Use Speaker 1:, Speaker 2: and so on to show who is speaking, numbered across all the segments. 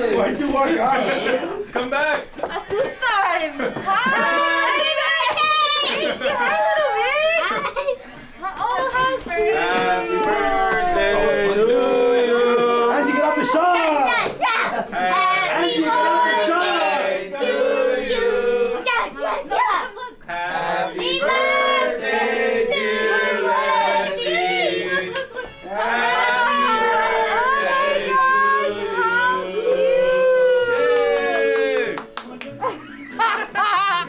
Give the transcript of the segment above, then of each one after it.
Speaker 1: my god!
Speaker 2: Come back!
Speaker 3: Asusta! Hi! Thank you! Hi, little wig! Oh, how cute!
Speaker 2: Happy birthday
Speaker 1: Oh,
Speaker 2: to you!
Speaker 1: Angie, get off the shot! Angie, get off the
Speaker 2: Happy birthday
Speaker 1: shot!
Speaker 2: to you!
Speaker 4: Happy
Speaker 2: Happy
Speaker 4: birthday
Speaker 2: birthday,
Speaker 4: to
Speaker 2: dear Lefty! Happy birthday to you!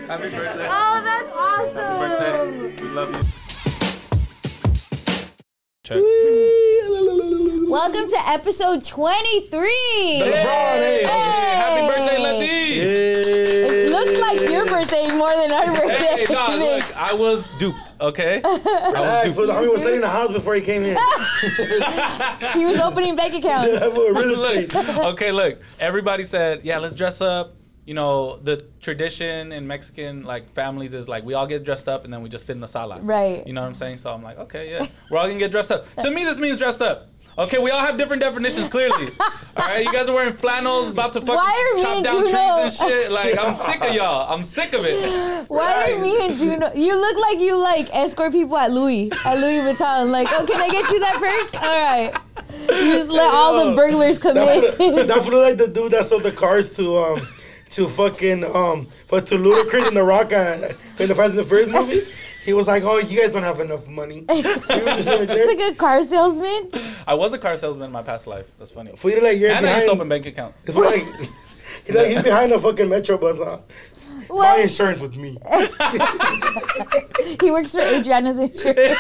Speaker 2: Happy birthday!
Speaker 3: Oh, that's awesome!
Speaker 2: Birthday. We love you.
Speaker 3: Welcome to episode 23!
Speaker 1: Hey.
Speaker 2: Happy birthday, Lefty!
Speaker 3: It looks like your birthday more than our birthday.
Speaker 2: Hey, no, look, I was duped, okay? I
Speaker 1: Hey,
Speaker 2: was
Speaker 1: fool, the
Speaker 2: duped.
Speaker 1: homie was sitting in the house before he came here.
Speaker 3: he was opening bank accounts.
Speaker 1: That boy real
Speaker 2: look,
Speaker 1: estate.
Speaker 2: okay, look. Everybody said, yeah, let's dress up. You know, the tradition in Mexican like families is like we all get dressed up and then we just sit in the sala.
Speaker 3: Right.
Speaker 2: You know what I'm saying? So I'm like, okay, yeah, we're all gonna get dressed up. to me, this means dressed up. Okay, we all have different definitions, clearly. all right, you guys are wearing flannels, about to fucking
Speaker 3: Why are me
Speaker 2: chop
Speaker 3: and
Speaker 2: down trees
Speaker 3: Juno-
Speaker 2: and shit. Like, I'm sick of y'all. I'm sick of it.
Speaker 3: Why are
Speaker 1: Right.
Speaker 3: me and Juno? You look like you like escort people at Louis at Louis Vuitton. Like, oh, can I get you that purse? All right. You just let all the burglars come
Speaker 1: That fool-
Speaker 3: in.
Speaker 1: that fool like the dude that sold the cars to um to fucking um for to Ludacris and The Rock uh, in the Fast and the Furious movie. He was like, "Oh, you guys don't have enough money." He was just like,
Speaker 3: It's a
Speaker 1: there.
Speaker 3: good car salesman.
Speaker 2: I was a car salesman in my past life. That's funny.
Speaker 1: Fool, you're like, you're
Speaker 2: And I used to open
Speaker 1: behind.
Speaker 2: bank accounts.
Speaker 1: It's like, he like he's behind the fucking metro bus. Huh? Buy
Speaker 3: What?
Speaker 1: insurance with me.
Speaker 3: He works for Adriana's insurance.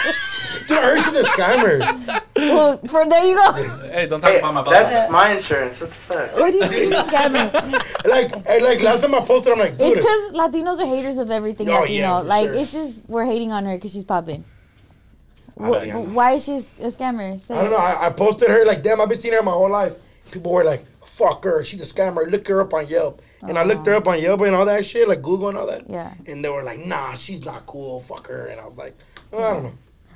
Speaker 1: Dude, I heard you the scammer.
Speaker 3: Well, for there you go.
Speaker 2: Hey, don't talk about my boss.
Speaker 4: That's my insurance. What the fuck?
Speaker 3: What do you mean, scammer?
Speaker 1: Like, I- like last time I posted, I'm like,
Speaker 3: It's
Speaker 1: dude,
Speaker 3: because Latinos are haters of everything
Speaker 1: Oh,
Speaker 3: Latino.
Speaker 1: yeah, for
Speaker 3: like
Speaker 1: sure.
Speaker 3: it's just we're hating on her because she's popping.
Speaker 1: I like
Speaker 3: Wh-
Speaker 1: it.
Speaker 3: why is she a scammer? Say
Speaker 1: I don't
Speaker 3: it.
Speaker 1: know. I, I posted her like, damn, I've been seeing her my whole life. People were like, fuck her, she's a scammer. Look her up on Yelp. And I looked her up on Yelp and all that shit, like Google and all that.
Speaker 3: Yeah.
Speaker 1: And they were like, nah, she's not cool. Fuck her. And I was like, oh, I don't know.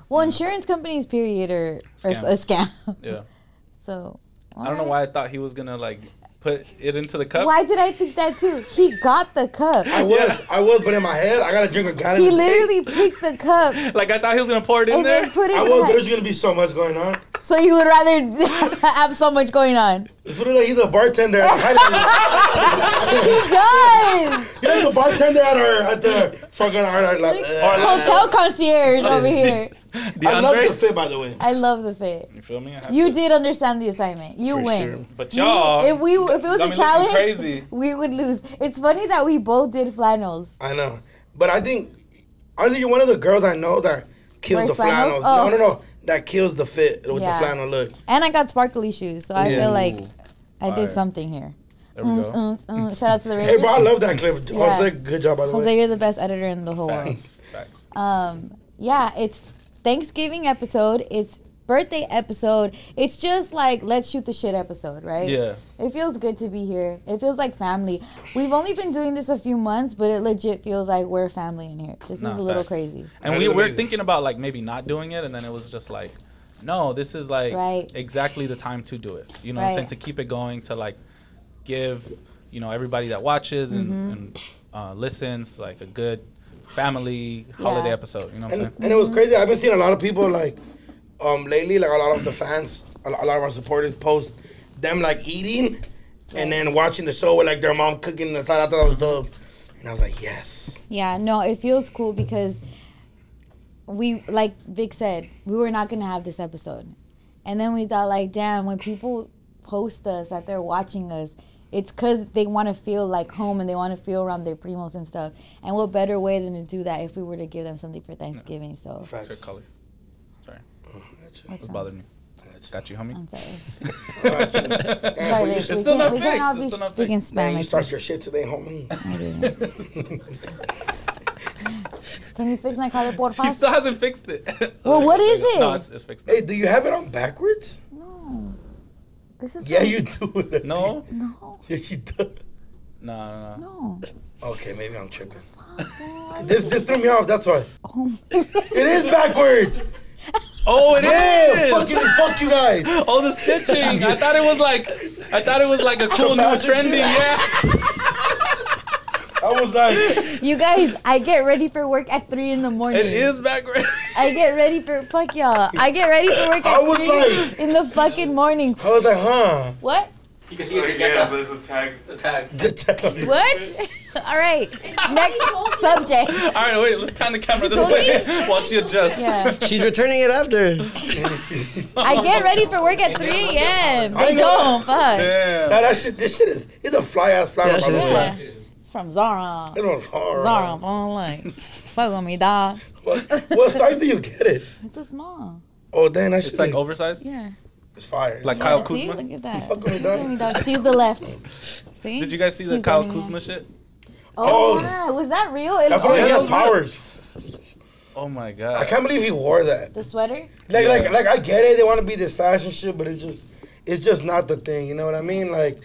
Speaker 3: Well, insurance companies, period, are, are s- a scam.
Speaker 2: Yeah.
Speaker 3: So
Speaker 2: I don't know why I thought he was gonna like put it into the cup.
Speaker 3: Why did I think that too? He got the cup.
Speaker 1: I was, I was, but in my head, I gotta drink a gallon.
Speaker 3: He
Speaker 1: a day.
Speaker 3: literally picked the cup
Speaker 2: Like I thought he was gonna pour it in
Speaker 3: and
Speaker 2: there.
Speaker 3: then put it
Speaker 1: I was, but
Speaker 3: back.
Speaker 1: there's gonna be so much going on.
Speaker 3: So you would rather have so much going on.
Speaker 1: It's literally like he's a bartender. At the Highland.
Speaker 3: He does.
Speaker 1: he's a bartender at our at the fucking our, our, like, uh,
Speaker 3: Hotel concierge over here.
Speaker 1: I love
Speaker 2: DeAndre,
Speaker 1: the fit, by the way.
Speaker 3: I love the fit.
Speaker 2: you feel me? I have
Speaker 3: You
Speaker 2: to-
Speaker 3: did understand the assignment. You
Speaker 1: For
Speaker 3: win.
Speaker 1: sure.
Speaker 2: But
Speaker 3: Me-
Speaker 2: y'all,
Speaker 3: if we if it was a
Speaker 2: got me looking
Speaker 3: challenge,
Speaker 2: crazy.
Speaker 3: we would lose. It's funny that we both did flannels.
Speaker 1: I know, but I think honestly, you're one of the girls I know that kills
Speaker 3: Wears
Speaker 1: the flannels.
Speaker 3: flannels? Oh.
Speaker 1: No, no, no, that kills the fit with
Speaker 3: Yeah.
Speaker 1: the flannel look.
Speaker 3: And I got sparkly shoes, so I
Speaker 1: Yeah.
Speaker 3: feel like
Speaker 2: Ooh,
Speaker 3: I
Speaker 2: fire.
Speaker 3: did something here.
Speaker 2: there we
Speaker 3: Mm,
Speaker 2: go.
Speaker 3: mm, mm. Shout out to the
Speaker 1: Hey,
Speaker 3: Raiders.
Speaker 1: bro, I love that clip.
Speaker 3: Yeah.
Speaker 1: Jose, good job by the
Speaker 3: Jose,
Speaker 1: way.
Speaker 3: you're the best editor in the whole
Speaker 2: Facts. Facts.
Speaker 3: world. Um, yeah, it's Thanksgiving episode. It's birthday episode. It's just like let's shoot the shit episode, right?
Speaker 2: Yeah.
Speaker 3: It feels good to be here. It feels like family. We've only been doing this a few months, but it legit feels like we're family in here. This
Speaker 2: Nah,
Speaker 3: is a little
Speaker 2: facts.
Speaker 3: crazy.
Speaker 2: And
Speaker 1: That
Speaker 2: we
Speaker 1: is
Speaker 2: were
Speaker 1: amazing.
Speaker 2: thinking about like maybe not doing it, and then it was just like, no, this is like
Speaker 3: Right.
Speaker 2: exactly the time to do it. You know what I'm
Speaker 3: Right.
Speaker 2: saying? To keep it going, to like give you know everybody that watches and,
Speaker 3: Mm-hmm.
Speaker 2: and uh, listens like a good family holiday
Speaker 3: Yeah.
Speaker 2: episode. You know what I'm
Speaker 1: And,
Speaker 2: saying?
Speaker 1: and it was crazy. I've been seeing a lot of people like um lately, like a lot of the fans, a lo- a lot of our supporters post them like eating and then watching the show with like their mom cooking the side. I thought that was dope. And I was like, yes.
Speaker 3: Yeah, no, it feels cool because we, like Vic said, we were not gonna have this episode, and then we thought like, damn, when people post us that they're watching us, it's cause they want to feel like home and they want to feel around their primos and stuff. And what better way than to do that if we were to give them something for Thanksgiving? So
Speaker 2: It's your
Speaker 1: Facts.
Speaker 2: color. Sorry,
Speaker 3: what's
Speaker 2: it's
Speaker 3: wrong?
Speaker 2: bothering me. Got you, homie.
Speaker 3: I'm sorry.
Speaker 1: Sorry,
Speaker 3: Sorry, Vic, we
Speaker 2: still not
Speaker 3: can't, we can't
Speaker 2: fixed.
Speaker 3: all
Speaker 2: It's
Speaker 3: be
Speaker 2: still not
Speaker 3: speaking
Speaker 2: fixed.
Speaker 1: Man, you
Speaker 3: Spanish.
Speaker 1: start your shit today, homie.
Speaker 3: Can you fix my color, por
Speaker 2: He
Speaker 3: favor?
Speaker 2: still hasn't fixed it.
Speaker 3: Well, what is
Speaker 2: No,
Speaker 3: it?
Speaker 2: it's, it's fixed. now.
Speaker 1: hey, do you have it on backwards?
Speaker 3: No, this is
Speaker 1: Yeah, you do.
Speaker 2: No,
Speaker 3: no,
Speaker 1: Yeah, she does.
Speaker 2: no, no, no.
Speaker 3: no. Oh,
Speaker 1: Okay, maybe I'm tripping. this this threw me off. That's why. it is backwards.
Speaker 2: Oh, it is.
Speaker 1: Yeah, fucking fuck you guys.
Speaker 2: Oh, the stitching. I thought it was like, I thought it was like a cool new
Speaker 1: fashion
Speaker 2: trending.
Speaker 1: shit.
Speaker 2: Yeah.
Speaker 1: I was like,
Speaker 3: You guys, I get ready for work at three in the morning.
Speaker 2: It is backwards.
Speaker 3: I get ready for fuck y'all. I get ready for work
Speaker 1: I
Speaker 3: at
Speaker 1: was
Speaker 3: three
Speaker 1: like-
Speaker 3: in the fucking morning.
Speaker 1: I was like, huh?
Speaker 3: What?
Speaker 4: You can see
Speaker 5: Like,
Speaker 4: it
Speaker 5: yeah,
Speaker 4: get
Speaker 5: there's a tag.
Speaker 4: the, the tag.
Speaker 3: What? All right. Next subject.
Speaker 2: All right, wait. Let's pan the camera this
Speaker 3: told
Speaker 2: way while she adjusts.
Speaker 3: Yeah.
Speaker 6: She's returning it after.
Speaker 3: I get ready for work at 3 a.m.
Speaker 1: I
Speaker 3: They
Speaker 1: know.
Speaker 3: don't. Fuck.
Speaker 2: Damn.
Speaker 1: Now that shit, this shit is, it's a fly ass flower.
Speaker 6: Yeah,
Speaker 1: Yeah,
Speaker 6: that shit is fly.
Speaker 3: Yeah. It's from Zara.
Speaker 1: It was hard.
Speaker 3: Zara, online. Fuck on me, dog.
Speaker 1: What, what size do you get it?
Speaker 3: It's a small.
Speaker 1: Oh, damn, that shit
Speaker 2: It's like
Speaker 1: is-
Speaker 2: oversized.
Speaker 3: Yeah.
Speaker 1: It's fire. It's
Speaker 2: Like
Speaker 1: fire.
Speaker 2: Kyle
Speaker 3: See?
Speaker 2: Kuzma?
Speaker 3: Look at that.
Speaker 1: Fuck with me,
Speaker 3: Look at me,
Speaker 1: dog.
Speaker 3: dog. Seize the left. See?
Speaker 2: Did you guys see the
Speaker 3: Seize
Speaker 2: Kyle
Speaker 3: enemy.
Speaker 2: Kuzma shit?
Speaker 3: Oh,
Speaker 1: Oh.
Speaker 3: yeah. Was that real? It
Speaker 1: That's what
Speaker 3: oh,
Speaker 1: I
Speaker 2: that
Speaker 1: get
Speaker 2: was real.
Speaker 1: powers.
Speaker 2: Oh my
Speaker 1: I
Speaker 2: god.
Speaker 1: can't believe he wore that.
Speaker 3: The sweater?
Speaker 1: Like,
Speaker 2: Yeah.
Speaker 1: like, like, I get it. They want to be this fashion shit, but it's just, it's just not the thing. You know what I mean? Like,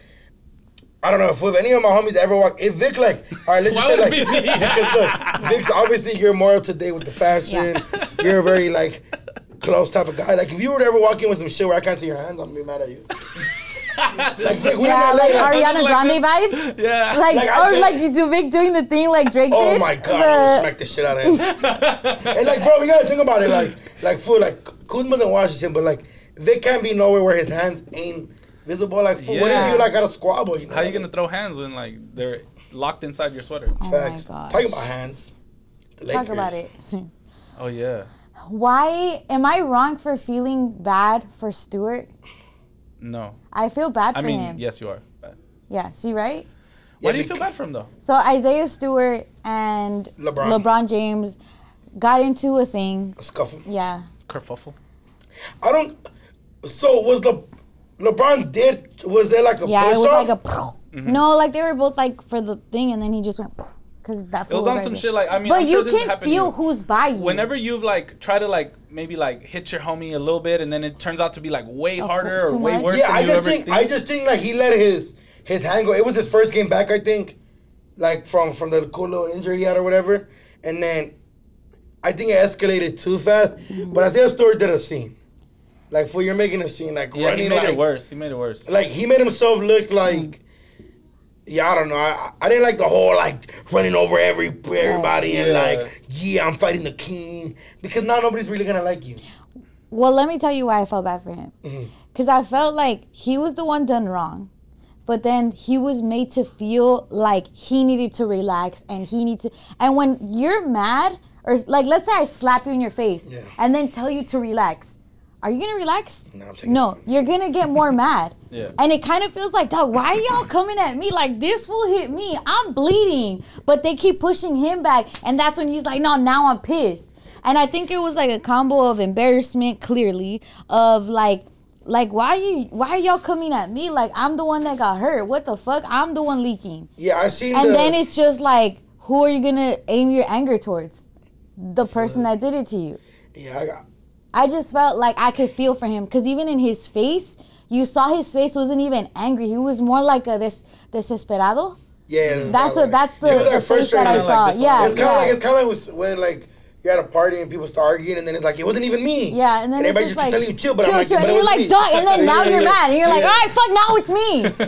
Speaker 1: I don't know if with any of my homies ever walk. If Vic, like, all right, let's just
Speaker 2: Why
Speaker 1: say,
Speaker 2: would
Speaker 1: like,
Speaker 2: it be me?
Speaker 1: because look, Vic's obviously you're more up to date with the fashion. You're a very like close type of guy. Like, if you were to ever walk in with some shit where I can't see your hands, I'm gonna be mad at you. like, Vic, we
Speaker 3: Yeah,
Speaker 1: yeah,
Speaker 3: like Ariana
Speaker 2: I'm just like
Speaker 3: Grande vibes?
Speaker 2: Yeah.
Speaker 3: Like,
Speaker 1: Like, I
Speaker 3: or
Speaker 1: did-
Speaker 3: like you do big doing the thing like Drake did.
Speaker 1: Oh my god, I would smack the shit out of him. and like, bro, we gotta think about it. Like, like fool, like Kuzma's in Washington, but like they can't be nowhere where his hands ain't visible. Like, fool, what
Speaker 2: Yeah.
Speaker 1: if you like got a squabble? You know?
Speaker 2: How you gonna throw hands when like they're locked inside your sweater?
Speaker 3: Oh
Speaker 1: Facts.
Speaker 3: my
Speaker 1: Talking
Speaker 3: god.
Speaker 1: about hands. The
Speaker 3: Talk about
Speaker 1: Lakers.
Speaker 3: it.
Speaker 2: Oh yeah.
Speaker 3: Why am I wrong for feeling bad for Stewart?
Speaker 2: No.
Speaker 3: I feel bad for
Speaker 2: I mean,
Speaker 3: him.
Speaker 2: yes, you are. But
Speaker 3: Yeah, see, right?
Speaker 2: Why
Speaker 1: Yeah,
Speaker 2: do you
Speaker 1: bec-
Speaker 2: feel bad for him though?
Speaker 3: So Isaiah Stewart and
Speaker 1: LeBron.
Speaker 3: James got into a thing.
Speaker 1: A scuffle.
Speaker 3: Yeah.
Speaker 2: Kerfuffle.
Speaker 1: I don't. So was the LeBron did? Was there like a
Speaker 3: Yeah,
Speaker 1: push
Speaker 3: it was
Speaker 1: off?
Speaker 3: like a.
Speaker 2: Mm-hmm.
Speaker 3: No, like they were both like for the thing, and then he just went because that.
Speaker 2: It was on some shit like I mean.
Speaker 3: But
Speaker 2: I'm
Speaker 3: you
Speaker 2: sure this has
Speaker 3: can
Speaker 2: happened to
Speaker 3: feel
Speaker 2: you.
Speaker 3: who's by you.
Speaker 2: Whenever you've like try to like maybe like hit your homie a little bit and then it turns out to be like way
Speaker 3: Oh,
Speaker 2: harder or
Speaker 3: too
Speaker 2: way
Speaker 3: much?
Speaker 2: worse
Speaker 1: yeah,
Speaker 2: than
Speaker 1: I
Speaker 2: you
Speaker 1: just
Speaker 2: ever
Speaker 1: think,
Speaker 2: think.
Speaker 1: I just think like he let his his hand go. It was his first game back, I think, like from from the cool little injury he had or whatever. And then I think it escalated too fast.
Speaker 2: Mm-hmm.
Speaker 1: But Isaiah Stewart did a scene, like for you're making a scene, like
Speaker 2: yeah,
Speaker 1: running
Speaker 2: he made
Speaker 1: like
Speaker 2: it worse. Mm-hmm. He made it worse.
Speaker 1: like he made himself look like. Yeah, I don't know. I, I didn't like the whole like running over every everybody and
Speaker 2: Yeah.
Speaker 1: like yeah, I'm fighting the king because now nobody's really gonna like you.
Speaker 3: Well, let me tell you why I felt bad for him. Because I felt like he was the one done wrong, but then he was made to feel like he needed to relax and he needs to. And when you're mad, or like, let's say I slap you in your face
Speaker 1: Yeah.
Speaker 3: and then tell you to relax. Are you gonna relax?
Speaker 1: No, I'm taking
Speaker 3: No,
Speaker 1: it.
Speaker 3: you're gonna get more mad.
Speaker 2: Yeah.
Speaker 3: And it kind of feels like, dog, why are y'all coming at me? Like this will hit me. I'm bleeding. But they keep pushing him back. And that's when he's like, no, now I'm pissed. And I think it was like a combo of embarrassment, clearly, of like like why you why are y'all coming at me? Like I'm the one that got hurt. What the fuck? I'm the one leaking.
Speaker 1: Yeah, I seen.
Speaker 3: And
Speaker 1: the,
Speaker 3: then it's just like, who are you gonna aim your anger towards? The person that did it to you.
Speaker 1: yeah, I got,
Speaker 3: I just felt like I could feel for him because even in his face, you saw his face wasn't even angry. He was more like a des- desesperado.
Speaker 1: yeah.
Speaker 3: That's
Speaker 1: what
Speaker 3: what that's the,
Speaker 1: You know that
Speaker 3: the face that
Speaker 1: frustrating,
Speaker 3: I
Speaker 2: like
Speaker 3: saw.
Speaker 2: this one.
Speaker 3: yeah,
Speaker 1: It's kind of
Speaker 3: yeah.
Speaker 1: like it's kind of like with- when like you're at a party and people start arguing, and then it's like it wasn't even me.
Speaker 3: yeah, and then it's
Speaker 1: everybody
Speaker 3: just
Speaker 1: just
Speaker 3: like
Speaker 1: keep telling you chill, but
Speaker 3: chill,
Speaker 1: I'm like,
Speaker 3: chill.
Speaker 1: but
Speaker 3: and
Speaker 1: it
Speaker 3: you're
Speaker 1: was
Speaker 3: like,
Speaker 1: me.
Speaker 3: duh, and then
Speaker 1: Yeah,
Speaker 3: now
Speaker 1: yeah,
Speaker 3: you're
Speaker 1: yeah.
Speaker 3: mad, and you're like,
Speaker 1: Yeah.
Speaker 3: all right, fuck, now it's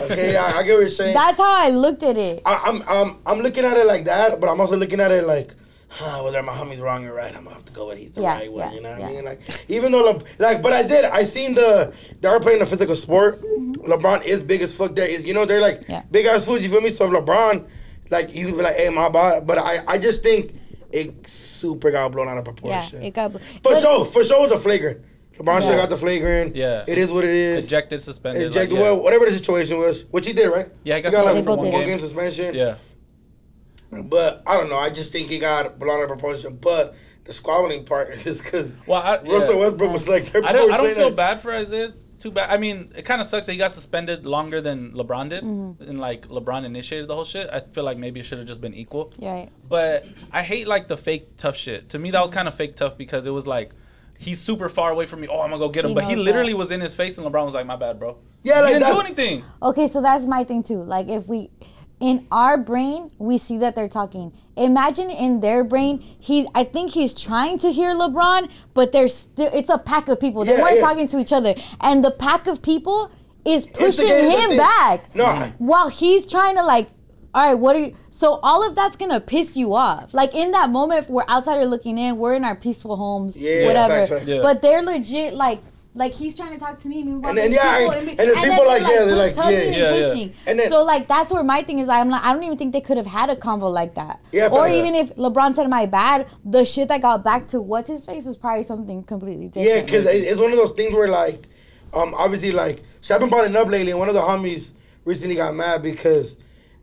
Speaker 3: me.
Speaker 1: okay, yeah, I get what you're saying.
Speaker 3: That's how I looked at it.
Speaker 1: I, I'm I'm I'm looking at it like that, but I'm also looking at it like. Huh, whether my homie's wrong or right, I'm gonna have to go with he's the
Speaker 3: Yeah,
Speaker 1: right one.
Speaker 3: yeah,
Speaker 1: you know what
Speaker 3: yeah.
Speaker 1: I mean? Like, even though, Le- like, but I did. I seen the they are playing a physical sport. LeBron is big as fuck. There is, you know, they're like
Speaker 3: Mm-hmm. Yeah.
Speaker 1: big ass fools. You feel me? So if LeBron, like, he would be like, "Hey, my bad," but I, I just think it super got blown out of
Speaker 3: yeah,
Speaker 1: proportion.
Speaker 3: it got. bl-
Speaker 1: For
Speaker 3: but-
Speaker 1: sure, for sure it was a flagrant. LeBron should
Speaker 3: Yeah.
Speaker 1: have got the flagrant.
Speaker 2: Yeah.
Speaker 1: It is what it is.
Speaker 2: Ejected, suspended. like,
Speaker 1: Ejected,
Speaker 2: yeah.
Speaker 1: well, whatever the situation was, which he did, right?
Speaker 2: Yeah, he got
Speaker 3: suspended for
Speaker 1: one,
Speaker 3: one
Speaker 1: one
Speaker 3: game.
Speaker 1: game suspension.
Speaker 2: yeah.
Speaker 1: But I don't know. I just think he got blown out of proportion. But the squabbling part is because
Speaker 2: Well, I, yeah.
Speaker 1: Russell Westbrook was like,
Speaker 2: I don't. I don't feel bad for Isaiah. Too bad. I mean, it kind of sucks that he got suspended longer than LeBron did,
Speaker 3: Mm-hmm.
Speaker 2: and like LeBron initiated the whole shit. I feel like maybe it should have just been equal.
Speaker 3: You're right.
Speaker 2: But I hate like the fake tough shit. To me, that was kind of fake tough because it was like. He's super far away from me. Oh, I'm gonna go get him.
Speaker 3: He
Speaker 2: but he
Speaker 3: knows
Speaker 2: literally
Speaker 3: that.
Speaker 2: was in his face, and LeBron was like, "My bad, bro."
Speaker 1: Yeah,
Speaker 2: He
Speaker 1: like
Speaker 2: didn't do
Speaker 1: that's,
Speaker 2: anything.
Speaker 3: Okay, so that's my thing too. Like if we in our brain, we see that they're talking. Imagine in their brain, he's. I think he's trying to hear LeBron, but there's still. It's a pack of people. They
Speaker 1: Yeah,
Speaker 3: weren't
Speaker 1: yeah.
Speaker 3: talking to each other, and the pack of people is
Speaker 1: It's the
Speaker 3: pushing
Speaker 1: game, the
Speaker 3: him
Speaker 1: thing-
Speaker 3: back
Speaker 1: No,
Speaker 2: Mm.
Speaker 1: I-
Speaker 3: while he's trying to like all right what are you so all of that's gonna piss you off like in that moment we're outsider looking in we're in our peaceful homes
Speaker 1: Yeah,
Speaker 3: whatever
Speaker 1: facts, facts.
Speaker 2: Yeah.
Speaker 3: but they're legit like like he's trying to talk to me, me
Speaker 1: And then, yeah, I- and then people like, yeah, they're like, yeah.
Speaker 2: Yeah, yeah.
Speaker 3: pushing.
Speaker 1: And then-
Speaker 3: so like that's where my thing is. I'm like, I don't even think they could have had a convo like that.
Speaker 1: Yeah,
Speaker 3: or
Speaker 1: fact.
Speaker 3: even if LeBron said my bad, the shit that got back to what's his face was probably something completely
Speaker 1: Yeah,
Speaker 3: different.
Speaker 1: because it's one of those things where like, um, obviously like, so I've been brought it up lately, and one of the homies recently got mad because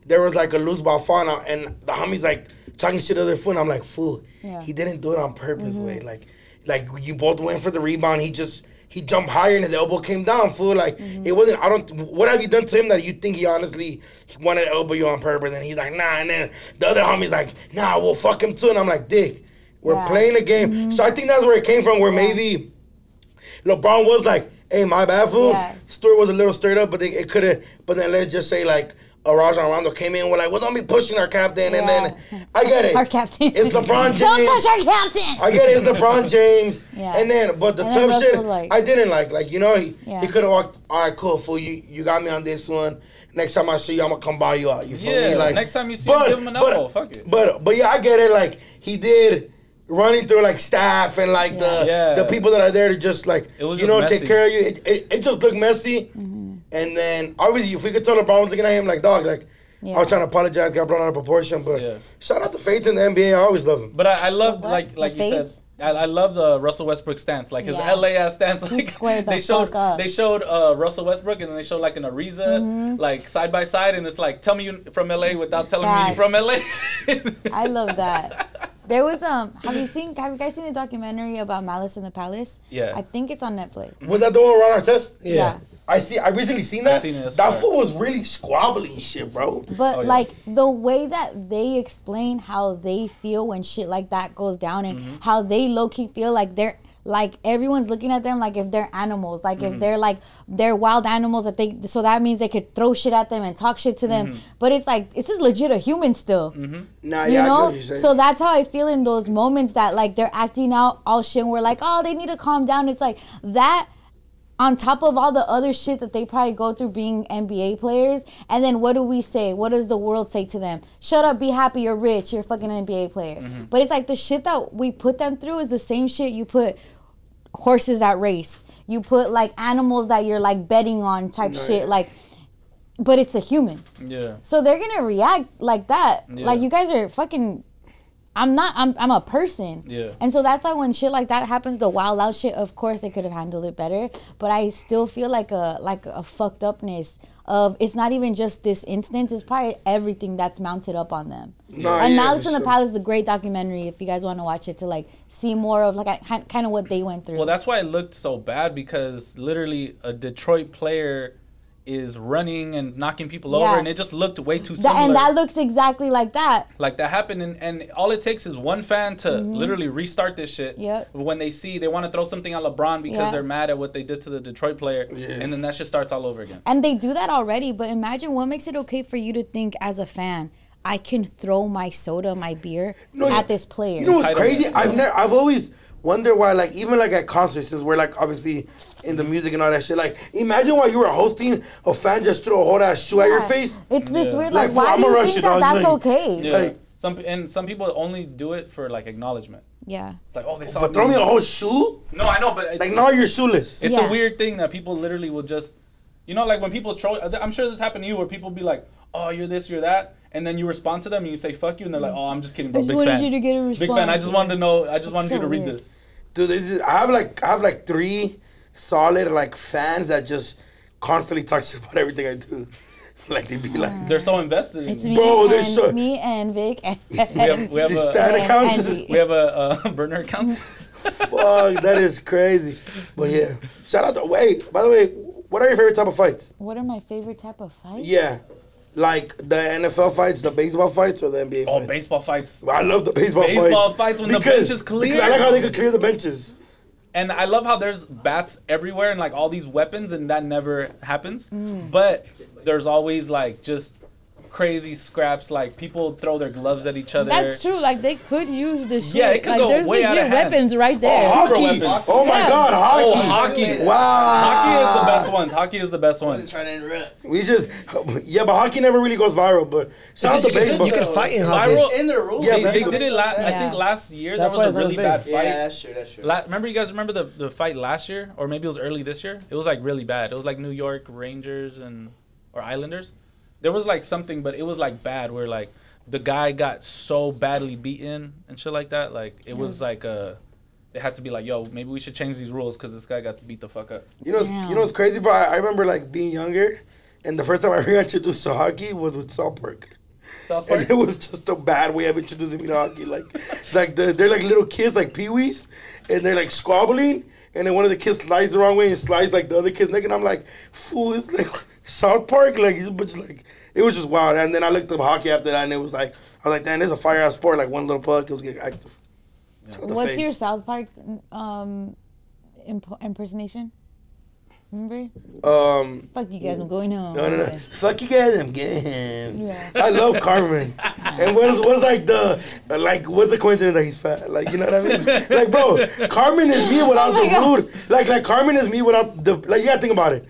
Speaker 1: there was like a loose ball falling out, and the homies like talking shit to their foot, and I'm like, fool,
Speaker 3: Yeah. Mm-hmm.
Speaker 1: he didn't do it on purpose, way. Like, like you both went for the rebound, he just. He jumped higher and his elbow came down, fool. Like
Speaker 3: Mm-hmm.
Speaker 1: it wasn't. I don't. What have you done to him that you think he honestly wanted to elbow you on purpose? And he's like, nah. And then the other homie's like, nah. We'll fuck him too. And I'm like, dick. We're
Speaker 3: Yeah.
Speaker 1: playing a game. So I think that's where it came from. Where maybe LeBron was like, "Hey, my bad, fool."
Speaker 3: Yeah.
Speaker 1: Stewart was a little stirred up, but they, it could have. But then let's just say like uh, Rajon Rondo came in, we're like, "Well, don't be pushing our captain." And
Speaker 3: Yeah.
Speaker 1: then I get it.
Speaker 3: Our captain.
Speaker 1: It's LeBron James.
Speaker 3: Don't touch our captain.
Speaker 1: I get it. It's LeBron James.
Speaker 3: Yeah.
Speaker 1: And then, but the
Speaker 3: And then
Speaker 1: tough
Speaker 3: Russell
Speaker 1: shit,
Speaker 3: was like-
Speaker 1: I didn't like. Like you know, he,
Speaker 3: Yeah.
Speaker 1: he could have walked. All right, cool, fool. You you got me on this one. Next time I see you, I'm gonna come buy you out. You feel
Speaker 2: Yeah,
Speaker 1: me? Like
Speaker 2: next time you see him, give him an elbow. Fuck it.
Speaker 1: But but yeah, I get it. Like he did running through like staff and like the
Speaker 2: Yeah.
Speaker 1: the people that are there to just like
Speaker 2: It was
Speaker 1: you
Speaker 2: just
Speaker 1: know take
Speaker 2: messy.
Speaker 1: care of you. It it, it just looked messy.
Speaker 3: Mm-hmm.
Speaker 1: And then obviously, if we could tell LeBron was looking at him like dog, like. I
Speaker 3: Yeah.
Speaker 1: was trying to apologize, got blown out of proportion, but
Speaker 2: Yeah.
Speaker 1: shout out to Faith in the NBA. I always love him.
Speaker 2: But I, I love
Speaker 3: The what?
Speaker 2: like like
Speaker 3: The
Speaker 2: you said.
Speaker 3: fades?
Speaker 2: I, I love the Russell Westbrook stance, like his
Speaker 3: Yeah.
Speaker 2: LA ass stance. Like
Speaker 3: squared the
Speaker 2: they showed
Speaker 3: fuck up. Mm-hmm.
Speaker 2: they showed uh, Russell Westbrook and then they showed like an Ariza like side by side, and it's like tell me you from LA without telling me you
Speaker 3: Facts.
Speaker 2: from LA.
Speaker 3: I love that. There was um. Have you seen? Have you guys seen the documentary about Malice in the Palace?
Speaker 2: Yeah.
Speaker 3: I think it's on Netflix.
Speaker 2: Mm-hmm.
Speaker 1: Was that the one Ron Artest?
Speaker 5: Yeah.
Speaker 3: Yeah.
Speaker 1: I see. I recently seen that.
Speaker 2: seen it, that's
Speaker 1: that
Speaker 2: fire.
Speaker 1: fool was really squabbling and shit, bro.
Speaker 3: But
Speaker 2: Oh, yeah.
Speaker 3: like the way that they explain how they feel when shit like that goes down, and
Speaker 2: Mm-hmm.
Speaker 3: how they low key feel like they're like everyone's looking at them like if they're animals, like
Speaker 2: Mm-hmm.
Speaker 3: if they're like they're wild animals that they so that means they could throw shit at them and talk shit to them.
Speaker 2: Mm-hmm.
Speaker 3: But it's like this is legit a human still.
Speaker 1: Nah,
Speaker 3: you
Speaker 1: yeah, I get
Speaker 3: know
Speaker 1: what you're saying.
Speaker 3: so that's how i feel in those moments that like they're acting out all shit and we're like oh they need to calm down it's like that on top of all the other shit that they probably go through being nba players and then what do we say what does the world say to them shut up be happy you're rich you're a fucking nba player but it's like the shit that we put them through is the same shit you put horses that race you put like animals that you're like betting on type shit like but it's a human
Speaker 2: yeah,
Speaker 3: so they're gonna react like that. Like
Speaker 2: Yeah.
Speaker 3: you guys are fucking. I'm not. I'm. I'm a person.
Speaker 2: Yeah.
Speaker 3: And so that's why when shit like that happens, the wild out shit. Of course, they could have handled it better. But I still feel like a like a fucked upness of it's not even just this instance. It's probably everything that's mounted up on them.
Speaker 1: Nah,
Speaker 3: and
Speaker 1: yeah,
Speaker 3: Malice
Speaker 1: for
Speaker 3: in the
Speaker 1: sure.
Speaker 3: Palace is a great documentary if you guys want to watch it to like see more of like kind of what they went through.
Speaker 2: well that's why it looked so bad because literally a Detroit player is running and knocking people
Speaker 3: Yeah.
Speaker 2: over, and it just looked way too
Speaker 3: That-
Speaker 2: similar.
Speaker 3: and that looks exactly like that.
Speaker 2: Like that happened, and, and all it takes is one fan to literally restart this shit.
Speaker 3: Mm-hmm. Yep.
Speaker 2: When they see they want to throw something at LeBron because
Speaker 3: Yeah.
Speaker 2: they're mad at what they did to the Detroit player, and then that shit starts all over again.
Speaker 3: And they do that already, but imagine what makes it okay for you to think as a fan, I can throw my soda, my beer
Speaker 1: No,
Speaker 3: at
Speaker 1: you-
Speaker 3: this player.
Speaker 1: You know what's
Speaker 2: Entitlement,
Speaker 1: crazy? I've
Speaker 2: yeah.
Speaker 1: never, I've always wondered why, like, even like at concerts, since we're like obviously in the music and all that shit. Like, imagine while you were hosting, a fan just threw a whole ass shoe at your face.
Speaker 3: It's this
Speaker 2: Yeah.
Speaker 3: weird,
Speaker 1: Like,
Speaker 3: like,
Speaker 1: fool,
Speaker 3: why
Speaker 1: I'ma
Speaker 3: do you
Speaker 1: rush
Speaker 3: think
Speaker 1: it,
Speaker 3: that
Speaker 1: dog.
Speaker 3: that's
Speaker 1: Like-
Speaker 3: okay?
Speaker 2: Yeah.
Speaker 3: Yeah.
Speaker 1: Like-
Speaker 2: some and some people only do it for like acknowledgement. It's like, oh, they saw.
Speaker 1: But throw me a whole shoe?
Speaker 2: No, I know, but it's,
Speaker 1: Like, now you're shoeless.
Speaker 2: it's
Speaker 3: Yeah.
Speaker 2: a weird thing that people literally will just, you know, like when people troll. uh, I'm sure this happened to you, where people be like, oh, you're this, you're that. And then you respond to them and you say fuck you, and they're like, "Oh, I'm just kidding, bro.
Speaker 3: I just
Speaker 2: Big
Speaker 3: wanted
Speaker 2: fan.
Speaker 3: you to get a
Speaker 2: Big fan. I
Speaker 3: response.
Speaker 2: just wanted to know. I just wanted you
Speaker 3: so
Speaker 2: to read
Speaker 3: weird.
Speaker 2: this.
Speaker 1: Dude, this is. I have like, I have like three solid like fans that just constantly talk shit about everything I do. Like they be like,
Speaker 2: They're so invested. in
Speaker 3: It's
Speaker 2: you.
Speaker 3: me,
Speaker 1: Bro,
Speaker 3: and,
Speaker 1: they're so-
Speaker 3: me and Vic and,
Speaker 2: We have, we have
Speaker 1: they
Speaker 2: a,
Speaker 1: stand
Speaker 3: and
Speaker 1: accounts.
Speaker 3: Andy.
Speaker 2: We have a, uh burner account.
Speaker 1: Fuck, that is crazy. But yeah, shout out to wait. By the way, what are your favorite type of fights?
Speaker 3: What are my favorite type of fights?
Speaker 1: Yeah, like the NFL fights, the baseball fights, or the NBA
Speaker 2: oh,
Speaker 1: fights.
Speaker 2: baseball fights.
Speaker 1: I love the baseball, fights.
Speaker 2: Baseball fights when the bench is clear.
Speaker 1: because I like how they could clear the benches.
Speaker 2: And I love how there's bats everywhere and like all these weapons, and that never happens. But there's always like just crazy scraps. Like people throw their gloves at each other.
Speaker 3: That's true. Like they could use the shit.
Speaker 2: Yeah, it could
Speaker 3: like
Speaker 2: go
Speaker 3: there's
Speaker 2: way out
Speaker 3: legit
Speaker 2: of hand.
Speaker 3: weapons right
Speaker 1: Oh,
Speaker 3: there.
Speaker 2: Super
Speaker 1: hockey!
Speaker 2: weapons.
Speaker 1: Oh my
Speaker 3: Yeah.
Speaker 1: God, hockey!
Speaker 2: Oh, hockey.
Speaker 1: Wow!
Speaker 2: Hockey is the
Speaker 1: Ah.
Speaker 2: best one. Hockey is the best one.
Speaker 4: Trying to interrupt.
Speaker 1: We just, yeah, but hockey never really goes viral. But shout out
Speaker 5: you
Speaker 1: to
Speaker 5: can,
Speaker 1: baseball.
Speaker 5: you can fight in hockey.
Speaker 2: Viral-
Speaker 4: In the rules.
Speaker 1: Yeah,
Speaker 2: They,
Speaker 1: but
Speaker 2: they
Speaker 1: that's
Speaker 2: did it
Speaker 4: la-
Speaker 2: last. I think
Speaker 3: Yeah.
Speaker 2: last year.
Speaker 5: That's
Speaker 2: there
Speaker 5: why
Speaker 2: was
Speaker 5: it's
Speaker 2: a
Speaker 5: not as
Speaker 2: really
Speaker 5: big.
Speaker 2: bad fight.
Speaker 4: Yeah, that's true. That's true.
Speaker 2: La- remember, you guys remember the, the fight last year, or maybe it was early this year. It was like really bad. It was like New York Rangers and or Islanders. There was like something, but it was like bad. Where like the guy got so badly beaten and shit like that. Like it was like uh They had to be like, yo, maybe we should change these rules because this guy got beat the fuck up.
Speaker 1: You know,
Speaker 3: Damn.
Speaker 1: you know what's crazy, bro? I, I remember like being younger, and the first time I ever got introduced to hockey was with South Park.
Speaker 2: South Park?
Speaker 1: And it was just a bad way of introducing me to hockey. Like, like the, they're like little kids, like peewees, and they're like squabbling. And then one of the kids slides the wrong way and slides like the other kid's neck. And I'm like, fool, it's like South Park. Like, it's just like, it was just wild. And then I looked up hockey after that, and it was like, I was like, damn, this is a fire ass sport. Like, one little puck, it was getting active. Shout out to
Speaker 3: What's
Speaker 1: Faze.
Speaker 3: your South Park um imp- impersonation? Remember?
Speaker 1: Um,
Speaker 3: Fuck you guys. I'm going home.
Speaker 1: No, no, no. Fuck you guys, I'm getting him.
Speaker 3: Yeah.
Speaker 1: I love Carmen. and what is what's like the like what's the coincidence that he's fat? Like you know what I mean? Like bro, Carmen is me without
Speaker 3: Oh my
Speaker 1: the
Speaker 3: God.
Speaker 1: rude. Like like Carmen is me without the like you gotta think about it.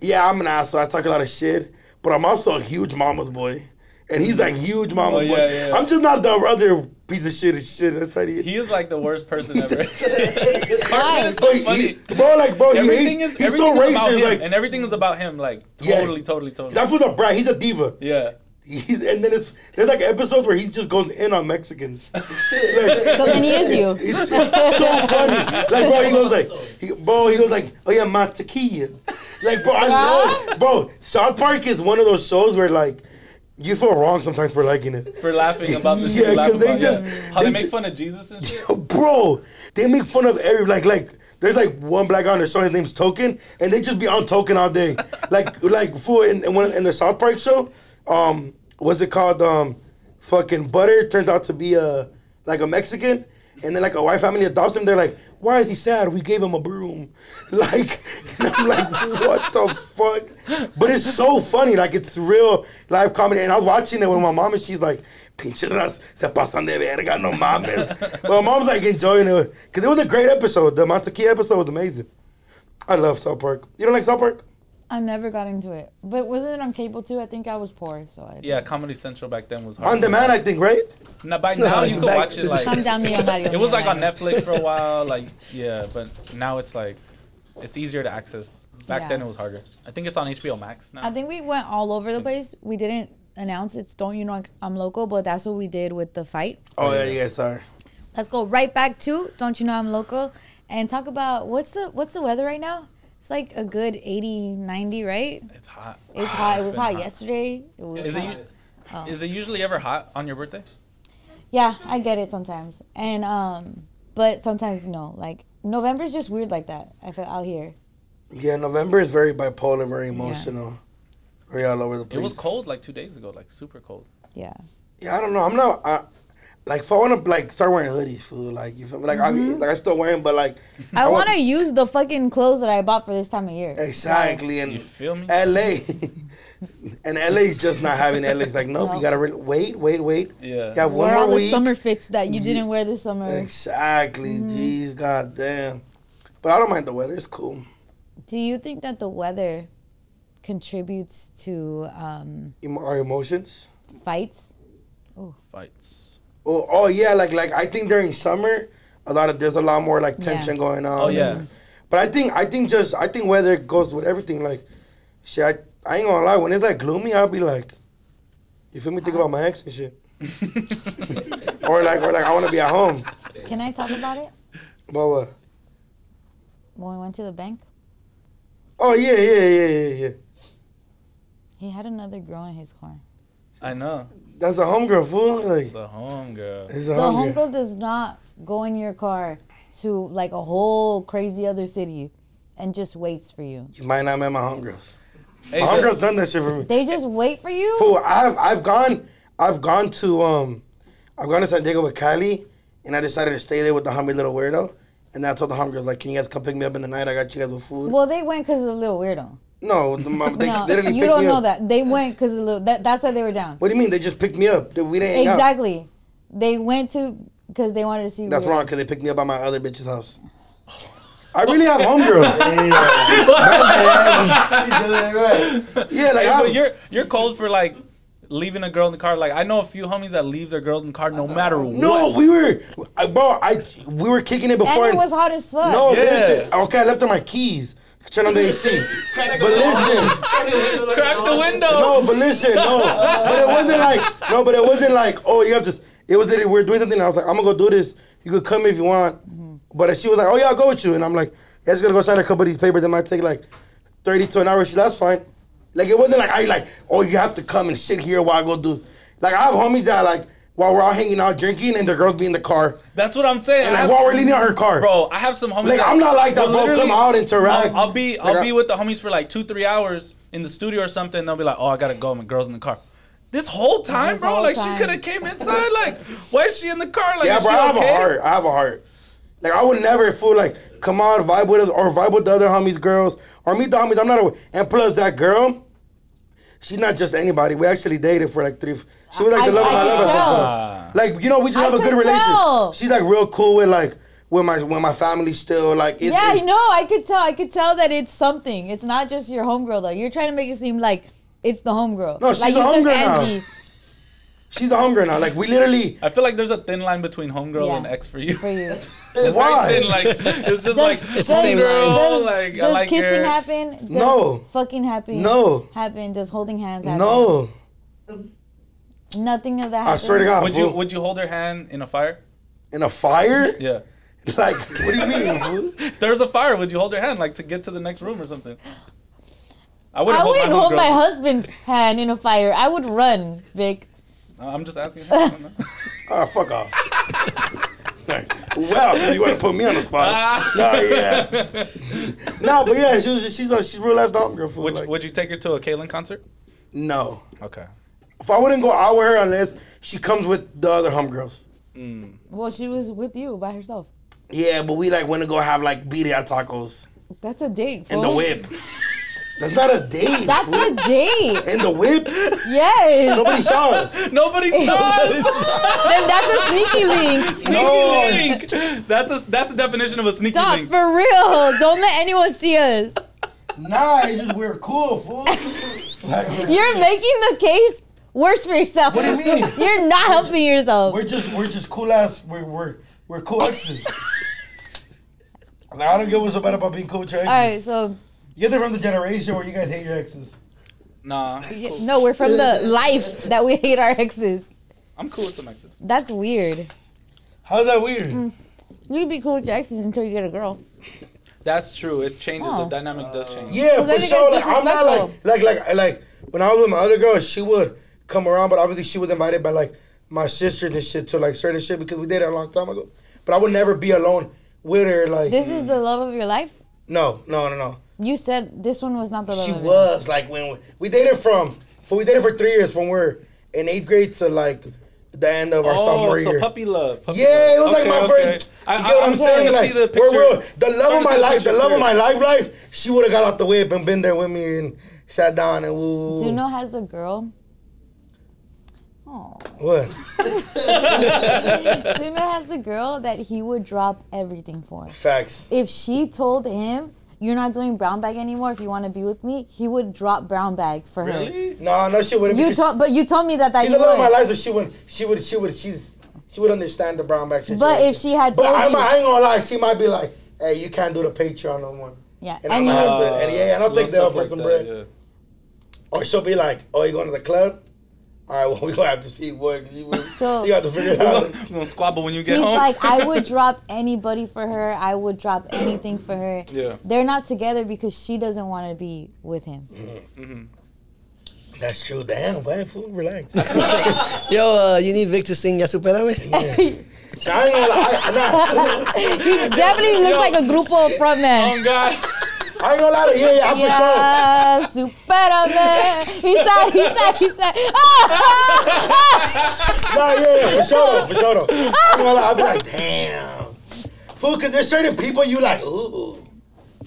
Speaker 1: Yeah, I'm an asshole. I talk a lot of shit, but I'm also a huge mama's boy. And he's like huge
Speaker 2: Oh,
Speaker 1: mama's
Speaker 2: yeah,
Speaker 1: boy.
Speaker 2: yeah, yeah.
Speaker 1: I'm just not the other piece of shit as shit. That's how he is.
Speaker 2: He is like the worst person
Speaker 3: Why?
Speaker 2: ever. Cartman is so
Speaker 1: He-
Speaker 2: funny.
Speaker 1: bro, like bro, he
Speaker 2: Everything
Speaker 1: hates-
Speaker 2: is
Speaker 1: he's
Speaker 2: everything
Speaker 1: so
Speaker 2: is about
Speaker 1: racist.
Speaker 2: him,
Speaker 1: Like
Speaker 2: and everything is about him. Like
Speaker 1: Yeah.
Speaker 2: totally, totally, totally.
Speaker 1: that fool's a brat. He's a diva.
Speaker 2: yeah.
Speaker 1: He's, and then it's there's like episodes where he just goes in on Mexicans. Like,
Speaker 3: So then he is you.
Speaker 1: it's, it's so funny. Like bro, he goes like, he, bro, he goes like, oh yeah, my tequila. Like bro, I love, bro. South Park is one of those shows where like, you feel wrong sometimes for liking it.
Speaker 2: For laughing about this shit.
Speaker 1: Yeah,
Speaker 2: we laugh
Speaker 1: 'cause they
Speaker 2: about,
Speaker 1: just-
Speaker 2: yeah. how
Speaker 1: they
Speaker 2: they
Speaker 1: ju-
Speaker 2: make fun of Jesus and shit.
Speaker 1: Bro, they make fun of every like like. There's like one black guy on the show. His name's Token, and they just be on Token all day. Like like fool in in, one, in the South Park show. Um, what's it called? Um, fucking Butter turns out to be a like a Mexican. And then like a white family adopts him, they're like, "Why is he sad? We gave him a broom." Like, and I'm like, "What the fuck?" But it's so funny, like it's real live comedy. And I was watching it with my mom, and she's like, "Pinches ras- se pasan de verga, no mames." But my mom's like enjoying it because it was a great episode. The Montequilla episode was amazing. I love South Park. You don't like South Park?
Speaker 3: I never got into it. But wasn't it on cable too? I think I was poor, so I
Speaker 2: Yeah, Comedy Central back then was hard.
Speaker 1: On demand, I think, right?
Speaker 2: Now, by now you could
Speaker 1: Back
Speaker 2: watch it
Speaker 1: to the-
Speaker 2: like
Speaker 3: Come down me on
Speaker 2: it was like on Netflix for a while. Like yeah, but now it's like it's easier to access. Back
Speaker 3: Yeah.
Speaker 2: then it was harder. I think it's on HBO Max now.
Speaker 3: I think we went all over the place. We didn't announce it's don't you know I'm local, but that's what we did with the fight.
Speaker 1: Oh yeah, yeah. Sorry.
Speaker 3: Let's go right back to don't you know I'm local and talk about what's the what's the weather right now? It's like a good 80, 90, right?
Speaker 2: Ah, it's hot.
Speaker 3: It's hot. It was
Speaker 2: been
Speaker 3: hot
Speaker 2: hot.
Speaker 3: yesterday. It was
Speaker 2: Is it,
Speaker 3: hot. Oh.
Speaker 2: u- is it usually ever hot on your birthday?
Speaker 3: Yeah, I get it sometimes. And um but sometimes no. Like November's just weird like that. I feel out here.
Speaker 1: Yeah, November is very bipolar, very emotional, very all over the
Speaker 2: It
Speaker 1: place.
Speaker 2: was cold like two days ago, like super cold.
Speaker 3: Yeah.
Speaker 1: Yeah, I don't know. I'm not. I, like, if I want to like start wearing hoodies, fool. Like, you feel me? Like, I like I still wearing, but like,
Speaker 3: Mm-hmm. I,
Speaker 1: wa-
Speaker 3: want to use the fucking clothes that I bought for this time of year.
Speaker 1: exactly.
Speaker 2: You
Speaker 1: And
Speaker 2: feel me?
Speaker 1: L.A. and L.A.'s just not having L.A.'s like, nope.
Speaker 3: No.
Speaker 1: You gotta re- wait, wait, wait.
Speaker 2: Yeah.
Speaker 1: Got
Speaker 3: Wear
Speaker 1: one more
Speaker 3: all the
Speaker 1: week.
Speaker 3: summer Mm-hmm. fits that you
Speaker 1: Ye-
Speaker 3: didn't wear this summer.
Speaker 1: Exactly. Jeez, goddamn. But I don't mind the weather. It's cool.
Speaker 3: Do you think that the weather contributes to um,
Speaker 1: Emo- Our emotions.
Speaker 3: fights?
Speaker 2: Fights.
Speaker 1: Oh, oh yeah, like like I think during summer, a lot of there's a lot more like tension
Speaker 3: Yeah.
Speaker 1: going on.
Speaker 2: Oh, yeah.
Speaker 1: and- but I think I think just I think weather goes with everything. Like, shit, I, I ain't gonna lie. When it's like gloomy, I'll be like, you feel me? Think about my ex and shit. or like or like I want to be at home.
Speaker 3: Can I talk about it?
Speaker 1: But what?
Speaker 3: When we went to the bank,
Speaker 1: Oh yeah yeah yeah yeah yeah.
Speaker 3: he had another girl in his car.
Speaker 2: I know.
Speaker 1: That's a homegirl fool. Like
Speaker 2: The homegirl.
Speaker 1: it's
Speaker 3: The
Speaker 1: a homegirl.
Speaker 3: homegirl does not go in your car to like a whole crazy other city and just waits for you.
Speaker 1: you might not met my homegirls.
Speaker 2: Hey,
Speaker 1: My
Speaker 2: so-
Speaker 1: homegirls done that shit for me.
Speaker 3: They just wait for you.
Speaker 1: Fool, I've I've gone I've gone to um I've gone to San Diego with Cali and I decided to stay there with the homie little weirdo. And then I told the homegirls like, can you guys come pick me up in the night? I got you guys with food.
Speaker 3: Well, they went because of Lil Weirdo.
Speaker 1: No, the, my, they,
Speaker 3: no,
Speaker 1: they didn't
Speaker 3: you
Speaker 1: pick
Speaker 3: don't
Speaker 1: me
Speaker 3: know
Speaker 1: up.
Speaker 3: that they went because that, that's why they were down.
Speaker 1: What do you mean? They just picked me up. They- We didn't hang out.
Speaker 3: Exactly, they went to because they wanted to see.
Speaker 1: That's
Speaker 3: Rita.
Speaker 1: wrong because they picked me up at my other bitch's house. I really have homegirls.
Speaker 4: You did it right.
Speaker 1: Yeah, like
Speaker 2: Hey,
Speaker 1: I
Speaker 2: but
Speaker 1: have,
Speaker 2: you're you're cold for like leaving a girl in the car. Like I know a few homies that leave their girl in the car no matter what.
Speaker 1: no, we were, I, bro. I we were kicking it before.
Speaker 3: and it was hot as fuck.
Speaker 1: no,
Speaker 2: Yeah.
Speaker 1: listen. Okay, I left on my keys. Turn on the AC. but listen,
Speaker 2: crack the window.
Speaker 1: no, but listen, no. But it wasn't like no, but it wasn't like oh you have to. s- It was that we're doing something. And I was like I'm gonna go do this. You could come if you want.
Speaker 2: Mm-hmm.
Speaker 1: But she was like oh yeah I'll go with you and I'm like yeah just gonna go sign a couple of these papers. It might take like thirty to an hour. She that's fine. Like it wasn't like I like oh you have to come and sit here while I go do. Like I have homies that like while we're all hanging out drinking and the girls be in the car
Speaker 2: That's what I'm saying.
Speaker 1: and
Speaker 2: I
Speaker 1: like
Speaker 2: have-
Speaker 1: while we're leaving her car.
Speaker 2: bro, I have some homies.
Speaker 1: Like, I'm not like that,
Speaker 2: will
Speaker 1: bro. Come
Speaker 2: literally-
Speaker 1: out, interact.
Speaker 2: I'll, I'll be I'll
Speaker 1: Like, I-
Speaker 2: be with the homies for like two three hours in the studio or something. They'll be like, oh, I gotta go. My girl's in the car. This whole time,
Speaker 3: This
Speaker 2: bro,
Speaker 3: whole
Speaker 2: like
Speaker 3: time.
Speaker 2: she could have came inside. Like, why is she in the car? Like,
Speaker 1: Yeah,
Speaker 2: is
Speaker 1: bro,
Speaker 2: she
Speaker 1: I have
Speaker 2: okay?
Speaker 1: a heart. I have a heart. Like I would never feel like come on, vibe with us or vibe with the other homies, girls, or meet the homies. I'm not a and plus that girl, she's not just anybody. We actually dated for like three. She was like the
Speaker 3: I-
Speaker 1: love
Speaker 3: I
Speaker 1: of my
Speaker 3: could
Speaker 1: life. at some
Speaker 3: tell.
Speaker 1: point. Like you know, we just
Speaker 3: I
Speaker 1: have a
Speaker 3: could
Speaker 1: good relationship.
Speaker 3: tell.
Speaker 1: She's like real cool with like with my with my family still. Like it's,
Speaker 3: Yeah,
Speaker 1: it-
Speaker 3: no, I could tell. I could tell that it's something. It's not just your homegirl though. You're trying to make it seem like it's the homegirl.
Speaker 1: No, she's
Speaker 3: like
Speaker 1: the homegirl now.
Speaker 3: Angie.
Speaker 1: she's a homegirl now. Like we literally
Speaker 2: I feel like there's a thin line between homegirl
Speaker 3: Yeah.
Speaker 2: and ex for you.
Speaker 3: for you.
Speaker 1: why?
Speaker 2: Thin, like it's just like
Speaker 3: Does-
Speaker 5: the same
Speaker 2: homegirl.
Speaker 5: line.
Speaker 3: Does,
Speaker 2: like I
Speaker 3: does
Speaker 2: like
Speaker 3: kissing
Speaker 2: her.
Speaker 3: happen? Does
Speaker 1: No.
Speaker 3: Fucking happen?
Speaker 1: No.
Speaker 3: Happen? Does holding hands happen?
Speaker 1: No,
Speaker 3: Nothing of that.
Speaker 1: I
Speaker 3: happens?
Speaker 1: swear to God,
Speaker 2: Would you
Speaker 1: fool.
Speaker 2: would you hold her hand in a fire?
Speaker 1: in a fire?
Speaker 2: Yeah.
Speaker 1: Like what do you mean? fool?
Speaker 2: If there's a fire, would you hold her hand like to get to the next room or something? I
Speaker 3: I
Speaker 2: wouldn't hold,
Speaker 3: wouldn't
Speaker 2: my,
Speaker 3: hold my
Speaker 2: homegirl's
Speaker 3: husband's hand in a fire. I would run, Vic.
Speaker 2: hand. I'm just asking. I don't know.
Speaker 1: Oh, fuck off. Thank you. Wow, so you want to put me on the spot? no, yeah. no, but yeah, she was, she's a, she's real life dog girl. Fool.
Speaker 2: would,
Speaker 1: like,
Speaker 2: would you take her to a Kalen concert?
Speaker 1: no,
Speaker 2: Okay.
Speaker 1: if I wouldn't go out with her unless she comes with the other homegirls.
Speaker 3: Well, she was with you by herself.
Speaker 1: Yeah, but we like went to go have like birria tacos
Speaker 3: That's a date.
Speaker 1: in the
Speaker 3: fool.
Speaker 1: whip. That's not a date.
Speaker 3: Oh. That's
Speaker 1: fool.
Speaker 3: a date.
Speaker 1: in the whip.
Speaker 3: Yes.
Speaker 1: Nobody saw us.
Speaker 2: Nobody does.
Speaker 3: then that's a sneaky link.
Speaker 2: sneaky
Speaker 1: No.
Speaker 2: link. That's a, that's the definition of a sneaky
Speaker 3: Stop
Speaker 2: link.
Speaker 3: for real. Don't let anyone see us.
Speaker 1: Nah, it's just we're cool, fool. Like, we're-
Speaker 3: You're making the case worse for yourself.
Speaker 1: What do you mean?
Speaker 3: You're not helping yourself.
Speaker 1: We're just we're just cool ass. We're we're we're cool exes. like, I don't give what's about about being cool with your exes.
Speaker 3: All right, so
Speaker 1: You're from the generation where you guys hate your exes.
Speaker 2: Nah,
Speaker 3: y- no, we're from the life that we hate our exes.
Speaker 2: I'm cool with some exes.
Speaker 3: That's weird.
Speaker 1: How's that weird?
Speaker 3: You can be cool with your exes until you get a girl.
Speaker 2: That's true. It changes.
Speaker 3: Oh.
Speaker 2: The dynamic does change.
Speaker 1: Yeah,
Speaker 3: Cause I
Speaker 1: for
Speaker 3: think
Speaker 1: sure.
Speaker 3: that's
Speaker 1: Like I'm not like like like like when I was with my other girl, she would come around, but obviously she was invited by like my sisters and shit to like certain shit because we dated a long time ago. But I would never be alone with her. Like
Speaker 3: This is the love of your life.
Speaker 1: no, no, no, no.
Speaker 3: You said this one was not the love.
Speaker 1: She
Speaker 3: of your life.
Speaker 1: was like when we, we dated from for we dated for three years from we're in eighth grade to like the end of our sophomore
Speaker 2: Oh, so
Speaker 1: year.
Speaker 2: puppy love. puppy
Speaker 1: Yeah, it
Speaker 2: love.
Speaker 1: was
Speaker 2: Okay,
Speaker 1: like my
Speaker 2: okay.
Speaker 1: first.
Speaker 2: I,
Speaker 1: you get what
Speaker 2: am
Speaker 1: I'm, saying?
Speaker 2: To
Speaker 1: Like,
Speaker 2: see the
Speaker 1: we're
Speaker 2: picture.
Speaker 1: real- the love
Speaker 2: Starting
Speaker 1: of
Speaker 2: to
Speaker 1: my
Speaker 2: see the
Speaker 1: life, the
Speaker 2: picture
Speaker 1: love
Speaker 2: clear.
Speaker 1: of my life, life. She would have got out the whip and been there with me and sat down and woo.
Speaker 3: Duno has a girl. Oh,
Speaker 1: What?
Speaker 3: Duno has a girl that he would drop everything for.
Speaker 1: Facts.
Speaker 3: if she told him you're not doing brown bag anymore if you want to be with me he would drop brown bag for her
Speaker 2: Really?
Speaker 1: No, no, she wouldn't.
Speaker 3: you
Speaker 1: because
Speaker 3: told but you told me that that
Speaker 1: She's
Speaker 3: you
Speaker 1: the love of my
Speaker 3: would.
Speaker 1: life, so she would, she would, she would, she's, she would understand the brown bag situation.
Speaker 3: but if she had
Speaker 1: but
Speaker 3: told
Speaker 1: I,
Speaker 3: you
Speaker 1: might- I ain't gonna lie, she might be like, "Hey, you can't do the Patreon no more."
Speaker 3: yeah
Speaker 1: And
Speaker 3: and
Speaker 1: I'm
Speaker 3: you
Speaker 1: out. Uh, and yeah, and I'll
Speaker 2: Love
Speaker 1: take the
Speaker 2: stuff
Speaker 1: L for some bread. Or she'll be like, "Oh, you going to the club? All right, well, we gonna have to see what you,
Speaker 3: So-
Speaker 1: you have to figure it out."
Speaker 2: yeah. You gonna squabble when you get
Speaker 3: he's
Speaker 2: home.
Speaker 3: like i would drop anybody for her i would drop anything for her
Speaker 2: Yeah.
Speaker 3: they're not together because she doesn't want to be with him
Speaker 1: That's true. Damn, man, fool, relax.
Speaker 5: Yo, uh, you need Vic to sing Ya Superame?
Speaker 1: I ain't gonna lie. I, nah,
Speaker 3: he definitely looks like a grupo frontman
Speaker 2: Oh God.
Speaker 1: I ain't gonna lie to you. Yeah, yeah, for sure.
Speaker 3: yeah, superame. He said, he said, he said, ah,
Speaker 1: Nah, yeah, yeah, for sure, though, for sure. Though. I ain't gonna lie. I'll be like, damn. Fool, because there's certain people you like, ooh,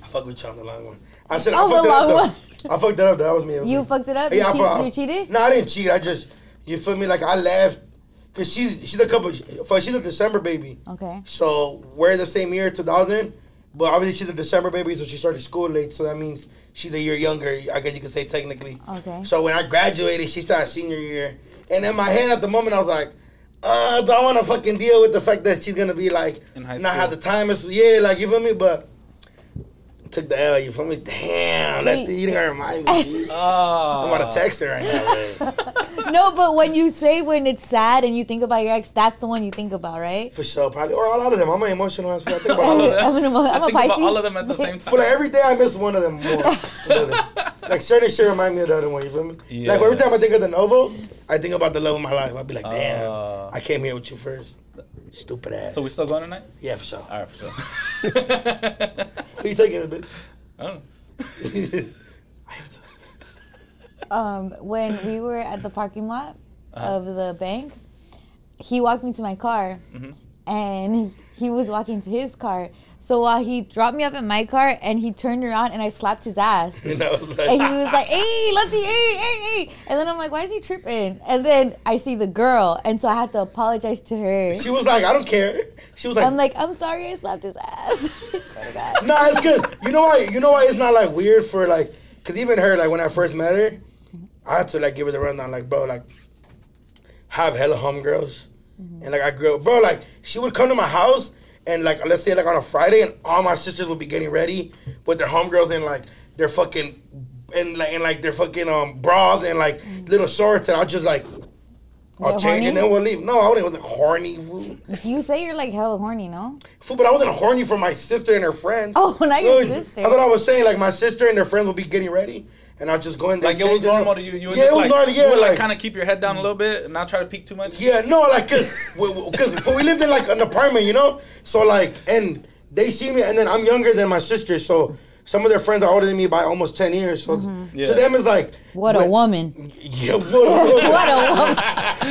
Speaker 1: I fuck with you on the long one. I said, I
Speaker 3: On the
Speaker 1: fucked it up,
Speaker 3: long
Speaker 1: though.
Speaker 3: one.
Speaker 1: I fucked that up. That was me. That was
Speaker 3: You
Speaker 1: me.
Speaker 3: fucked it up?
Speaker 1: Yeah,
Speaker 3: you,
Speaker 1: I fu-
Speaker 3: cheat- you cheated?
Speaker 1: No, I didn't cheat. I just, you feel me? Like I left, cause she's she's a couple. Fuck, she's a December baby.
Speaker 3: Okay.
Speaker 1: So we're the same year, 2000. But obviously she's a December baby, so she started school late. So that means she's a year younger. I guess you could say technically.
Speaker 3: Okay.
Speaker 1: So when I graduated, she started senior year, and in my head at the moment I was like, uh, do I want to fucking deal with the fact that she's gonna be like
Speaker 2: In high
Speaker 1: not
Speaker 2: school.
Speaker 1: have the time? Is yeah, like you feel me? But took the L. You feel me? Damn, that,
Speaker 3: See-
Speaker 1: you didn't remind me. dude.
Speaker 2: Ah.
Speaker 1: I'm about to text her right now. man.
Speaker 3: No, but when you say when it's sad and you think about your ex, that's the one you think about, right?
Speaker 1: For sure, probably or a lot of them. I'm an emotional ass. fool. I think about all
Speaker 2: All
Speaker 1: of
Speaker 2: of
Speaker 1: them.
Speaker 2: them.
Speaker 3: I'm an emo-
Speaker 2: I
Speaker 3: I'm a
Speaker 2: think about
Speaker 3: Pisces.
Speaker 2: all of them at the same
Speaker 1: For like
Speaker 2: time.
Speaker 1: every day I miss one of them more. than the other. like certain shit remind me of the other one. You feel me?
Speaker 2: Yeah.
Speaker 1: Like every time I think of the novel, I think about the love of my life. I'd be like, damn,
Speaker 2: Uh.
Speaker 1: I came here with you first. Stupid ass.
Speaker 2: So we still going tonight?
Speaker 1: yeah, for sure.
Speaker 2: All right, for sure. I
Speaker 1: Who you taking it,
Speaker 2: don't know.
Speaker 1: bitch?
Speaker 3: Um, when we were at the parking lot
Speaker 2: Uh-huh.
Speaker 3: of the bank, he walked me to my car,
Speaker 2: Mm-hmm.
Speaker 3: and he was walking to his car. So while he dropped me off at my car, and he turned around and I slapped his ass.
Speaker 1: you know, like,
Speaker 3: and he was like, "Hey, let the hey, hey, hey!" And then I'm like, "Why is he tripping?" And then I see the girl, and so I had to apologize to her.
Speaker 1: she was like, I don't care. She was like,
Speaker 3: I'm like, "I'm sorry, I slapped his ass." I swear to God.
Speaker 1: Nah, it's cause you know why you know why it's not like weird for like cause even her like when I first met her, I had to like give her the rundown like bro like I have hella homegirls
Speaker 3: Mm-hmm.
Speaker 1: and like I grew up bro like she would come to my house and like let's say like on a Friday and all my sisters would be getting ready with their homegirls and like their fucking and like and like their fucking um bras and like little shorts and I'll just like I'll
Speaker 3: Mm. Get
Speaker 1: change and
Speaker 3: horny?
Speaker 1: then we'll leave. No, I wasn't, wasn't horny fool.
Speaker 3: You say you're like hella horny, no?
Speaker 1: Fool, but I wasn't horny for my sister and her friends.
Speaker 3: Oh, not your
Speaker 1: Dude,
Speaker 3: sister.
Speaker 1: I thought I was saying like my sister and her friends would be getting ready, and I'll just go in there.
Speaker 2: Like it
Speaker 1: and
Speaker 2: was
Speaker 1: change up.
Speaker 2: normal to you. You were
Speaker 1: yeah,
Speaker 2: just
Speaker 1: it was
Speaker 2: like,
Speaker 1: normal. Yeah,
Speaker 2: you would like,
Speaker 1: like,
Speaker 2: kind of keep your head down a little bit and not try to peek too much.
Speaker 1: yeah, no, like cause we, we- cause for we lived in like an apartment, you know. So like, and they see me, and then I'm younger than my sister, so some of their friends are older than me by almost ten years. So
Speaker 2: Yeah.
Speaker 1: to them it's like
Speaker 3: Mm-hmm. What a
Speaker 1: when-
Speaker 3: woman!
Speaker 1: Yeah, what a woman.
Speaker 3: What a woman!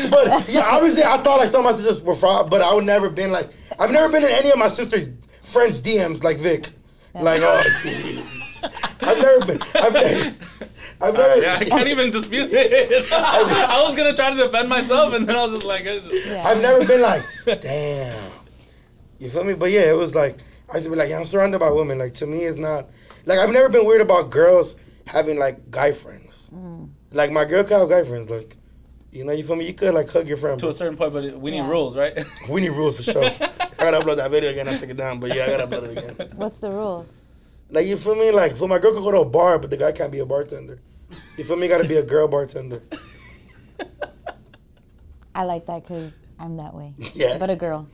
Speaker 1: But yeah, obviously, I thought like some of my sisters were fraud, but I would never been like I've never been in any of my sisters' friends' DMs like Vic, like oh, I've never been. I've never.
Speaker 2: All
Speaker 1: I've never.
Speaker 2: right, yeah, I can't even dispute it. I was gonna try to defend myself, and then I was just like, it's just-
Speaker 3: Yeah.
Speaker 1: I've never been like, damn. You feel me? But yeah, it was like I used to be like, yeah, I'm surrounded by women. Like to me, it's not like I've never been weird about girls having like guy friends.
Speaker 3: Mm.
Speaker 1: Like my girl could have guy friends. Like, you know, you feel me? You could like hug your friend.
Speaker 2: to a
Speaker 1: but-
Speaker 2: certain point, but we need
Speaker 3: Yeah.
Speaker 2: rules, right?
Speaker 1: We need rules for sure. I gotta upload that video again. I took it down, but yeah, I gotta upload it again.
Speaker 3: What's the rule?
Speaker 1: Like you feel me? Like for my girl could go to a bar, but the guy can't be a bartender. You feel me? Gotta be a girl bartender.
Speaker 3: I like that because I'm that way.
Speaker 1: Yeah.
Speaker 3: But a girl.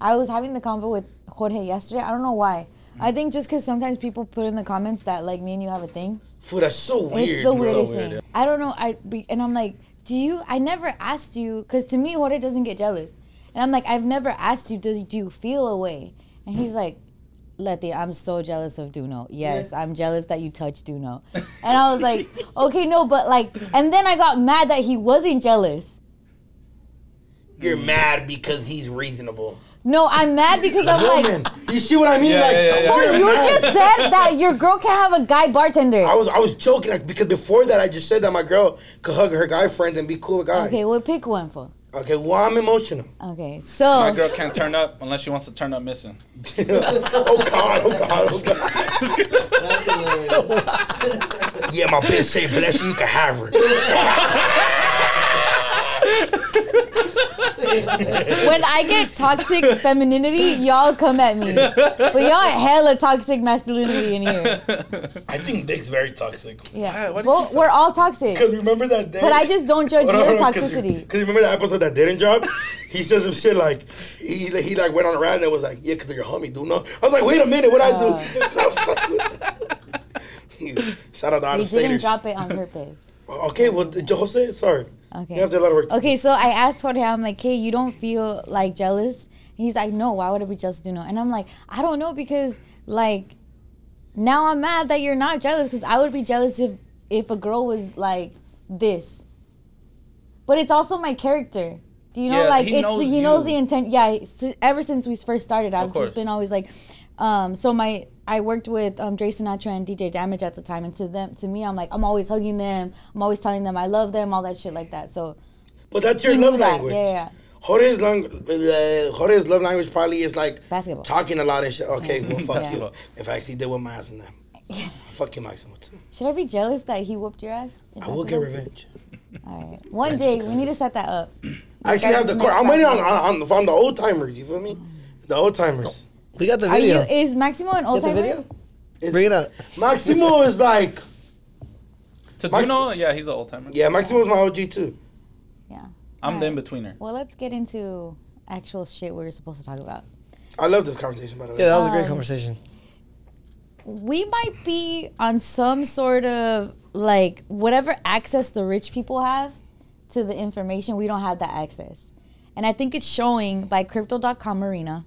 Speaker 3: I was having the convo with Jorge yesterday. I don't know why. I think just because sometimes people put in the comments that like me and you have a thing.
Speaker 1: Fool, that's so weird.
Speaker 3: it's the
Speaker 1: bro.
Speaker 3: weirdest
Speaker 2: weird,
Speaker 3: thing. I don't know. I be, and I'm like, do you? I never asked you because to me Jorge doesn't get jealous, and I'm like, I've never asked you. Does do you feel a way? And he's like. Letty, I'm so jealous of Duno. Yes, I'm jealous that you touched Duno. And I was like, okay, no, but like, and then I got mad that he wasn't jealous.
Speaker 1: You're mad because he's reasonable.
Speaker 3: No, I'm mad because I'm like,
Speaker 1: Woman, you see what I mean?
Speaker 2: Yeah,
Speaker 1: like,
Speaker 2: yeah, yeah, yeah.
Speaker 3: well,
Speaker 1: you're
Speaker 3: you
Speaker 1: mad.
Speaker 3: just said that your girl can have a guy bartender.
Speaker 1: I was I was joking like because before that I just said that my girl could hug her guy friends and be cool with guys.
Speaker 3: Okay,
Speaker 1: Okay,
Speaker 3: we'll pick one for.
Speaker 1: well I'm emotional.
Speaker 3: Okay,
Speaker 2: My
Speaker 3: so
Speaker 2: girl can't turn up unless she wants to turn up missing.
Speaker 1: oh God, oh God, oh God.
Speaker 5: That's hilarious.
Speaker 1: Yeah, my bitch say bless you, you can have her.
Speaker 3: when I get toxic femininity, y'all come at me. But y'all hella toxic masculinity in here.
Speaker 1: I think Dick's very toxic.
Speaker 3: Yeah.
Speaker 2: Why- what did
Speaker 3: well,
Speaker 2: you say?
Speaker 3: we're all toxic.
Speaker 1: Because remember that day.
Speaker 3: But I just don't judge your toxicity.
Speaker 1: Because remember that episode that didn't drop? He says some shit like, he, he like went on a rant and was like, yeah, because of your homie, do no. I was like, wait a minute, what I
Speaker 3: Oh.
Speaker 1: do? I was like, what the- Shout out to
Speaker 3: They
Speaker 1: Honest
Speaker 3: didn't
Speaker 1: Staters.
Speaker 3: drop it on purpose.
Speaker 1: Okay, well, the- Jose, sorry.
Speaker 3: Okay.
Speaker 1: You have to do a lot of work.
Speaker 3: Okay, so I asked Jorge, I'm like, hey, you don't feel like jealous? He's like, no, why would I be jealous, Duno? And I'm like, I don't know because like now I'm mad that you're not jealous because I would be jealous if if a girl was like this. But it's also my character. Do you know
Speaker 2: Yeah,
Speaker 3: like
Speaker 2: he
Speaker 3: it's
Speaker 2: knows
Speaker 3: the, he knows
Speaker 2: you.
Speaker 3: the intent. Yeah, s- ever since we first started, I've
Speaker 2: course.
Speaker 3: just been always like Um, so my I worked with um, Dre Sinatra and DJ Damage at the time, and to them, to me, I'm like I'm always hugging them. I'm always telling them I love them, all that shit like that. So
Speaker 1: But that's your
Speaker 3: he
Speaker 1: love
Speaker 3: knew that.
Speaker 1: language.
Speaker 3: Yeah, yeah.
Speaker 1: Jorge's, lang- uh, Jorge's love language probably is like
Speaker 3: Basketball.
Speaker 1: talking a lot of shit. Okay, well, fuck
Speaker 3: Yeah.
Speaker 1: you. If I actually did what my ass in them, fuck you, Maximo.
Speaker 3: Should I be jealous that he whooped your ass?
Speaker 1: I will get revenge.
Speaker 3: All right. One day we need to set that up.
Speaker 1: I actually
Speaker 3: guys
Speaker 1: have the
Speaker 3: just
Speaker 1: court.
Speaker 3: mixed
Speaker 1: I'm waiting on,
Speaker 3: up.
Speaker 1: on, on, on the old timers. You feel me? The old timers.
Speaker 5: We got the
Speaker 3: Are you?
Speaker 5: video.
Speaker 3: Is Maximo an
Speaker 5: Got
Speaker 3: old
Speaker 5: the
Speaker 3: timer?
Speaker 5: video? Bring it up.
Speaker 1: Maximo is like, Max-
Speaker 2: Taduno, yeah, he's an old timer.
Speaker 1: yeah, Maximo's my OG too.
Speaker 3: Yeah.
Speaker 2: I'm the
Speaker 3: Alright.
Speaker 2: in betweener.
Speaker 3: Well, let's get into actual shit we were supposed to talk about.
Speaker 1: I love this conversation, by the way.
Speaker 5: Yeah, that was a great
Speaker 3: Um,
Speaker 5: conversation.
Speaker 3: we might be on some sort of like whatever access the rich people have to the information we don't have that access and i think it's showing by crypto.com arena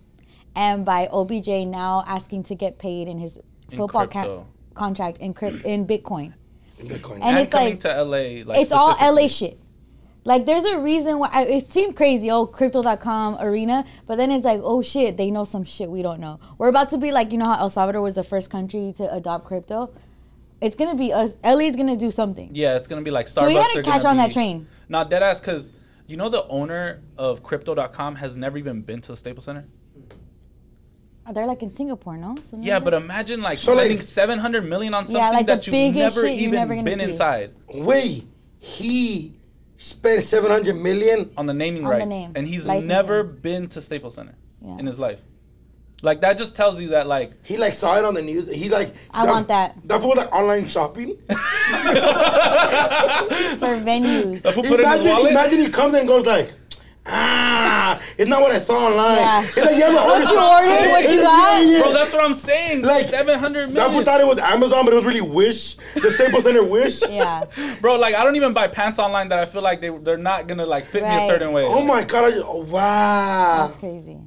Speaker 3: and by obj now asking to get paid in his
Speaker 2: In
Speaker 3: football ca-
Speaker 2: crypto.
Speaker 3: contract in, crypt- in bitcoin
Speaker 1: Bitcoin.
Speaker 3: And
Speaker 2: And,
Speaker 3: it's
Speaker 2: coming
Speaker 3: like-
Speaker 2: to LA, like
Speaker 3: it's all LA
Speaker 2: specifically.
Speaker 3: shit. Like there's a reason why I, it seemed crazy, oh crypto.com arena, but then it's like, oh shit, they know some shit we don't know. We're about to be like, you know how El Salvador was the first country to adopt crypto? It's gonna be us. LA's gonna do something.
Speaker 2: Yeah, it's gonna be like Starbucks.
Speaker 3: so we gotta
Speaker 2: are gonna
Speaker 3: catch on that
Speaker 2: be-
Speaker 3: train.
Speaker 2: Not dead ass, because you know the owner of Crypto.com has never even been to the Staples Center.
Speaker 3: Oh, They're like in Singapore, no? Something
Speaker 2: Yeah,
Speaker 3: like
Speaker 2: but uh,
Speaker 3: that?
Speaker 2: imagine like
Speaker 1: So, like-
Speaker 2: spending seven hundred million on something
Speaker 3: Yeah, like the
Speaker 2: that you've
Speaker 3: biggest
Speaker 2: never
Speaker 3: shit you're
Speaker 2: even
Speaker 3: never gonna
Speaker 2: been
Speaker 3: see.
Speaker 2: inside
Speaker 1: Wait, he spent 700 million.
Speaker 2: on the naming
Speaker 3: On the
Speaker 2: rights,
Speaker 3: name,
Speaker 2: and he's
Speaker 3: licensing.
Speaker 2: never been to Staples Center
Speaker 3: Yeah.
Speaker 2: in his life. Like that just tells you that like
Speaker 1: He like saw it on the news. He like,
Speaker 3: I want that.
Speaker 1: That was like online shopping.
Speaker 3: for venues.
Speaker 2: if we put it in his
Speaker 1: imagine,
Speaker 2: wallet,
Speaker 1: imagine he comes and goes like, ah, it's not what I saw online.
Speaker 3: Yeah.
Speaker 1: It's like you ever order
Speaker 3: What you ordered, what you got?
Speaker 2: bro, that's what I'm saying.
Speaker 1: Like,
Speaker 2: Like seven hundred
Speaker 1: That fool
Speaker 2: million,
Speaker 1: thought it was Amazon, but it was really Wish, the Staples Center Wish.
Speaker 3: yeah.
Speaker 2: bro. Like I don't even buy pants online that I feel like they they're not gonna like fit me
Speaker 3: Right.
Speaker 2: a certain way.
Speaker 1: Oh my god! I just, oh, wow.
Speaker 3: That's crazy.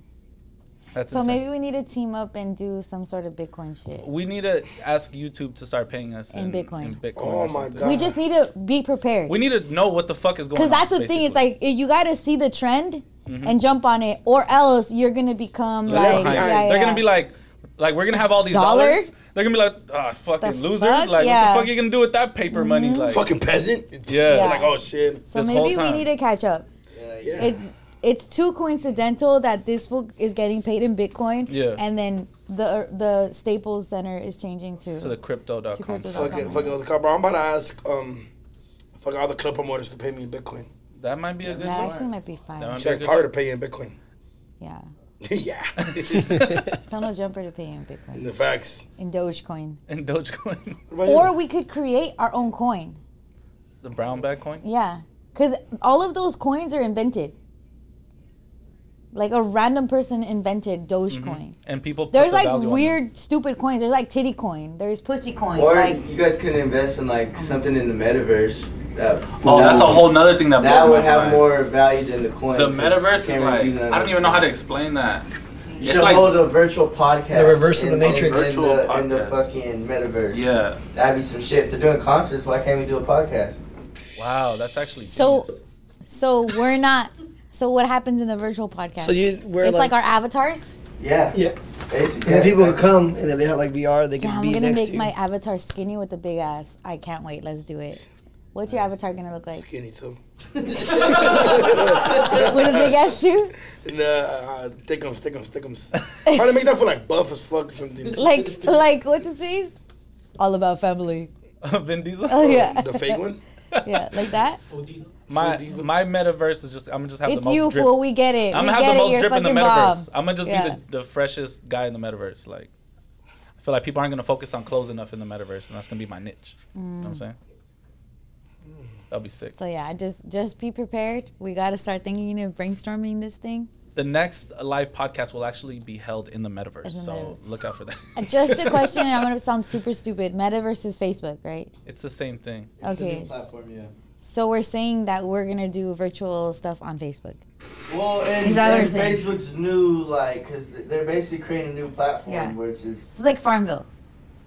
Speaker 2: That's
Speaker 3: So
Speaker 2: Ah. insane.
Speaker 3: maybe we need to team up and do some sort of Bitcoin shit.
Speaker 2: we need to ask YouTube to start paying us
Speaker 3: In Bitcoin.
Speaker 2: in Bitcoin
Speaker 1: Oh
Speaker 2: or
Speaker 1: my
Speaker 2: something.
Speaker 1: God.
Speaker 3: We just need to be prepared.
Speaker 2: We need to know what the fuck is going on. Mm-hmm.
Speaker 3: Because that's the thing. It's like you got to see the trend and jump on it, or else you're gonna become
Speaker 1: Yeah,
Speaker 3: like
Speaker 1: behind.
Speaker 3: yeah,
Speaker 1: They're
Speaker 2: they're
Speaker 3: yeah.
Speaker 2: gonna be like, like we're gonna have all these
Speaker 3: Dollar?
Speaker 2: dollars. They're gonna be like, ah, fucking
Speaker 3: The
Speaker 2: losers.
Speaker 3: fuck?
Speaker 2: Like,
Speaker 3: Yeah. Mm-hmm.
Speaker 2: what the fuck you gonna do with that paper money? Like,
Speaker 1: Fucking peasant.
Speaker 2: Yeah.
Speaker 1: They're Like oh shit.
Speaker 3: so
Speaker 2: this
Speaker 3: maybe
Speaker 2: whole
Speaker 3: we
Speaker 2: time.
Speaker 3: need to catch up.
Speaker 1: Yeah.
Speaker 3: It's it's too coincidental that this book is getting paid in Bitcoin,
Speaker 2: Yeah.
Speaker 3: and then the the Staples Center is changing to.
Speaker 2: to the crypto.com.
Speaker 3: To crypto.
Speaker 1: Fuck it. Fuck it. What's it called, bro? I'm about to ask. Um, fuck all the club promoters to pay me in Bitcoin.
Speaker 2: That might be a good
Speaker 3: that actually
Speaker 2: one.
Speaker 3: might be fine.
Speaker 2: That might
Speaker 1: Check power to pay you in Bitcoin.
Speaker 3: yeah,
Speaker 1: yeah.
Speaker 3: tell no jumper to pay in Bitcoin
Speaker 1: the facts.
Speaker 3: in Dogecoin,
Speaker 2: And Dogecoin,
Speaker 1: What about
Speaker 3: or
Speaker 1: you?
Speaker 3: we could create our own coin.
Speaker 2: the brown bag coin.
Speaker 3: Yeah, because all of those coins are invented. Like a random person invented Dogecoin.
Speaker 2: And people. put
Speaker 3: There's
Speaker 2: the
Speaker 3: like
Speaker 2: value on
Speaker 3: weird, stupid coins. There's like titty coin. There's pussy coin.
Speaker 4: Or
Speaker 3: like um,
Speaker 4: you guys could invest in like something in the metaverse. That,
Speaker 2: them. Oh, that's a whole nother thing that.
Speaker 4: That
Speaker 2: blows
Speaker 4: would
Speaker 2: my
Speaker 4: have
Speaker 2: mind.
Speaker 4: more value than the coin.
Speaker 2: The
Speaker 4: 'cause
Speaker 2: metaverse is
Speaker 4: you can't
Speaker 2: like
Speaker 4: really do nothing.
Speaker 2: I don't even know how to explain that.
Speaker 4: You
Speaker 2: it's
Speaker 4: should
Speaker 2: like-
Speaker 4: hold a virtual podcast.
Speaker 5: The reverse of the
Speaker 4: in
Speaker 5: Matrix.
Speaker 4: In the, in the
Speaker 2: Virtual podcast.
Speaker 4: fucking metaverse.
Speaker 2: Yeah.
Speaker 4: That'd be some shit. If they're doing concerts. Why can't we do a podcast?
Speaker 2: Wow, that's actually.
Speaker 3: So-
Speaker 2: genius.
Speaker 3: so, we're not. So what happens in a virtual podcast?
Speaker 5: So you, we're
Speaker 3: it's like,
Speaker 5: like,
Speaker 3: our avatars.
Speaker 4: Yeah.
Speaker 5: Yeah.
Speaker 4: Basically.
Speaker 5: and the
Speaker 4: yeah,
Speaker 5: people who
Speaker 4: exactly.
Speaker 5: come and if they have like VR, they
Speaker 3: Damn,
Speaker 5: can
Speaker 3: I'm
Speaker 5: be
Speaker 3: gonna
Speaker 5: next
Speaker 3: make
Speaker 5: to you.
Speaker 3: my avatar skinny with a big ass. I can't wait. Let's do it. What's your avatar gonna look like?
Speaker 1: Skinny too.
Speaker 3: With a big ass too?
Speaker 1: Nah, uh, thickums, thickums, thickums. Trying to make that feel like buff as fuck or something.
Speaker 3: Like like what's his face? All about family.
Speaker 2: Uh, Vin Diesel.
Speaker 3: Oh yeah.
Speaker 1: The fake one.
Speaker 3: yeah, like that.
Speaker 2: My my metaverse is just I'm gonna just have the
Speaker 3: It's
Speaker 2: most.
Speaker 3: you,
Speaker 2: drip.
Speaker 3: fool. We get it.
Speaker 2: I'm
Speaker 3: we
Speaker 2: gonna
Speaker 3: get
Speaker 2: have the
Speaker 3: it.
Speaker 2: most
Speaker 3: You're
Speaker 2: drip in the
Speaker 3: fucking
Speaker 2: metaverse.
Speaker 3: Bob.
Speaker 2: I'm gonna just
Speaker 3: Yeah.
Speaker 2: be the, the freshest guy in the metaverse. Like, I feel like people aren't gonna focus on clothes enough in the metaverse, and that's gonna be my niche. You
Speaker 3: Mm.
Speaker 2: know what I'm saying? That'll be sick.
Speaker 3: So yeah, just just be prepared. We gotta start thinking and brainstorming this thing.
Speaker 2: The next live podcast will actually be held in the metaverse,
Speaker 3: As a
Speaker 2: so look out for that.
Speaker 3: Just a question, and I'm gonna sound super stupid. Meta versus Facebook, right?
Speaker 2: it's the same thing.
Speaker 4: It's a new
Speaker 3: Okay.
Speaker 4: platform, yeah.
Speaker 3: So we're saying that we're gonna do virtual stuff on Facebook.
Speaker 4: Well, and,
Speaker 3: Is that what
Speaker 4: and
Speaker 3: you're saying?
Speaker 4: Facebook's new, like, because they're basically creating a new platform,
Speaker 3: Yeah.
Speaker 4: which is,
Speaker 3: So it's like Farmville.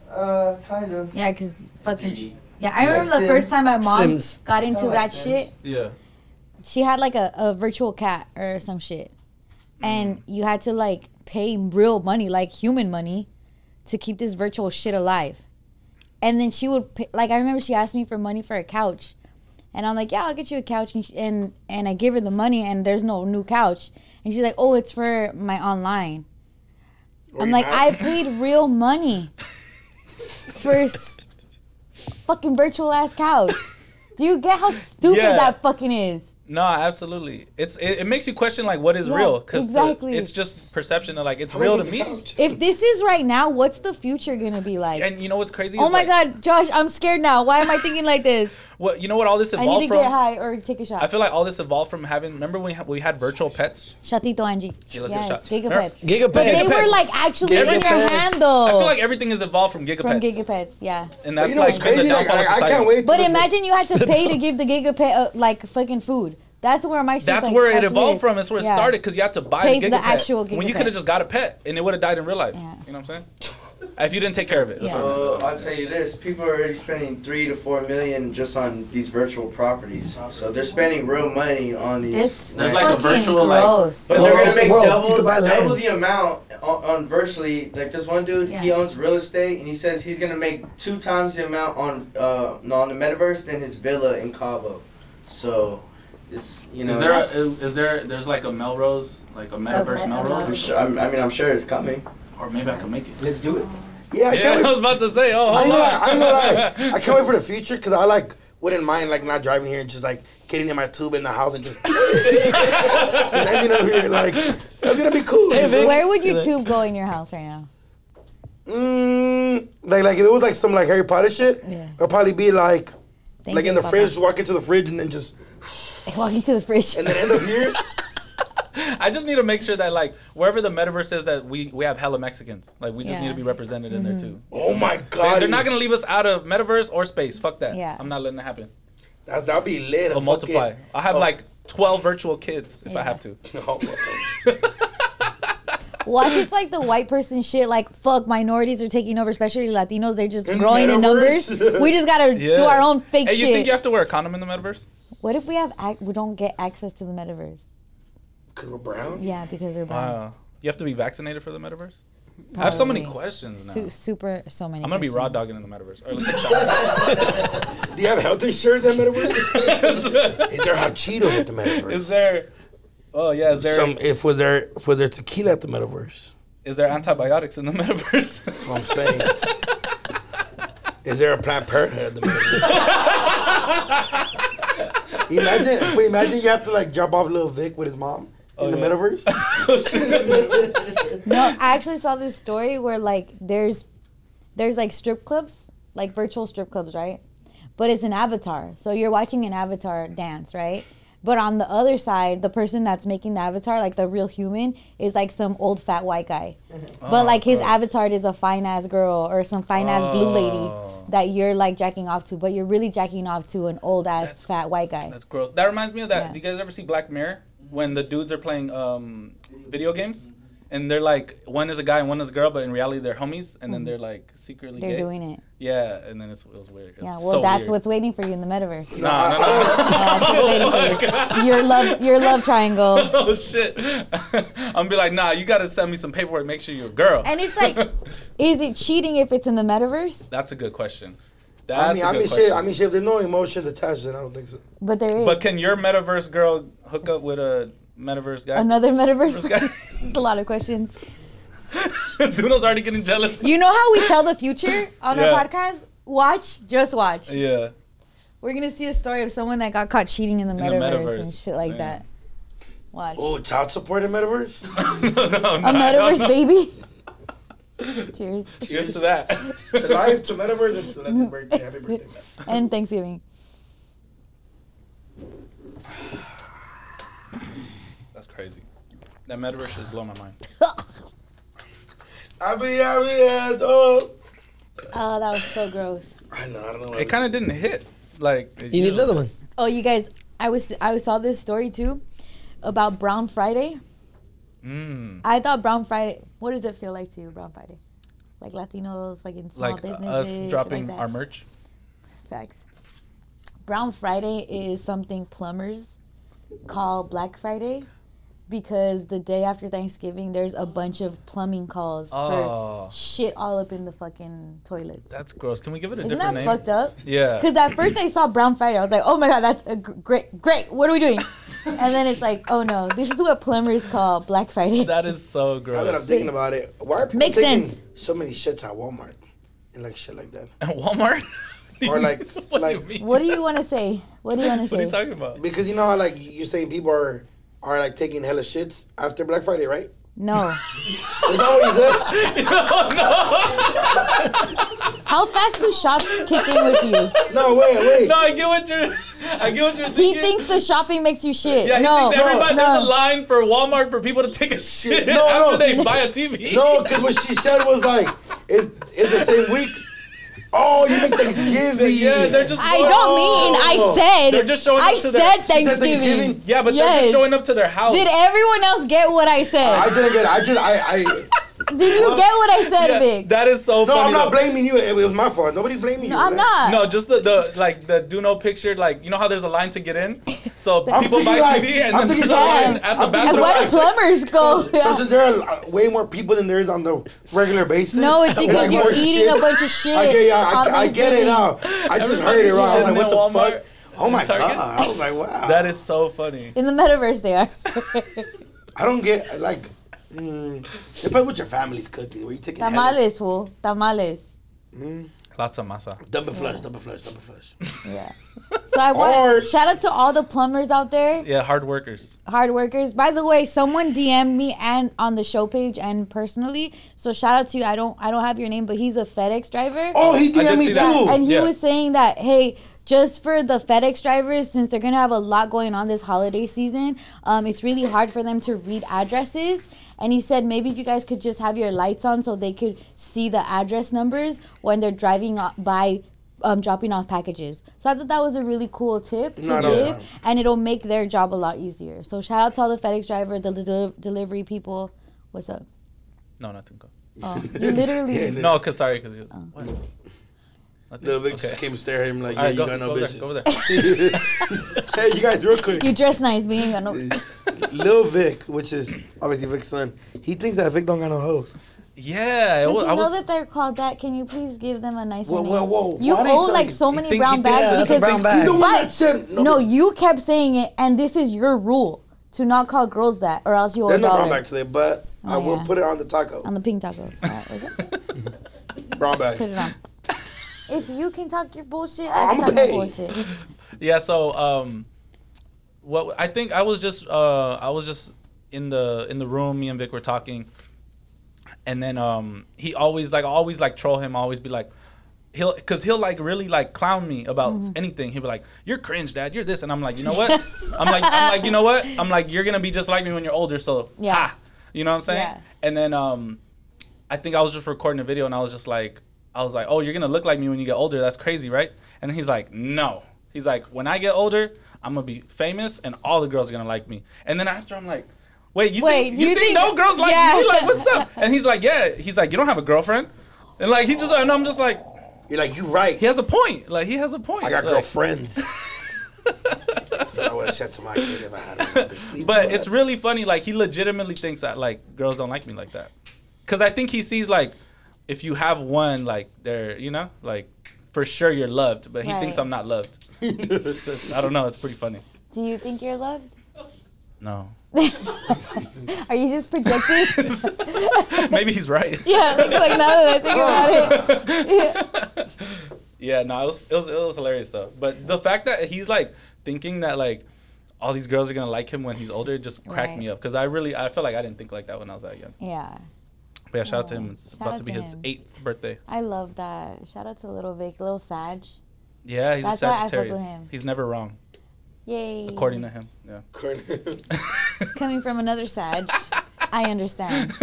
Speaker 4: uh, kind of.
Speaker 3: Yeah, cause fucking
Speaker 4: Kinda
Speaker 3: yeah. I remember the
Speaker 4: Sims.
Speaker 3: first time my mom
Speaker 5: Sims.
Speaker 3: got into
Speaker 4: Oh,
Speaker 3: that
Speaker 4: like Sims.
Speaker 3: shit.
Speaker 2: Yeah.
Speaker 3: She had like a, a virtual cat or some shit, and you had to like pay real money, like human money, to keep this virtual shit alive. And then she would pay, like I remember she asked me for money for a couch, and I'm like, yeah, I'll get you a couch, and she, and and I give her the money, and there's no new couch, and she's like, oh, it's for my online. I'm like, I paid real money for s- fucking virtual ass couch. Do you get how stupid
Speaker 2: Yeah.
Speaker 3: that fucking is?
Speaker 2: No, absolutely. It's it, it makes you question like what is
Speaker 3: Yeah,
Speaker 2: real because
Speaker 3: exactly.
Speaker 2: it's just perception of like it's real to me.
Speaker 3: If this is right now, what's the future gonna be like?
Speaker 2: And you know what's crazy?
Speaker 3: oh
Speaker 2: is,
Speaker 3: my
Speaker 2: like,
Speaker 3: god, Josh, I'm scared now. Why am I thinking like this?
Speaker 2: What you know what all this
Speaker 3: I need
Speaker 2: evolved
Speaker 3: to
Speaker 2: from?
Speaker 3: get high or take a shot.
Speaker 2: I feel like all this evolved from having. Remember when we, ha- we had virtual pets?
Speaker 3: Shotito Angie.
Speaker 2: Yeah, let's get
Speaker 3: yes,
Speaker 2: a shot.
Speaker 3: Gigapets.
Speaker 5: Gigapets.
Speaker 3: But they were
Speaker 5: Gigapets.
Speaker 3: like actually in your
Speaker 5: Gigapets.
Speaker 3: hand
Speaker 2: I
Speaker 3: though.
Speaker 2: feel like everything has evolved from gigapets.
Speaker 3: Oh. from Gigapets, yeah.
Speaker 2: And that's
Speaker 1: you know
Speaker 2: like
Speaker 1: what's
Speaker 2: been
Speaker 1: crazy?
Speaker 2: the
Speaker 1: Like,
Speaker 2: downfall
Speaker 1: I,
Speaker 2: of
Speaker 1: I
Speaker 2: society.
Speaker 1: can't wait.
Speaker 3: But
Speaker 1: till the-
Speaker 3: imagine you had to pay to give the Gigapet uh, like fucking food. That's where my shit's
Speaker 2: That's
Speaker 3: like,
Speaker 2: where it
Speaker 3: that's
Speaker 2: evolved
Speaker 3: weird.
Speaker 2: from. It's where it
Speaker 3: Yeah.
Speaker 2: started because you had to buy
Speaker 3: Pay
Speaker 2: the
Speaker 3: for
Speaker 2: gigapet.
Speaker 3: the actual
Speaker 2: When you
Speaker 3: Gigapet.
Speaker 2: could have just got a pet and it would have died in real life.
Speaker 3: Yeah.
Speaker 2: You know what I'm saying? If you didn't take care of it. That's
Speaker 3: Yeah.
Speaker 2: what I'm-
Speaker 4: Well, I'll tell you this: people are already spending three to four million just on these virtual properties. So they're spending real money on these.
Speaker 3: It's
Speaker 6: There's like a
Speaker 3: fucking
Speaker 6: virtual, like-
Speaker 3: gross.
Speaker 4: But they're
Speaker 5: Well,
Speaker 4: gonna
Speaker 5: it's a
Speaker 4: make
Speaker 5: world. You
Speaker 4: double,
Speaker 5: could buy
Speaker 4: double
Speaker 5: land.
Speaker 4: the amount on, on virtually. Like this one dude, he
Speaker 3: Yeah.
Speaker 4: owns real estate, and he says he's gonna make two times the amount on uh no, on the metaverse than his villa in Cabo. So, it's you know.
Speaker 6: Is there a,
Speaker 4: it's-
Speaker 6: is, is there there's like a Melrose like a metaverse
Speaker 3: Okay,
Speaker 4: I'm
Speaker 6: Melrose
Speaker 4: sure, I'm, I mean, I'm sure it's coming.
Speaker 6: or maybe I can make it.
Speaker 4: Let's do it.
Speaker 1: yeah, I
Speaker 2: Yeah, I
Speaker 1: can't
Speaker 2: was
Speaker 1: wait.
Speaker 2: about to say. Oh,
Speaker 1: I
Speaker 2: hold
Speaker 1: ain't
Speaker 2: on.
Speaker 1: gonna lie, I ain't gonna lie. I can't wait for the future because I like wouldn't mind like not driving here and just like getting in my tube in the house and just hanging out here like that's gonna be cool.
Speaker 5: Hey, Vic.
Speaker 3: Where would your tube go in your house right now?
Speaker 1: Mm, like like if it was like some like Harry Potter shit,
Speaker 3: Yeah.
Speaker 1: it'd probably be like
Speaker 3: Thank
Speaker 1: like
Speaker 3: you,
Speaker 1: in the
Speaker 3: Papa.
Speaker 1: fridge, walk into the fridge and then just
Speaker 3: Walk into the fridge.
Speaker 1: and then end up here.
Speaker 2: I just need to make sure that like wherever the metaverse is that we we have hella Mexicans. Like we just need
Speaker 3: Yeah.
Speaker 2: to be represented in there too.
Speaker 1: Oh my
Speaker 2: They,
Speaker 1: god,
Speaker 2: are not gonna leave us out of metaverse or space. Fuck that.
Speaker 3: Yeah.
Speaker 2: I'm not letting that happen.
Speaker 1: That's that'd be lit. a
Speaker 2: I'll multiply.
Speaker 1: fucking-
Speaker 2: I'll have
Speaker 1: oh.
Speaker 2: like 12 virtual kids if I
Speaker 3: Yeah.
Speaker 2: have to.
Speaker 1: No.
Speaker 3: Watch it's like the white person shit. Like fuck, minorities are taking over, especially Latinos. They're just
Speaker 1: In
Speaker 3: growing in numbers.
Speaker 1: metaverse.
Speaker 3: We just gotta
Speaker 2: Yeah.
Speaker 3: do our own fake
Speaker 2: Hey, you
Speaker 3: shit.
Speaker 2: think you have to wear a condom in the metaverse?
Speaker 3: what if we have ac- we don't get access to the metaverse?
Speaker 1: Cause we're brown.
Speaker 3: Yeah, because we're brown.
Speaker 2: Wow. You have to be vaccinated for the metaverse? I have so many
Speaker 3: Probably.
Speaker 2: questions now.
Speaker 3: Su- super, so many.
Speaker 2: I'm gonna be raw
Speaker 3: questions.
Speaker 2: dogging in the metaverse. All right, let's take shots.
Speaker 1: Do you have health insurance in the metaverse? is there hot Cheetos at the metaverse?
Speaker 2: Is there? Oh yeah, is there?
Speaker 1: some? If was there if was there tequila at the metaverse?
Speaker 2: is there antibiotics in the metaverse?
Speaker 1: That's what I'm saying. Is there a Planned Parenthood at the metaverse? imagine if we imagine you have to like drop off little Vic with his mom in the
Speaker 2: yeah.
Speaker 1: metaverse.
Speaker 2: Oh, shit.
Speaker 3: No, I actually saw this story where like there's there's like strip clubs, like virtual strip clubs, right? But it's an avatar. So you're watching an avatar dance, right? But on the other side, the person that's making the avatar, like the real human, is like some old fat white guy. But like his
Speaker 2: Oh, gross.
Speaker 3: avatar is a fine ass girl or some fine ass blue
Speaker 2: Oh.
Speaker 3: lady that you're like jacking off to, but you're really jacking off to an old ass fat white guy.
Speaker 2: That's gross. That reminds me of that.
Speaker 3: Yeah.
Speaker 2: Do you guys ever see Black Mirror when the dudes are playing um, video games? And they're like, one is a guy and one is a girl, but in reality they're homies, and then they're like secretly
Speaker 3: Mm-hmm. They're
Speaker 2: gay.
Speaker 3: doing it.
Speaker 2: Yeah, and then it's, it was weird. It was
Speaker 3: Yeah, well,
Speaker 2: so
Speaker 3: that's
Speaker 2: weird.
Speaker 3: what's waiting for you in the metaverse.
Speaker 2: No, no, no, no.
Speaker 3: That's what's waiting for you. Your love, your love triangle.
Speaker 2: oh shit! I'm gonna be like, nah, you gotta send me some paperwork. Make sure you're a girl.
Speaker 3: And it's like, is it cheating if it's in the metaverse?
Speaker 2: that's a good question. That's
Speaker 1: I mean,
Speaker 2: a
Speaker 1: I
Speaker 2: good
Speaker 1: mean,
Speaker 2: question.
Speaker 1: shit. I mean, shit. If there's no emotions attached, then I don't think so.
Speaker 3: But there is
Speaker 2: but can your metaverse girl hook up with a metaverse guy?
Speaker 3: another metaverse.
Speaker 2: guy.
Speaker 3: It's a lot of questions.
Speaker 2: Duno's already getting jealous.
Speaker 3: You know how we tell the future on
Speaker 2: Yeah.
Speaker 3: our podcast? Watch, just watch.
Speaker 2: yeah.
Speaker 3: We're gonna see a story of someone that got caught cheating in the,
Speaker 2: the
Speaker 3: metaverse, and
Speaker 2: metaverse.
Speaker 3: shit like
Speaker 2: Damn.
Speaker 3: that. Watch
Speaker 1: Oh, child support in metaverse.
Speaker 2: no, no,
Speaker 3: a metaverse baby. Cheers
Speaker 2: Cheers to that.
Speaker 1: to life, to metaverse, and to happy birthday. Happy birthday. man.
Speaker 3: and Thanksgiving.
Speaker 2: That's crazy. That metaverse is blowing my mind.
Speaker 1: I be, I be, yeah, dog.
Speaker 3: Oh, that was so gross.
Speaker 1: I know, I don't know. why
Speaker 2: It kind of didn't hit. Like
Speaker 5: You need another one.
Speaker 3: Oh, you guys, I was I saw this story too about Brown Friday.
Speaker 2: Mm,
Speaker 3: I thought Brown Friday. What does it feel like to you, Brown Friday? Like Latinos, fucking small
Speaker 2: like uh,
Speaker 3: businesses,
Speaker 2: us
Speaker 3: shit
Speaker 2: dropping
Speaker 3: like that.
Speaker 2: our merch.
Speaker 3: facts. Brown Friday is something plumbers call Black Friday, because the day after Thanksgiving, there's a bunch of plumbing calls
Speaker 2: Oh.
Speaker 3: for shit all up in the fucking toilets.
Speaker 2: That's gross. Can we give it a
Speaker 3: Isn't that
Speaker 2: different name?
Speaker 3: fucked up?
Speaker 2: Yeah.
Speaker 3: Because at first I saw Brown Friday, I was like, oh my god, that's a gr- great, great. What are we doing? and then it's like, oh no, this is what plumbers call Black Friday.
Speaker 2: That is so
Speaker 1: Now that I'm
Speaker 2: gross.
Speaker 1: thinking about it, why are people
Speaker 3: Makes
Speaker 1: taking
Speaker 3: sense.
Speaker 1: so many shits at Walmart and like shit like that?
Speaker 2: And Walmart?
Speaker 1: Or like-
Speaker 2: what
Speaker 1: like-
Speaker 2: do you mean?
Speaker 3: what do you want to say? What do you want to
Speaker 2: What are
Speaker 3: say?
Speaker 2: you talking about?
Speaker 1: Because you know how like you're saying people are are like taking hella shits after Black Friday, right?
Speaker 3: no.
Speaker 1: Is that what you said?
Speaker 3: How fast do shops kick in with you?
Speaker 1: No, wait, wait.
Speaker 2: No, I get what you're. I get what you're
Speaker 3: He
Speaker 2: thinking.
Speaker 3: thinks the shopping makes you shit.
Speaker 2: Yeah, he
Speaker 3: no,
Speaker 2: thinks everybody.
Speaker 3: no,
Speaker 2: There's a line for Walmart for people to take a shit
Speaker 1: No,
Speaker 2: after
Speaker 1: no.
Speaker 2: they buy a TV.
Speaker 1: No, because what she said was like, it's, it's the same week. Oh, you mean Thanksgiving?
Speaker 2: Yeah, they're just.
Speaker 3: I don't mean. I
Speaker 1: Oh.
Speaker 3: said.
Speaker 2: They're just showing up
Speaker 3: I
Speaker 2: to
Speaker 3: said
Speaker 2: their- She said
Speaker 3: Thanksgiving.
Speaker 1: Thanksgiving?
Speaker 2: Yeah, but they're
Speaker 3: Yes.
Speaker 2: just showing up to their house.
Speaker 3: Did everyone else get what I said?
Speaker 1: I didn't get. It. I just. I. I
Speaker 3: Did you get what I said,
Speaker 2: Yeah,
Speaker 3: Vic?
Speaker 2: that is so
Speaker 1: no,
Speaker 2: funny.
Speaker 1: I'm
Speaker 2: though.
Speaker 1: not blaming you. It was my fault. Nobody's blaming you.
Speaker 3: no, I'm
Speaker 1: Like,
Speaker 3: not.
Speaker 2: No, just the, the like the do no picture like you know how there's a line to get in, so
Speaker 1: I'm
Speaker 2: people buy
Speaker 1: thinking like-
Speaker 2: TV and then
Speaker 1: I'm
Speaker 2: there's
Speaker 1: thinking
Speaker 2: a
Speaker 1: like-
Speaker 2: line at the
Speaker 1: I'm
Speaker 3: And
Speaker 1: thinking
Speaker 2: bathroom.
Speaker 1: like-
Speaker 3: why do plumbers go?
Speaker 1: So since there are uh, way more people than there is on the regular basis.
Speaker 3: No, it's because
Speaker 1: like,
Speaker 3: you're
Speaker 1: more
Speaker 3: eating a
Speaker 1: shits.
Speaker 3: bunch of shit.
Speaker 1: Okay, yeah, I,
Speaker 3: on
Speaker 1: I get
Speaker 3: Thanksgiving.
Speaker 1: it now. I just heard it wrong. I was like, what the fuck? Oh my
Speaker 2: Target?
Speaker 1: god! I was like, wow.
Speaker 2: That is so funny.
Speaker 3: In the metaverse, they are.
Speaker 1: I don't get like. Mm, depends what your family's cooking. Were you taking hella-
Speaker 3: Tamales, fool. Tamales.
Speaker 2: Lots of masa.
Speaker 3: Mm.
Speaker 1: Double flush, double flush, double flush.
Speaker 3: Yeah. So I want
Speaker 1: Hard.
Speaker 3: shout out to all the plumbers out there,
Speaker 2: Yeah, hard workers.
Speaker 3: hard workers. By the way, someone DM'd me and on the show page and personally. So shout out to you. I don't I don't have your name, but he's a FedEx driver.
Speaker 1: Oh, he
Speaker 2: did
Speaker 1: DM me
Speaker 2: see
Speaker 1: too.
Speaker 2: that.
Speaker 3: Yeah, and he
Speaker 2: Yeah.
Speaker 3: was saying that, hey, just for the FedEx drivers, since they're gonna have a lot going on this holiday season, um, it's really hard for them to read addresses. And he said maybe if you guys could just have your lights on so they could see the address numbers when they're driving o- by. Um, dropping off packages, so I thought that was a really cool tip to
Speaker 1: No, that was
Speaker 3: give,
Speaker 1: fun.
Speaker 3: and it'll make their job a lot easier. So shout out to all the FedEx driver, the del- delivery people. What's up?
Speaker 2: No, nothing. Go.
Speaker 3: Oh, you literally
Speaker 1: Yeah,
Speaker 2: No, cause sorry, cause
Speaker 3: Oh.
Speaker 2: you. What? Nothing.
Speaker 1: Little bitch just
Speaker 2: Okay.
Speaker 1: came stare at him like, yeah,
Speaker 2: All right,
Speaker 1: you
Speaker 2: go,
Speaker 1: got no
Speaker 2: go
Speaker 1: bitches.
Speaker 2: there. Go over there.
Speaker 1: hey, you guys, real quick.
Speaker 3: you dress nice, being a no-
Speaker 1: Lil Vic, which is obviously Vic's son, he thinks that Vic don't got no hoes.
Speaker 2: Yeah, I
Speaker 3: Does
Speaker 2: was.
Speaker 3: he
Speaker 2: I
Speaker 3: know
Speaker 2: was
Speaker 3: that they're called that? Can you please give them a nice
Speaker 1: Whoa,
Speaker 3: one?
Speaker 1: whoa, whoa.
Speaker 3: You
Speaker 1: Why they
Speaker 3: owe
Speaker 1: tell
Speaker 3: like
Speaker 1: you?
Speaker 3: so many
Speaker 2: think
Speaker 3: brown
Speaker 2: he- yeah,
Speaker 3: bags
Speaker 5: that's a
Speaker 3: because
Speaker 5: brown
Speaker 3: they-
Speaker 5: bag.
Speaker 1: The one
Speaker 3: But-
Speaker 1: that said
Speaker 3: No, you kept saying it, and this is your rule to not call girls that, or else you owe
Speaker 1: They're
Speaker 3: a
Speaker 1: not brown
Speaker 3: dollar
Speaker 1: back today, but I
Speaker 3: Oh,
Speaker 1: will
Speaker 3: yeah.
Speaker 1: put it on the taco.
Speaker 3: on the pink taco. All right, was it?
Speaker 1: Brown
Speaker 3: Put
Speaker 1: bag.
Speaker 3: it on. If you can talk your bullshit,
Speaker 1: Oh,
Speaker 3: I can
Speaker 1: I'ma
Speaker 3: talk my
Speaker 1: pay.
Speaker 3: bullshit.
Speaker 2: Yeah, so um what I think I was just uh I was just in the in the room me and Vic were talking and then um he always like I always like troll him I always be like he'll cuz he'll like really like clown me about anything he'll be like you're cringe dad you're this and I'm like you know what I'm like I'm like you know what I'm like you're going to be just like me when you're older so
Speaker 3: Yeah.
Speaker 2: ha you know what I'm saying
Speaker 3: Yeah.
Speaker 2: and then um I think I was just recording a video and I was just like, I was like, oh, you're gonna look like me when you get older. That's crazy, right? And he's like, no. He's like, when I get older, I'm gonna be famous and all the girls are gonna like me. And then after, I'm like, wait, you
Speaker 3: Wait,
Speaker 2: think,
Speaker 3: do
Speaker 2: you
Speaker 3: you
Speaker 2: think,
Speaker 3: think-
Speaker 2: no girls like
Speaker 3: Yeah.
Speaker 2: me? Like, what's up? And he's like, yeah. He's like, you don't have a girlfriend. And like, he just, and I'm just like,
Speaker 1: You're like, you right.
Speaker 2: he has a point. Like, he has a point.
Speaker 1: I got
Speaker 2: Like,
Speaker 1: girlfriends. so I would have said to my kid if I had one.
Speaker 2: But it's really funny. Like, he legitimately thinks that like girls don't like me like that, because I think he sees like, if you have one, like they're, you know, like for sure you're loved. But he thinks
Speaker 3: Right.
Speaker 2: I'm not loved.
Speaker 1: really.
Speaker 2: It's just- I don't know. It's pretty funny.
Speaker 3: Do you think you're loved?
Speaker 2: No.
Speaker 3: Are you just projecting?
Speaker 2: Maybe he's right.
Speaker 3: yeah, because like now that I think about it,
Speaker 2: yeah, no, it was, it was it was hilarious though. But the fact that he's like thinking that like all these girls are gonna like him when he's older just cracked
Speaker 3: Right.
Speaker 2: me up because I really I felt like I didn't think like that when I was that young.
Speaker 3: yeah.
Speaker 2: But yeah, shout out to him. It's
Speaker 3: Oh, Shout
Speaker 2: about
Speaker 3: out
Speaker 2: to be
Speaker 3: to
Speaker 2: his
Speaker 3: him.
Speaker 2: eighth birthday.
Speaker 3: I love that. Shout out to Little Vic, Little Sag.
Speaker 2: Yeah, he's
Speaker 3: That's
Speaker 2: a
Speaker 3: why I fuck with
Speaker 2: Sagittarius.
Speaker 3: him.
Speaker 2: He's never wrong,
Speaker 3: Yay.
Speaker 2: according to him. Yeah.
Speaker 3: Coming from another Sag, I understand.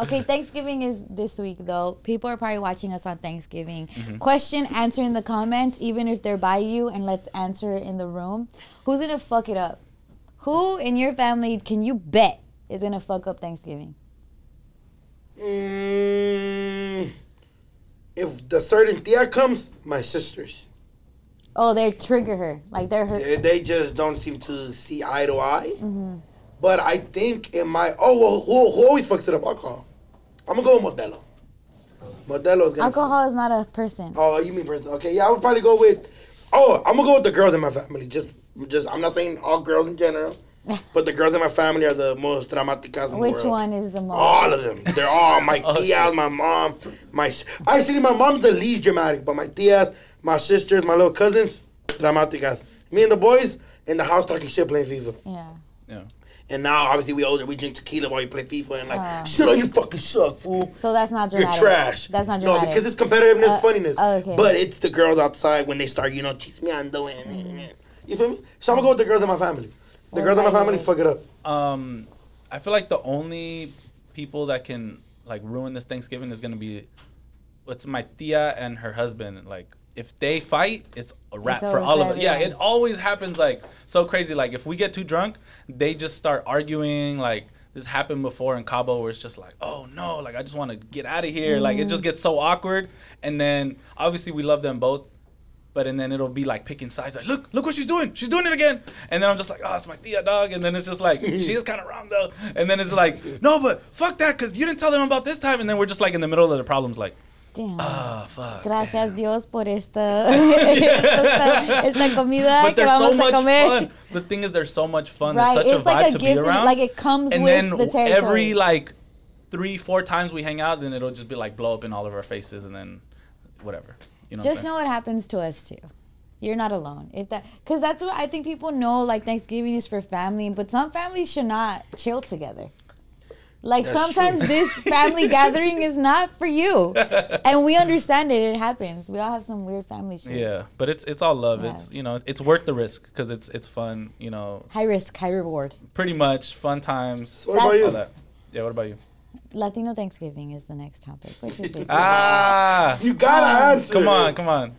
Speaker 3: Okay, Thanksgiving is this week though. People are probably watching us on Thanksgiving. Question, answer in the comments, even if they're by you, and let's answer in the room. Who's gonna fuck it up? Who in your family can you bet is gonna fuck up Thanksgiving?
Speaker 1: Mm, if the certain tia comes, my sisters.
Speaker 3: Oh, they trigger her. Like they're her. Mm-hmm.
Speaker 1: They, they just don't seem to see eye to eye. But I think in my oh well, who, who always fucks it up? Alcohol. I'm gonna go with Modelo. Modelo is gonna.
Speaker 3: Alcohol is not a person.
Speaker 1: Oh, you mean person? Okay, yeah, I would probably go with. Oh, I'm gonna go with the girls in my family. Just, just I'm not saying all girls in general, but the girls in my family are the most dramaticas in the
Speaker 3: Which
Speaker 1: world. Oh,
Speaker 3: one is the most?
Speaker 1: All of them. They're all my
Speaker 2: Oh,
Speaker 1: tias, my mom, my. s- Actually, my mom's the least dramatic, but my tias, my sisters, my little cousins, dramaticas. Me and the boys in the house talking shit playing FIFA.
Speaker 3: yeah.
Speaker 2: Yeah.
Speaker 1: And now, obviously, we older. We drink tequila while you play FIFA and like,
Speaker 3: Ah.
Speaker 1: shit, oh, you fucking suck, fool.
Speaker 3: So that's not
Speaker 1: You're
Speaker 3: dramatic.
Speaker 1: trash.
Speaker 3: That's not
Speaker 1: No,
Speaker 3: dramatic.
Speaker 1: because it's competitiveness,
Speaker 3: Uh,
Speaker 1: funniness.
Speaker 3: oh, okay.
Speaker 1: But it's the girls outside when they start, you know, chismeando
Speaker 3: Mm.
Speaker 1: and. You feel me? So I'm gonna go with the girls in my family. The
Speaker 3: Or
Speaker 1: girls in my
Speaker 3: my
Speaker 1: family
Speaker 3: way.
Speaker 1: fuck it up.
Speaker 2: Um, I feel like the only people that can like ruin this Thanksgiving is gonna be what's my tia and her husband. Like, if they fight, it's a wrap
Speaker 3: It's over
Speaker 2: for all of
Speaker 3: for
Speaker 2: us. Yeah,
Speaker 3: everyone.
Speaker 2: it always happens like so crazy. Like, if we get too drunk, they just start arguing. Like, this happened before in Cabo where it's just like, oh no, like I just want to get out of here. Like,
Speaker 3: Mm-hmm.
Speaker 2: it just gets so awkward. And then obviously we love them both. But and then it'll be like picking sides, like look, look what she's doing, she's doing it again. And then I'm just like, oh, it's my Thea dog. And then it's just like she is kind of wrong though. And then it's like, no, but fuck that, cause you didn't tell them about this time. And then we're just like in the middle of the problems, like,
Speaker 3: Damn.
Speaker 2: ah, fuck.
Speaker 3: Gracias Dios por esta, esta, esta comida
Speaker 2: But
Speaker 3: que
Speaker 2: they're so
Speaker 3: vamos a
Speaker 2: much
Speaker 3: comer.
Speaker 2: fun. The thing is, they're so much fun.
Speaker 3: Right,
Speaker 2: There's such
Speaker 3: it's
Speaker 2: a vibe
Speaker 3: like a
Speaker 2: to
Speaker 3: gift.
Speaker 2: be
Speaker 3: and,
Speaker 2: around.
Speaker 3: like it comes
Speaker 2: and
Speaker 3: with
Speaker 2: then
Speaker 3: the territory.
Speaker 2: every like three, four times we hang out, then it'll just be like blow up in all of our faces, and then whatever. You know. what I'm
Speaker 3: just
Speaker 2: saying?
Speaker 3: know what happens to us too. You're not alone. If that, because that's what I think people know. Like Thanksgiving is for family, but some families should not chill together. Like
Speaker 1: That's
Speaker 3: sometimes
Speaker 1: true.
Speaker 3: this family gathering is not for you, and we understand it. It happens. We all have some weird family shit.
Speaker 2: Yeah, but it's it's all love.
Speaker 3: Yeah.
Speaker 2: It's you know it's worth the risk because it's it's fun. You know,
Speaker 3: High risk, high reward.
Speaker 2: pretty much fun times.
Speaker 1: So what about
Speaker 3: That's-
Speaker 1: you?
Speaker 2: All that. Yeah. What about you?
Speaker 3: Latino Thanksgiving is the next topic, which is basically
Speaker 2: Ah,
Speaker 1: You gotta answer.
Speaker 2: come on, come on.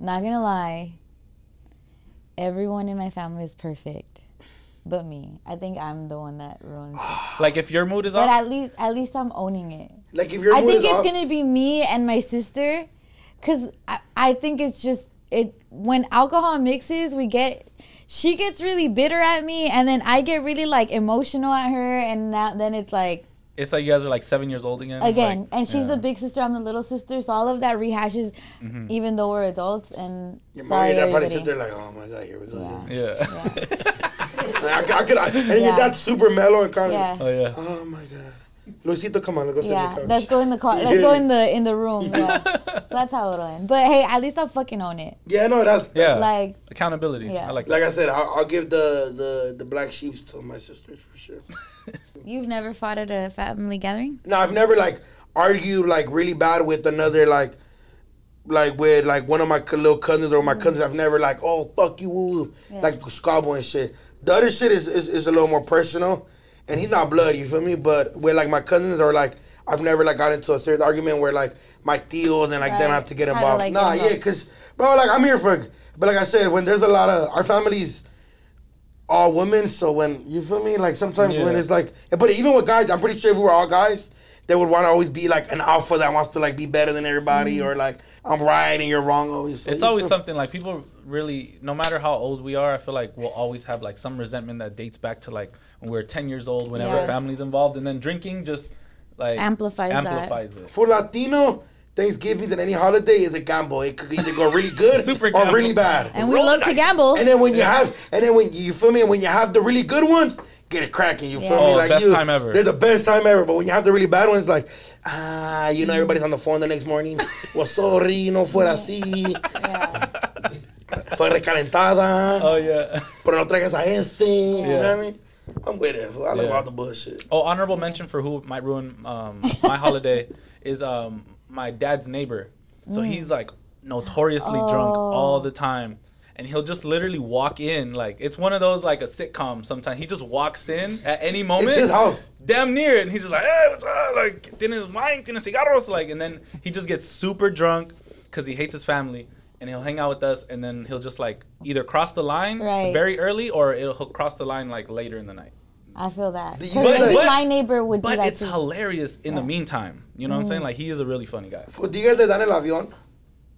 Speaker 3: not gonna lie. Everyone in my family is perfect, but me. I think I'm the one that ruins. it.
Speaker 2: Like if your mood is
Speaker 3: But
Speaker 2: off,
Speaker 3: at least, at least I'm owning it.
Speaker 1: Like if your
Speaker 3: I
Speaker 1: mood
Speaker 3: think
Speaker 1: is
Speaker 3: it's
Speaker 1: off,
Speaker 3: gonna be me and my sister, cause I, I think it's just it when alcohol mixes, we get she gets really bitter at me, and then I get really like emotional at her, and now, then it's like
Speaker 2: it's like you guys are like seven years old again.
Speaker 3: again,
Speaker 2: like,
Speaker 3: and she's
Speaker 2: yeah.
Speaker 3: the big sister, I'm the little sister, so all of that rehashes,
Speaker 1: Mm-hmm.
Speaker 3: even though we're adults. And
Speaker 1: your mom
Speaker 3: sorry,
Speaker 1: and dad probably sit
Speaker 3: everybody.
Speaker 1: there like, oh my god, here we go. again."
Speaker 2: Yeah.
Speaker 1: Like, I, I could, I, and your
Speaker 3: Yeah.
Speaker 1: dad's super mellow and calm.
Speaker 3: yeah.
Speaker 2: oh yeah.
Speaker 1: Oh my god, Luisito, come on, let's go sit
Speaker 3: Yeah,
Speaker 1: on the
Speaker 3: let's
Speaker 1: couch.
Speaker 3: go in the car. Let's go in the in the room. Yeah. so that's how it'll end. But hey, at least I'll fucking own it.
Speaker 1: Yeah, no, that's
Speaker 2: Yeah.
Speaker 3: Like
Speaker 2: Accountability.
Speaker 3: Yeah.
Speaker 2: I like
Speaker 1: Like
Speaker 2: that.
Speaker 1: I said, I'll, I'll give the, the the black sheeps to my sisters for sure.
Speaker 3: you've never fought at a family gathering.
Speaker 1: Now I've never like argued like really bad with another like like with like one of my co- little cousins or my cousins. I've never like oh fuck you woo,
Speaker 3: Mm. Yeah.
Speaker 1: like squabble and shit. The other shit is, is is a little more personal, and he's not blood. You feel me? But with like my cousins or like I've never like got into a serious argument where like my tios and like them
Speaker 3: Right.
Speaker 1: have to get
Speaker 3: Kinda,
Speaker 1: involved.
Speaker 3: like,
Speaker 1: nah,
Speaker 3: get involved.
Speaker 1: yeah, cause bro, like I'm here for. But like I said, when there's a lot of our families all women. So when you feel me, like sometimes when
Speaker 2: Yeah.
Speaker 1: it's like, but even with guys, I'm pretty sure if we were all guys, they would want to always be like an alpha that wants to like be better than everybody or like I'm right and you're wrong. Always, So
Speaker 2: Mm-hmm. It's
Speaker 1: you
Speaker 2: always
Speaker 1: feel-
Speaker 2: something like people really, no matter how old we are, I feel like we'll always have like some resentment that dates back to like when we were 10 years old, whenever
Speaker 3: Yes.
Speaker 2: family's involved. And then drinking just like
Speaker 3: Amplifies that.
Speaker 2: amplifies it.
Speaker 1: for Latino. Thanksgiving and any holiday is a gamble. It could either go really good
Speaker 2: Super
Speaker 1: or
Speaker 2: gamble.
Speaker 1: really bad.
Speaker 3: And we love to gamble.
Speaker 1: And then when you have, and then when you, you feel me, and when you have the really good ones, get it cracking. You feel
Speaker 3: Yeah.
Speaker 1: me?
Speaker 2: Oh,
Speaker 1: Like
Speaker 2: best
Speaker 1: you,
Speaker 2: time ever.
Speaker 1: They're the best time ever. But when you have the really bad ones, like ah, you know, everybody's on the phone the next morning. well, sorry, no fuera así.
Speaker 3: yeah.
Speaker 1: Fue recalentada.
Speaker 2: Oh, yeah.
Speaker 1: Pero no traigas a este. You know
Speaker 2: Yeah.
Speaker 1: what I mean? I'm with it. fool. I love
Speaker 2: Yeah.
Speaker 1: all the bullshit.
Speaker 2: Oh, honorable mention for who might ruin um, my holiday is um, my dad's neighbor. So he's like notoriously drunk
Speaker 3: Mm. Oh.
Speaker 2: all the time. And he'll just literally walk in like it's one of those like a sitcom sometimes. He just walks in at any moment.
Speaker 1: It's his house.
Speaker 2: damn near and he's just like hey what's up like tienes wine tienes cigarros like and then he just gets super drunk because he hates his family and he'll hang out with us and then he'll just like either cross the line
Speaker 3: Right.
Speaker 2: very early or it'll, he'll cross the line like later in the night
Speaker 3: I feel that.
Speaker 1: Do you-
Speaker 3: 'Cause
Speaker 1: But-
Speaker 3: maybe
Speaker 2: but-
Speaker 3: my neighbor would do
Speaker 2: but
Speaker 3: that
Speaker 2: it's
Speaker 3: too.
Speaker 2: hilarious in the
Speaker 3: Yeah. Mm.
Speaker 2: meantime you know what i'm saying like he is a really funny guy
Speaker 1: Fool, do you guys let down el avión?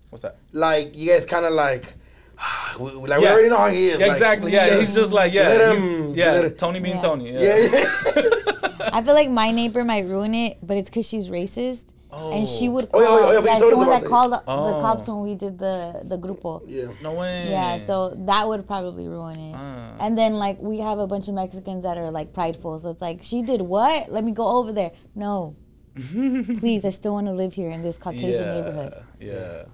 Speaker 2: what's that
Speaker 1: Like, you guys kind of like, We, we- like we
Speaker 2: Yeah.
Speaker 1: already know how he is.
Speaker 2: Yeah,
Speaker 1: like,
Speaker 2: exactly. Yeah, he's just like yeah,
Speaker 1: let
Speaker 2: he's-
Speaker 1: him-
Speaker 2: yeah.
Speaker 1: let it-
Speaker 2: Tony being
Speaker 3: Yeah.
Speaker 2: Tony. Yeah.
Speaker 1: yeah, yeah.
Speaker 3: I feel like my neighbor might ruin it, but it's because she's racist.
Speaker 2: Oh.
Speaker 3: And she would
Speaker 1: Oh,
Speaker 3: call.
Speaker 1: yeah, oh, yeah, yeah, you
Speaker 3: yeah,
Speaker 1: told us
Speaker 3: the one
Speaker 1: about
Speaker 3: that
Speaker 1: that.
Speaker 3: called the,
Speaker 2: Oh.
Speaker 3: the cops when we did the the grupo.
Speaker 1: yeah. Oh.
Speaker 2: No way.
Speaker 3: Yeah, so that would probably ruin it.
Speaker 2: Ah.
Speaker 3: And then like we have a bunch of Mexicans that are like prideful, so it's like she did what? Let me go over there. No, please, I still want to live here in this Caucasian
Speaker 2: yeah.
Speaker 3: neighborhood.
Speaker 2: Yeah.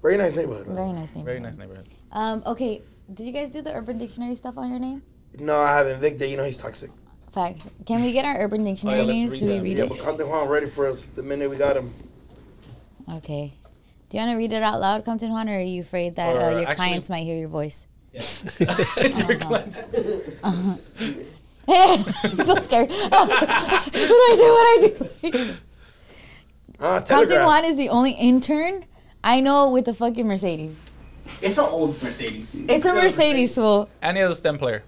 Speaker 1: Very nice neighborhood.
Speaker 3: Very
Speaker 1: man.
Speaker 3: nice neighborhood.
Speaker 2: Very nice neighborhood.
Speaker 3: Um, okay, did you guys do the Urban Dictionary stuff on your name?
Speaker 1: No, I haven't. Victor, you know he's toxic.
Speaker 3: Facts. Can we get our Urban Dictionary
Speaker 2: Oh, let's
Speaker 3: names
Speaker 2: read
Speaker 3: so we
Speaker 2: them.
Speaker 3: read
Speaker 1: Yeah,
Speaker 3: it?
Speaker 1: but Conte Juan ready for us the minute we got him.
Speaker 3: Okay. Do you want to read it out loud, Compton Juan, or are you afraid that
Speaker 2: Or,
Speaker 3: uh,
Speaker 2: uh,
Speaker 3: your
Speaker 2: actually-
Speaker 3: clients might hear your voice?
Speaker 2: Your clients-
Speaker 3: I'm so scared. what do I do? What do I do?
Speaker 1: Ah,
Speaker 3: Compton
Speaker 1: Telegraph.
Speaker 3: Juan is the only intern I know with a fucking Mercedes.
Speaker 6: It's an old Mercedes.
Speaker 3: It's a Mercedes fool,
Speaker 2: and he has a stem player.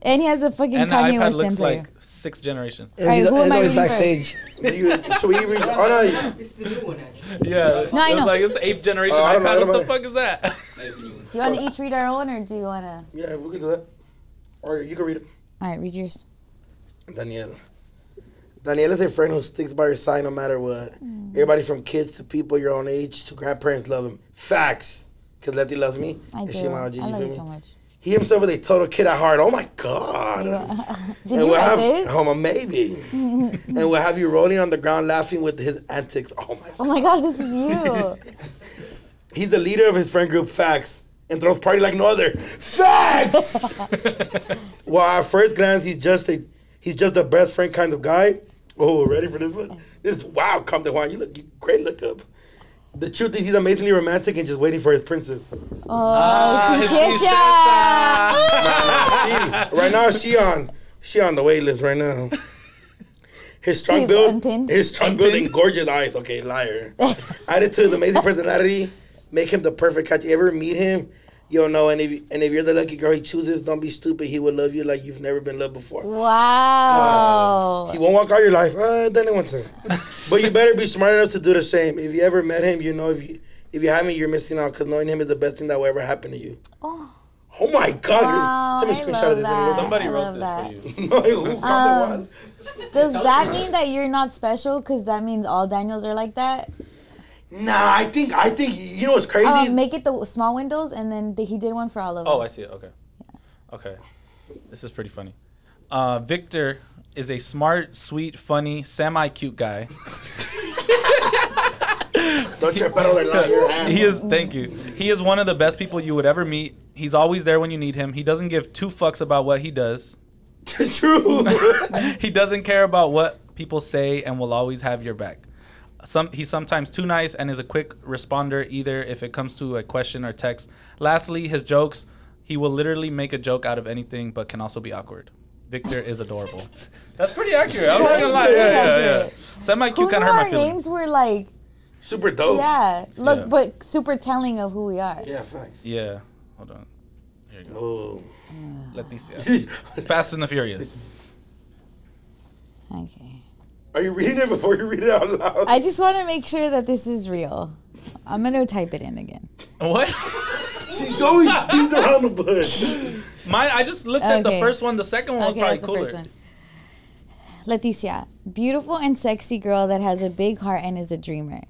Speaker 3: and he has a fucking
Speaker 2: And the
Speaker 3: Kanye
Speaker 2: iPad
Speaker 3: West
Speaker 2: looks
Speaker 3: temper.
Speaker 2: like sixth generation.
Speaker 5: And
Speaker 3: Alright,
Speaker 5: he's,
Speaker 3: who am
Speaker 5: he's
Speaker 3: I
Speaker 5: always
Speaker 3: reading first?
Speaker 5: backstage.
Speaker 1: Do you- so we read. Oh no, you-
Speaker 7: It's the new one, actually.
Speaker 2: Yeah.
Speaker 3: No, I
Speaker 2: it's
Speaker 3: know.
Speaker 2: Like it's eighth generation
Speaker 1: Oh, I don't know, I
Speaker 2: iPad.
Speaker 1: don't
Speaker 2: What the
Speaker 1: know.
Speaker 2: fuck is that?
Speaker 3: do you want to each read our own, or do you want to?
Speaker 1: yeah, we can do that. Or you can read it.
Speaker 3: All right, read yours.
Speaker 1: Daniela. Daniela is a friend who sticks by your side no matter what.
Speaker 3: Mm.
Speaker 1: Everybody from kids to people your own age to grandparents love him. Facts. Because Letty loves me.
Speaker 3: I
Speaker 1: and
Speaker 3: do.
Speaker 1: she my OG,
Speaker 3: I
Speaker 1: you
Speaker 3: love
Speaker 1: feel
Speaker 3: you
Speaker 1: me?
Speaker 3: so much.
Speaker 1: He himself is a total kid at heart. Oh my God.
Speaker 3: Did you
Speaker 1: we'll
Speaker 3: write
Speaker 1: have,
Speaker 3: this?
Speaker 1: Oh, my maybe. and we'll have you rolling on the ground laughing with his antics. Oh my
Speaker 3: Oh my god, this is you.
Speaker 1: He's the leader of his friend group, Facts, and throws party like no other. Facts. well, at first glance, he's just a he's just a best friend kind of guy. Oh, ready for this one? This wow, come to Juan, you look you, great look up. The truth is, he's amazingly romantic and just waiting for his princess.
Speaker 3: Oh,
Speaker 2: his
Speaker 3: Patricia.
Speaker 1: She- right now, she on she on the wait list right now. His strong
Speaker 3: She's
Speaker 1: build,
Speaker 3: unpinned.
Speaker 1: his strong build and gorgeous eyes. Okay, liar. Added to his amazing personality, make him the perfect catch. You ever meet him, you'll know. And if and if you're the lucky girl he chooses, don't be stupid. He will love you like you've never been loved before.
Speaker 3: Wow.
Speaker 1: He won't walk out your life. Uh, then it won't say. But you better be smart enough to do the same. If you ever met him, you know if you if you haven't, you're missing out because knowing him is the best thing that will ever happen to you.
Speaker 3: Oh,
Speaker 1: Oh my God!
Speaker 3: wow.
Speaker 1: Send me
Speaker 3: I
Speaker 1: a screenshot
Speaker 3: love
Speaker 1: of this. and
Speaker 3: that.
Speaker 1: look.
Speaker 2: Somebody
Speaker 3: I
Speaker 2: wrote
Speaker 3: love
Speaker 2: this
Speaker 3: that.
Speaker 2: for you.
Speaker 1: No, who's got the
Speaker 3: Um,
Speaker 1: one?
Speaker 3: Does that mean that you're not special? Because that means all Daniels are like that.
Speaker 1: Nah, I think I think you know what's crazy.
Speaker 3: Um, make it the small windows, and then the, he did one for all of us.
Speaker 2: Oh, I see it. Okay. Okay. This is pretty funny. Uh, Victor is a smart, sweet, funny, semi cute guy.
Speaker 1: Don't you better than not your hand.
Speaker 2: He is, thank you. He is one of the best people you would ever meet. He's always there when you need him. He doesn't give two fucks about what he does.
Speaker 1: true.
Speaker 2: he doesn't care about what people say and will always have your back. Some he's sometimes too nice and is a quick responder either if it comes to a question or text. Lastly, his jokes, he will literally make a joke out of anything but can also be awkward. Victor is adorable. That's pretty accurate. I'm not gonna lie. Yeah, yeah, yeah. Semi
Speaker 3: Who
Speaker 2: cute kind
Speaker 3: knew
Speaker 2: of hurt
Speaker 3: our
Speaker 2: my feelings.
Speaker 3: names were like,
Speaker 1: Super dope. Yeah.
Speaker 3: yeah, look,
Speaker 2: Yeah.
Speaker 3: but super telling of who we are.
Speaker 1: facts.
Speaker 2: Yeah. Hold on. Here you go.
Speaker 1: Oh.
Speaker 2: Leticia. Fast and the Furious.
Speaker 3: Okay.
Speaker 1: Are you reading it before you read it out loud?
Speaker 3: I just want to make sure that this is real. I'm gonna type it in again.
Speaker 2: What?
Speaker 1: She's always beats around the bush.
Speaker 2: Mine. I just looked at the
Speaker 3: Okay.
Speaker 2: first one. The second one
Speaker 3: okay,
Speaker 2: was
Speaker 3: that's the
Speaker 2: probably
Speaker 3: first
Speaker 2: cooler.
Speaker 3: one. Leticia, beautiful and sexy girl that has a big heart and is a dreamer.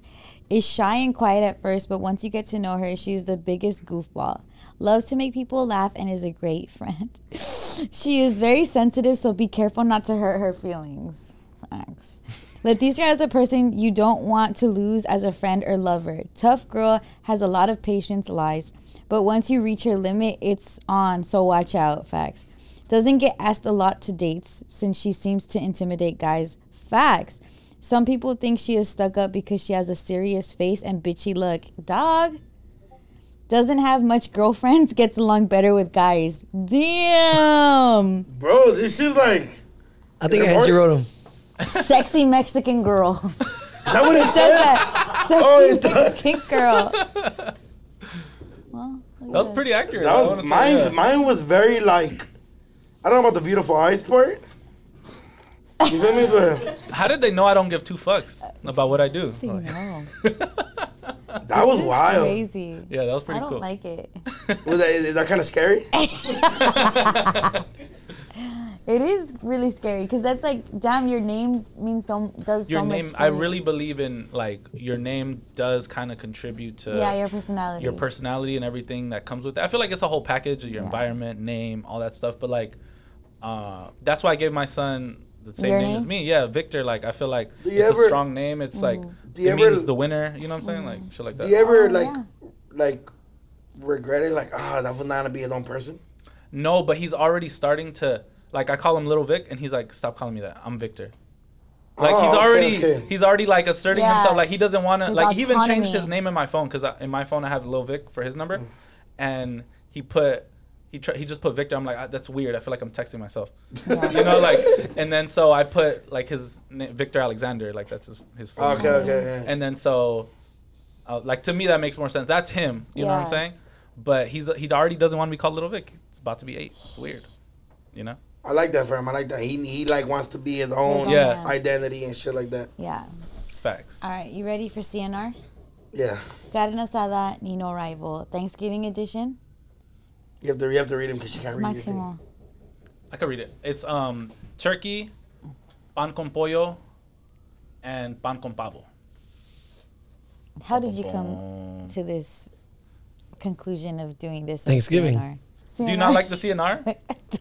Speaker 3: Is shy and quiet at first, but once you get to know her, she's the biggest goofball. Loves to make people laugh and is a great friend. she is very sensitive, so be careful not to hurt her feelings. Facts. Leticia is a person you don't want to lose as a friend or lover. Tough girl has a lot of patience, lies, but once you reach her limit, it's on, so watch out. Facts. Doesn't get asked a lot to dates since she seems to intimidate guys. Facts. Some people think she is stuck up because she has a serious face and bitchy look. Dog. Doesn't have much girlfriends, gets along better with guys. Damn.
Speaker 1: Bro, this is like. Is
Speaker 5: I think I
Speaker 1: Is
Speaker 5: had
Speaker 1: it
Speaker 5: you wrote him.
Speaker 3: Sexy Mexican girl.
Speaker 1: that what it
Speaker 3: Does
Speaker 1: says?
Speaker 3: that. Sexy
Speaker 1: Oh, it does.
Speaker 3: Mexican girl. Well, look
Speaker 2: That
Speaker 3: at
Speaker 2: was pretty accurate. I
Speaker 1: That
Speaker 2: wanna
Speaker 1: was
Speaker 2: say,
Speaker 1: mine's,
Speaker 2: yeah.
Speaker 1: Mine was very like. I don't know about the beautiful eyes part. You feel me? But
Speaker 2: How did they know I don't give two fucks about what I do?
Speaker 3: They know.
Speaker 1: That was
Speaker 3: This is
Speaker 1: wild.
Speaker 3: Crazy.
Speaker 2: Yeah, that was pretty
Speaker 3: I don't
Speaker 2: cool.
Speaker 3: like it.
Speaker 1: Was that, is, is that kind of scary?
Speaker 3: Eh, It is really scary because that's like, damn, your name means so does
Speaker 2: your
Speaker 3: so much.
Speaker 2: name,
Speaker 3: for
Speaker 2: I
Speaker 3: me.
Speaker 2: really believe in like your name does kind of contribute to
Speaker 3: yeah, your personality.
Speaker 2: uh, your personality and everything that comes with it. I feel like it's a whole package of your
Speaker 3: Yeah.
Speaker 2: environment, name, all that stuff. But like, uh, that's why I gave my son the same
Speaker 3: Your
Speaker 2: name, as
Speaker 3: name?
Speaker 2: me. Yeah, Victor. Like, I feel like
Speaker 1: Do you
Speaker 2: it's
Speaker 1: ever-
Speaker 2: a strong name. It's like
Speaker 3: Mm.
Speaker 1: Do you
Speaker 2: it
Speaker 1: ever-
Speaker 2: means the winner. You know what I'm saying? Like shit like
Speaker 1: Do
Speaker 2: that.
Speaker 1: you ever
Speaker 3: Oh,
Speaker 1: like
Speaker 3: yeah.
Speaker 1: like regret it? Like ah, that was not gonna be his own person.
Speaker 2: no, but he's already starting to like. I call him Little Vic, and he's like, "Stop calling me that. I'm Victor." Like
Speaker 1: Oh,
Speaker 2: he's
Speaker 1: okay,
Speaker 2: already
Speaker 1: okay.
Speaker 2: he's already like asserting
Speaker 3: Yeah.
Speaker 2: himself. Like he doesn't want to.
Speaker 3: His
Speaker 2: Like he even changed his
Speaker 3: autonomy.
Speaker 2: name in my phone because in my phone I have Lil Vic for his
Speaker 1: Mm.
Speaker 2: number, and he put he tr- he just put Victor. I'm like "Ah, that's weird. I feel like I'm texting myself.
Speaker 3: Yeah.
Speaker 2: you know like and then so I put like his na- Victor Alexander. Like that's his his. full
Speaker 1: Okay,
Speaker 2: name.
Speaker 1: okay, yeah.
Speaker 2: And then so, uh, like to me that makes more sense. That's him. You know what
Speaker 3: Yeah.
Speaker 2: I'm saying? But he's he already doesn't want to be called Little Vic. It's about to be eight. It's weird. You know?
Speaker 1: I like that for him. I like that he he like wants to be his own
Speaker 2: Yeah.
Speaker 1: identity and shit like that.
Speaker 3: Yeah.
Speaker 2: Facts.
Speaker 3: All right, you ready for CNR?
Speaker 1: Yeah,
Speaker 3: Carne asada, Nino rival, Thanksgiving edition,
Speaker 1: you have to you have to read him because she can't read
Speaker 3: Maximo.
Speaker 2: I could read it. It's um turkey, pan con pollo, and pan con pavo.
Speaker 3: How did you come
Speaker 2: Boom.
Speaker 3: to this conclusion of doing this? with
Speaker 5: Thanksgiving.
Speaker 3: CNR?
Speaker 2: Do you not like the CNR?
Speaker 3: I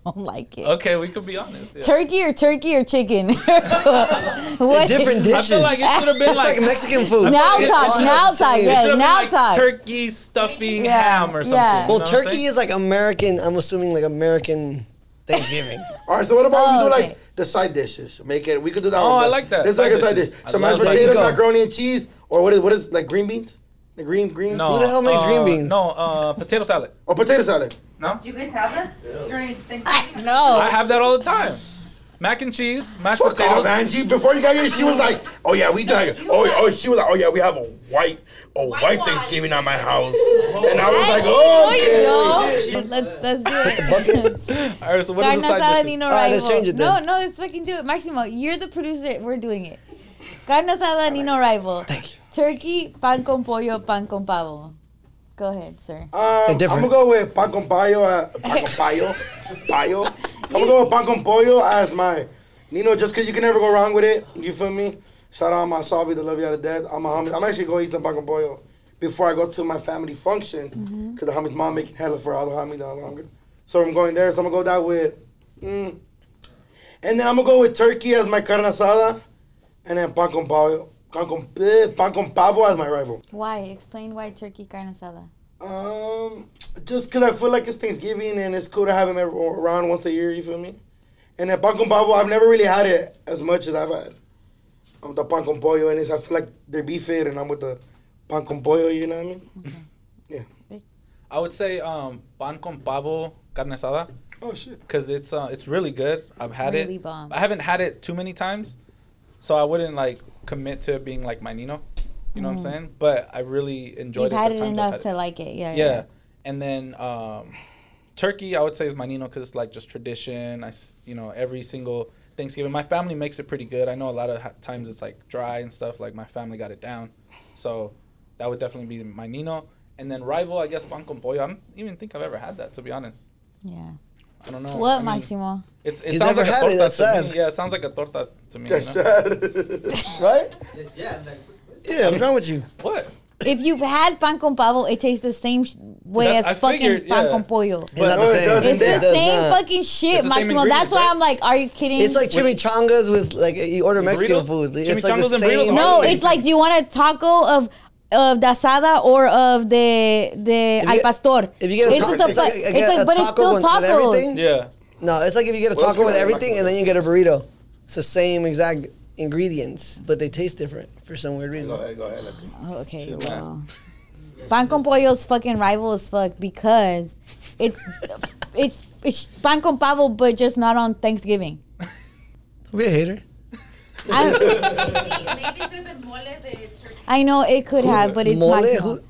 Speaker 3: don't like it.
Speaker 2: Okay, we could be honest. yeah.
Speaker 3: Turkey or turkey or chicken? what?
Speaker 5: Different
Speaker 2: I
Speaker 5: dishes.
Speaker 2: feel like it should have been
Speaker 5: That's like,
Speaker 2: like, it
Speaker 5: Mexican food.
Speaker 3: Now
Speaker 5: It's
Speaker 3: talk,
Speaker 5: all
Speaker 3: now
Speaker 5: the same.
Speaker 3: talk, yeah.
Speaker 2: should have
Speaker 3: Now
Speaker 2: been
Speaker 3: talk.
Speaker 2: like turkey stuffing
Speaker 3: Yeah,
Speaker 2: ham or something.
Speaker 3: yeah.
Speaker 2: you
Speaker 5: Well,
Speaker 2: know what I'm
Speaker 5: turkey
Speaker 2: saying?
Speaker 5: is like American. I'm assuming like American Thanksgiving.
Speaker 1: it. All right, so what about
Speaker 3: Oh,
Speaker 1: we do
Speaker 3: okay.
Speaker 1: like the side dishes? Make it. We could do that.
Speaker 2: Oh,
Speaker 1: one,
Speaker 2: I
Speaker 1: but
Speaker 2: like that.
Speaker 1: Let's make a
Speaker 2: Side
Speaker 1: side dish.
Speaker 2: dishes. I
Speaker 1: So
Speaker 2: love
Speaker 1: mashed
Speaker 2: that.
Speaker 1: potatoes,
Speaker 5: There you go.
Speaker 1: macaroni and cheese, or what is what is like green beans? The green green.
Speaker 2: no,
Speaker 5: Who the hell makes
Speaker 2: uh,
Speaker 5: green beans?
Speaker 2: No, uh, potato salad.
Speaker 1: Or potato salad.
Speaker 2: No,
Speaker 7: You guys have that during
Speaker 3: I
Speaker 2: I
Speaker 7: Thanksgiving?
Speaker 3: know.
Speaker 2: have that all the time. Mac and cheese, mashed
Speaker 1: Fuck off,
Speaker 2: potatoes.
Speaker 1: Angie. Before you got here, she was like, "Oh yeah, we do."
Speaker 7: No, you
Speaker 1: Oh,
Speaker 7: have-
Speaker 1: oh, she was like, "Oh yeah, we have a white, a white,
Speaker 7: White wine.
Speaker 1: Thanksgiving at my house," and I was like,
Speaker 3: Actually,
Speaker 1: "Oh,
Speaker 3: no, you
Speaker 1: okay."
Speaker 3: don't. Let's let's do it.
Speaker 2: all right, so what is
Speaker 3: Carne
Speaker 2: the side
Speaker 3: asada,
Speaker 2: dish?
Speaker 3: Nino
Speaker 5: All right, let's
Speaker 3: rival.
Speaker 5: change it
Speaker 3: no,
Speaker 5: then.
Speaker 3: no, let's fucking do it. Maximo, you're the producer. We're doing it. Carne asada, Nino rival.
Speaker 5: Thank you.
Speaker 3: Turkey, pan con pollo, pan con pavo. Go ahead, sir.
Speaker 1: Um, I'm
Speaker 5: They're
Speaker 1: gonna go with pan con payo, uh, pan con payo, payo. I'm gonna go with pan con pollo as my, you know, just 'cause you can never go wrong with it. You feel me? Shout out my salvi, the love you out of death. I'm a homie. I'm actually gonna eat some pan con pollo before I go to my family function, 'cause the homie's mom making hella for all the homies all longer. So I'm going there. So I'm gonna go that with, mm. and then I'm gonna go with turkey as my carne asada, and then pan con pollo, pan con, eh, pan con pavo as my rival.
Speaker 3: Why? Explain why turkey carne asada.
Speaker 1: Um, just 'cause I feel like it's Thanksgiving and it's cool to have him every, around once a year. You feel me? And the pan con pavo, I've never really had it as much as I've had um, the pan con pollo, and it's, I feel like they beef it, and I'm with the pan con pollo. You know what I mean?
Speaker 2: I would say um, pan con pavo, carne asada.
Speaker 1: Oh shit!
Speaker 2: because it's uh, it's really good. I've had
Speaker 3: Really
Speaker 2: it.
Speaker 3: bomb.
Speaker 2: I haven't had it too many times, so I wouldn't like commit to it being like my Nino. You know what I'm saying? But I really
Speaker 3: Mm. You've
Speaker 2: enjoyed it.
Speaker 3: had
Speaker 2: the
Speaker 3: it
Speaker 2: times I've
Speaker 3: enough
Speaker 2: had
Speaker 3: to like it. Yeah.
Speaker 2: it. Yeah, and then um, turkey, I would say is my Nino because it's like just tradition. I s- you know every single Thanksgiving, my family makes it pretty good. I know a lot of ha- times it's like dry and stuff. Like my family got it down, so that would definitely be my Nino. And then rival, I guess pan con pollo. I don't even think I've ever had that to be honest.
Speaker 3: Yeah.
Speaker 2: I don't know. I
Speaker 3: What,
Speaker 2: mean-
Speaker 3: Maximo?
Speaker 2: it's, it
Speaker 5: He's
Speaker 2: sounds
Speaker 5: never
Speaker 2: like
Speaker 5: had
Speaker 2: a
Speaker 5: it,
Speaker 2: torta
Speaker 5: that's
Speaker 2: to
Speaker 5: sad.
Speaker 2: me. Yeah, it sounds like a torta to me. you
Speaker 1: That's
Speaker 2: know?
Speaker 1: sad.
Speaker 5: Right?
Speaker 6: Yeah, I'm like,
Speaker 5: Yeah. What's wrong with you?
Speaker 2: What?
Speaker 3: If you've had pan con pavo, it tastes the same sh- way
Speaker 2: That-
Speaker 3: as
Speaker 2: I
Speaker 3: fucking
Speaker 2: figured,
Speaker 3: pan
Speaker 2: yeah.
Speaker 3: con pollo.
Speaker 5: It's not
Speaker 1: no, it
Speaker 5: the same.
Speaker 1: doesn't.
Speaker 3: It's
Speaker 1: that
Speaker 3: the
Speaker 5: does
Speaker 3: same
Speaker 5: not.
Speaker 3: fucking shit,
Speaker 2: It's the same
Speaker 3: Maximo. That's
Speaker 2: ingredients,
Speaker 3: why
Speaker 2: right?
Speaker 3: I'm like, are you kidding?
Speaker 5: It's like chimichangas with like you order
Speaker 2: Burritos?
Speaker 5: Mexican food. It's like the
Speaker 2: Chimichangas and burritos
Speaker 5: same.
Speaker 2: are all
Speaker 3: no,
Speaker 2: the same.
Speaker 3: it's like, do you want a taco of of the asada or of the the
Speaker 5: If
Speaker 3: al
Speaker 5: you-
Speaker 3: pastor?
Speaker 5: if you get a
Speaker 3: it's
Speaker 5: taco-
Speaker 3: top-
Speaker 5: it's like- I get a
Speaker 3: but it's
Speaker 5: taco
Speaker 3: still
Speaker 5: with- with
Speaker 3: tacos.
Speaker 5: everything?
Speaker 2: Yeah.
Speaker 5: No, it's like if you get a
Speaker 1: Well,
Speaker 5: taco with
Speaker 1: it's kinda like
Speaker 5: everything and then you get a burrito. It's the same exact ingredients, but they taste different for some weird
Speaker 1: go
Speaker 5: reason.
Speaker 1: ahead, go ahead. Latin.
Speaker 3: Oh, okay,
Speaker 2: She's
Speaker 3: well, pan con pollo's fucking rival as fuck because it's it's it's pan con pavo, but just not on Thanksgiving.
Speaker 5: Don't be a hater.
Speaker 3: I,
Speaker 7: Maybe it could have been mole de turkey.
Speaker 3: I know it could have, but it's
Speaker 5: mole?
Speaker 3: Maximo.
Speaker 5: Who,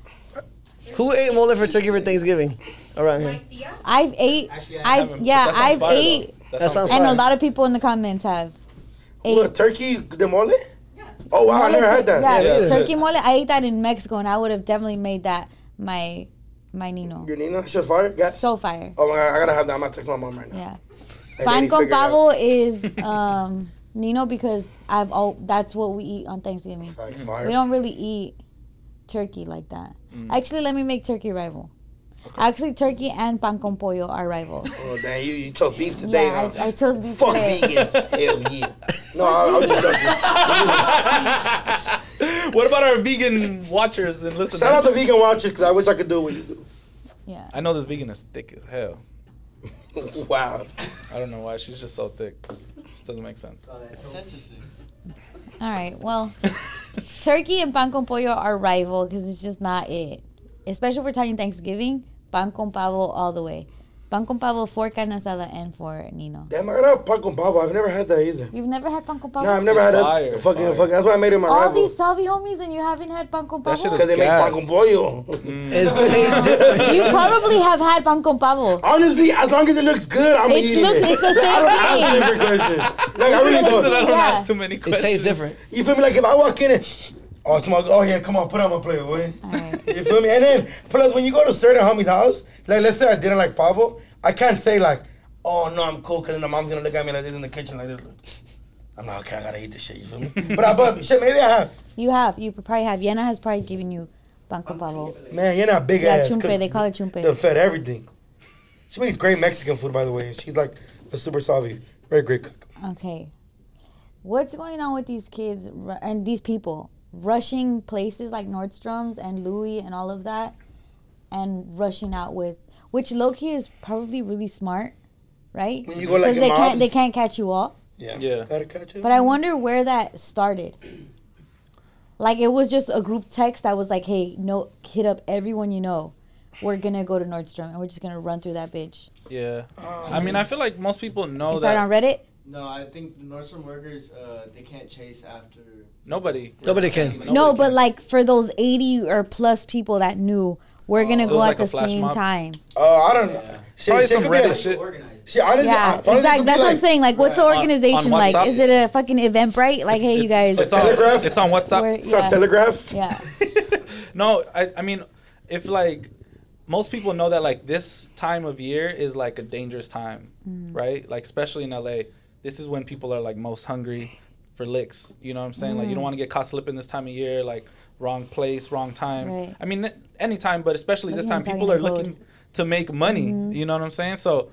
Speaker 5: who ate mole for turkey for Thanksgiving? Around
Speaker 7: My
Speaker 5: here.
Speaker 7: tia.
Speaker 3: I've ate,
Speaker 6: Actually, I
Speaker 3: I've
Speaker 2: Haven't-
Speaker 3: yeah,
Speaker 2: that sounds
Speaker 3: I've
Speaker 2: fire, though.
Speaker 3: ate,
Speaker 5: That sounds
Speaker 3: and a
Speaker 5: fire.
Speaker 3: lot of people in the comments have.
Speaker 1: What,
Speaker 3: Ate.
Speaker 1: turkey de mole?
Speaker 7: Yeah.
Speaker 1: Oh wow, I
Speaker 3: Mole
Speaker 1: never
Speaker 3: tur-
Speaker 1: heard that.
Speaker 3: Yeah,
Speaker 5: Yeah.
Speaker 3: turkey mole. I ate that in Mexico, and I would have definitely made that my my nino.
Speaker 1: Your Nina, she's fire. Got-
Speaker 3: So fire.
Speaker 1: oh my god, I gotta have that. I'm gonna text my mom right now.
Speaker 3: Yeah.
Speaker 1: Hey,
Speaker 3: Pan
Speaker 1: lady,
Speaker 3: con
Speaker 1: figure it out.
Speaker 3: pavo is um, nino because I've all that's what we eat on Thanksgiving.
Speaker 1: Facts,
Speaker 3: We
Speaker 1: fire.
Speaker 3: don't really eat turkey like that.
Speaker 1: Mm.
Speaker 3: Actually, let me make turkey rival. Actually, turkey and pan con pollo are rivals.
Speaker 1: Oh damn, you, you chose beef today,
Speaker 3: yeah,
Speaker 1: huh?
Speaker 3: I, I chose beef
Speaker 1: Fuck
Speaker 3: today.
Speaker 1: vegans. Hell yeah. No, I, I was just joking.
Speaker 2: what about our vegan watchers and listeners?
Speaker 1: Shout out to vegan watchers because I wish I could do what you do.
Speaker 3: Yeah.
Speaker 2: I know this vegan is thick as hell.
Speaker 1: Wow.
Speaker 2: I don't know why she's just so thick. It doesn't make sense.
Speaker 3: Oh, All right. Well, turkey and pan con pollo are rival because it's just not it. Especially if we're talking Thanksgiving, pan con pavo all the way. Pan con pavo for carne asada and for Nino.
Speaker 1: Damn, I gotta have pan con pavo. I've never had that either.
Speaker 3: You've never had pan con
Speaker 1: No,
Speaker 3: pavo?
Speaker 1: I've never
Speaker 2: It's
Speaker 1: had
Speaker 2: fire,
Speaker 1: that. Fucking,
Speaker 2: fire.
Speaker 1: fucking. That's why I made it my
Speaker 3: all
Speaker 1: rival.
Speaker 3: these Salvi homies and you haven't had pan con
Speaker 2: That shit
Speaker 3: pavo?
Speaker 1: Because they make
Speaker 2: Gas.
Speaker 1: pan con pollo.
Speaker 2: Mm.
Speaker 5: It's taste different.
Speaker 3: You probably have had pan con pavo.
Speaker 1: Honestly, as long as it looks good, I'm
Speaker 3: It
Speaker 1: eating
Speaker 3: looks-
Speaker 1: it.
Speaker 3: it's the
Speaker 1: I don't
Speaker 3: same
Speaker 1: ask
Speaker 3: thing.
Speaker 1: different questions. Like I really
Speaker 3: It's the
Speaker 1: don't.
Speaker 2: So I don't
Speaker 3: Yeah.
Speaker 2: ask too many
Speaker 5: It
Speaker 2: questions.
Speaker 5: tastes different.
Speaker 1: You feel me? Like if I walk in and oh smoke, oh yeah, come on, put on my plate, boy.
Speaker 3: Alright.
Speaker 1: You feel me? And then plus when you go to certain homie's house, like let's say I didn't like pavo, I can't say like, oh no, I'm cool, cause then the mom's gonna look at me like this in the kitchen like this. like, I'm like, okay, I gotta eat this shit, you feel me? but I but shit, maybe I have.
Speaker 3: You have. You probably have. Yana has probably given you pan con pavo.
Speaker 1: Man, you're not big
Speaker 3: Yeah,
Speaker 1: ass.
Speaker 3: chumpe.
Speaker 1: cook.
Speaker 3: They call it chumpe.
Speaker 1: They fed everything. She makes great Mexican food, by the way. She's like a super savvy, very great cook.
Speaker 3: Okay. What's going on with these kids ru- and these people rushing places like Nordstrom's and Louis and all of that and rushing out with which Loki is probably really smart, right?
Speaker 1: When you go like
Speaker 3: Cuz they
Speaker 1: in mobs,
Speaker 3: can't they can't catch you all.
Speaker 1: yeah,
Speaker 2: Yeah.
Speaker 1: gotta catch it.
Speaker 3: But I wonder where that started. Like it was just a group text that was like, "Hey, no hit up everyone you know. We're going to go to Nordstrom and we're just going to run through that bitch."
Speaker 2: Yeah. I mean, I feel like most people know
Speaker 3: It started on
Speaker 2: Oh, that
Speaker 3: Reddit.
Speaker 8: No, I think the Nordstrom workers, uh, they can't chase after.
Speaker 2: nobody.
Speaker 5: Nobody can.
Speaker 2: Nobody
Speaker 3: No, but
Speaker 2: can.
Speaker 3: like for those 80 or plus people that knew, we're gonna
Speaker 2: Oh. It
Speaker 3: go
Speaker 2: was
Speaker 3: at
Speaker 2: like a
Speaker 3: the
Speaker 2: flash
Speaker 3: same
Speaker 2: mob.
Speaker 3: time.
Speaker 1: Oh, I don't know.
Speaker 2: Probably
Speaker 1: Shit, shit
Speaker 2: some
Speaker 1: could be
Speaker 2: Reddit
Speaker 1: like,
Speaker 2: shit.
Speaker 1: shit, honestly,
Speaker 3: yeah,
Speaker 1: I- honestly,
Speaker 3: exactly.
Speaker 1: could be
Speaker 3: That's what I'm
Speaker 1: like-
Speaker 3: saying. Like, what's the
Speaker 2: On- on
Speaker 3: organization like?
Speaker 2: WhatsApp?
Speaker 3: Is it a fucking Eventbrite? Like, hey, you guys.
Speaker 2: It's on,
Speaker 1: Telegraph?
Speaker 2: it's on
Speaker 3: we're-
Speaker 2: WhatsApp.
Speaker 1: It's on Telegraph.
Speaker 3: yeah.
Speaker 2: no, I, I mean, if like most people know that like this time of year is like a dangerous time,
Speaker 3: Mm.
Speaker 2: right? Like especially in LA, this is when people are like most hungry for licks. You know what I'm saying? Like you don't
Speaker 3: Mm.
Speaker 2: want to get caught slipping this time of year, like wrong place, wrong time.
Speaker 3: Right.
Speaker 2: I mean, any time, but especially
Speaker 3: But
Speaker 2: this
Speaker 3: you
Speaker 2: time,
Speaker 3: ain't
Speaker 2: people are
Speaker 3: talking about
Speaker 2: looking to make money.
Speaker 3: Mm-hmm.
Speaker 2: You know what I'm saying? So.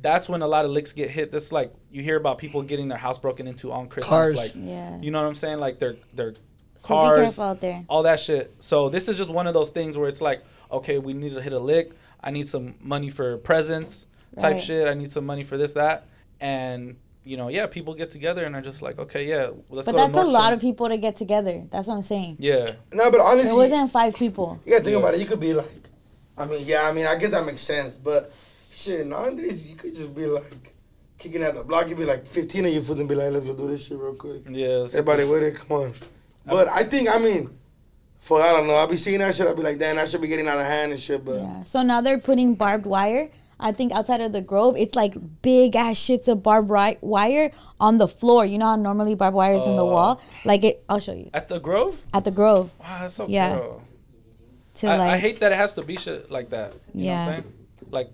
Speaker 2: That's when a lot of licks get hit. That's like you hear about people getting their house broken into on Christmas.
Speaker 5: Cars.
Speaker 2: Like
Speaker 3: Yeah.
Speaker 2: you know what I'm saying? Like their their
Speaker 3: So be
Speaker 2: cars,
Speaker 3: careful out there.
Speaker 2: all that shit. So this is just one of those things where it's like, okay, we need to hit a lick. I need some money for presents type
Speaker 3: Right.
Speaker 2: shit. I need some money for this that, and you know, yeah, people get together and are just like, okay, yeah, let's
Speaker 3: But
Speaker 2: go.
Speaker 3: that's
Speaker 2: to
Speaker 3: a lot
Speaker 2: Nordstrom.
Speaker 3: of people to get together. That's what I'm saying.
Speaker 2: Yeah,
Speaker 1: No, but honestly,
Speaker 3: It wasn't five people.
Speaker 1: you gotta think about it. You could be like, I mean, yeah, I mean, I guess that makes sense. But shit, nowadays you could just be like kicking out the block. You'd be like 15 of you fools and be like, let's go do this shit real quick.
Speaker 2: yeah. so-
Speaker 1: Everybody with it, come on. But I think, I mean, for I don't know, I'll be seeing that shit. I'll be like, damn, that should be getting out of hand and shit. But
Speaker 3: Yeah. So now they're putting barbed wire. I think outside of the Grove, it's like big ass shits of barbed ri- wire on the floor. You know how normally barbed wire is in the
Speaker 2: Oh.
Speaker 3: wall? Like, it, I'll show you.
Speaker 2: At the Grove,
Speaker 3: At the Grove.
Speaker 2: wow, that's so
Speaker 3: Yeah.
Speaker 2: cool.
Speaker 3: To
Speaker 2: I,
Speaker 3: like,
Speaker 2: I hate that it has to be shit like that. You know
Speaker 3: Yeah.
Speaker 2: what I'm saying? Like,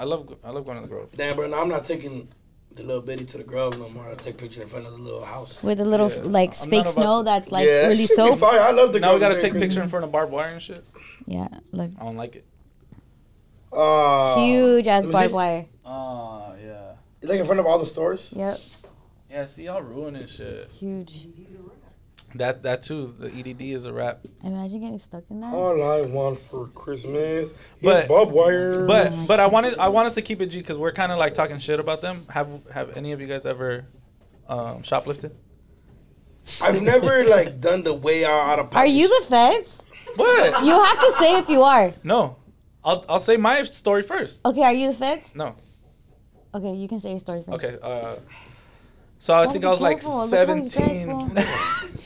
Speaker 2: I love I love going to the Grove.
Speaker 1: damn, bro, now I'm not taking the little bitty to the grove no more. I'll take pictures in front of the little house.
Speaker 3: with a little
Speaker 2: Yeah.
Speaker 3: like
Speaker 2: I'm not
Speaker 3: fake
Speaker 2: about
Speaker 3: snow
Speaker 2: to-
Speaker 3: that's like
Speaker 1: that
Speaker 3: really
Speaker 1: shit be
Speaker 3: soap.
Speaker 1: fire. I love the
Speaker 2: Now we
Speaker 1: Grove,
Speaker 2: gotta
Speaker 1: they're
Speaker 2: take
Speaker 1: crazy.
Speaker 2: picture in front of barbed wire and shit.
Speaker 3: Yeah, look.
Speaker 2: I don't like it.
Speaker 1: Uh,
Speaker 3: Huge ass
Speaker 1: let me
Speaker 3: barbed
Speaker 1: see.
Speaker 3: wire.
Speaker 2: Oh, yeah.
Speaker 1: Like in front of all the stores?
Speaker 3: Yep.
Speaker 2: Yeah, see, y'all ruining shit.
Speaker 3: Huge.
Speaker 2: That that too. The EDD is a rap.
Speaker 3: Imagine getting stuck in that.
Speaker 1: All I want for Christmas is
Speaker 2: But-
Speaker 1: barbed wire.
Speaker 2: But but I wanted I want us to keep it G because we're kind of like talking shit about them. Have have any of you guys ever um, shoplifted?
Speaker 1: I've never like done the way out, out of
Speaker 3: Are
Speaker 1: pocket.
Speaker 3: you the feds?
Speaker 2: What?
Speaker 3: You have to say if you are.
Speaker 2: No, I'll I'll say my story first.
Speaker 3: Okay, are you the feds?
Speaker 2: No.
Speaker 3: Okay, you can say your story first.
Speaker 2: Okay. Uh, so I
Speaker 3: Gotta
Speaker 2: think
Speaker 3: Oh, be
Speaker 2: I was like
Speaker 3: careful. Look how he's
Speaker 2: seventeen
Speaker 1: shit?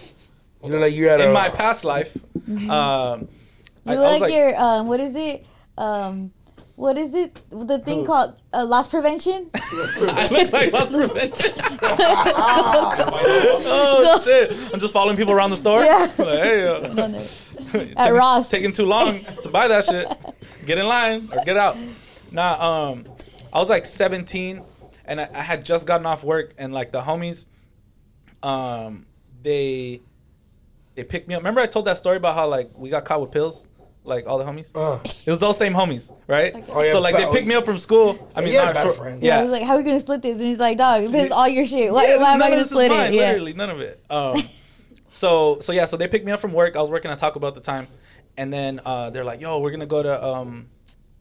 Speaker 1: You know, like you had
Speaker 2: in
Speaker 1: a.
Speaker 2: my past life. Um, I,
Speaker 3: Mm-hmm. You
Speaker 2: I
Speaker 3: look
Speaker 2: was
Speaker 3: like
Speaker 2: like
Speaker 3: your um, what is it? Um, what is it? The thing
Speaker 2: Who?
Speaker 3: called uh, loss prevention.
Speaker 2: I look like loss prevention.
Speaker 1: Uh,
Speaker 3: Go-
Speaker 2: oh shit! I'm just following people around the store.
Speaker 3: Yeah.
Speaker 2: Like, hey, uh,
Speaker 3: No, no.
Speaker 2: taking,
Speaker 3: At Ross.
Speaker 2: Taking too long to buy that shit. Get in line or get out. Nah, um, I was like 17, and I, I had just gotten off work, and like the homies, um, they they picked me up. Remember I told that story about how like we got caught with pills, like all the homies.
Speaker 1: Uh,
Speaker 2: It was those same homies, right?
Speaker 3: Okay.
Speaker 1: Oh, yeah,
Speaker 2: Oh, so like they
Speaker 1: but-
Speaker 2: picked me up from school. I
Speaker 1: Yeah,
Speaker 2: mean,
Speaker 1: you had
Speaker 2: not
Speaker 1: bad
Speaker 2: for-
Speaker 1: friends.
Speaker 3: Yeah.
Speaker 2: yeah.
Speaker 3: I was like, how are we gonna split this? And he's like, dog, this is all your shit. Why,
Speaker 2: Yeah,
Speaker 3: why am
Speaker 2: none
Speaker 3: I
Speaker 2: of
Speaker 3: gonna
Speaker 2: this is
Speaker 3: split
Speaker 2: mine,
Speaker 3: it? Yeah.
Speaker 2: Literally, none of it. Um, so, so yeah, so they picked me up from work. I was working at Taco Bell at the time, and then uh, they're like, "Yo, we're gonna go to um,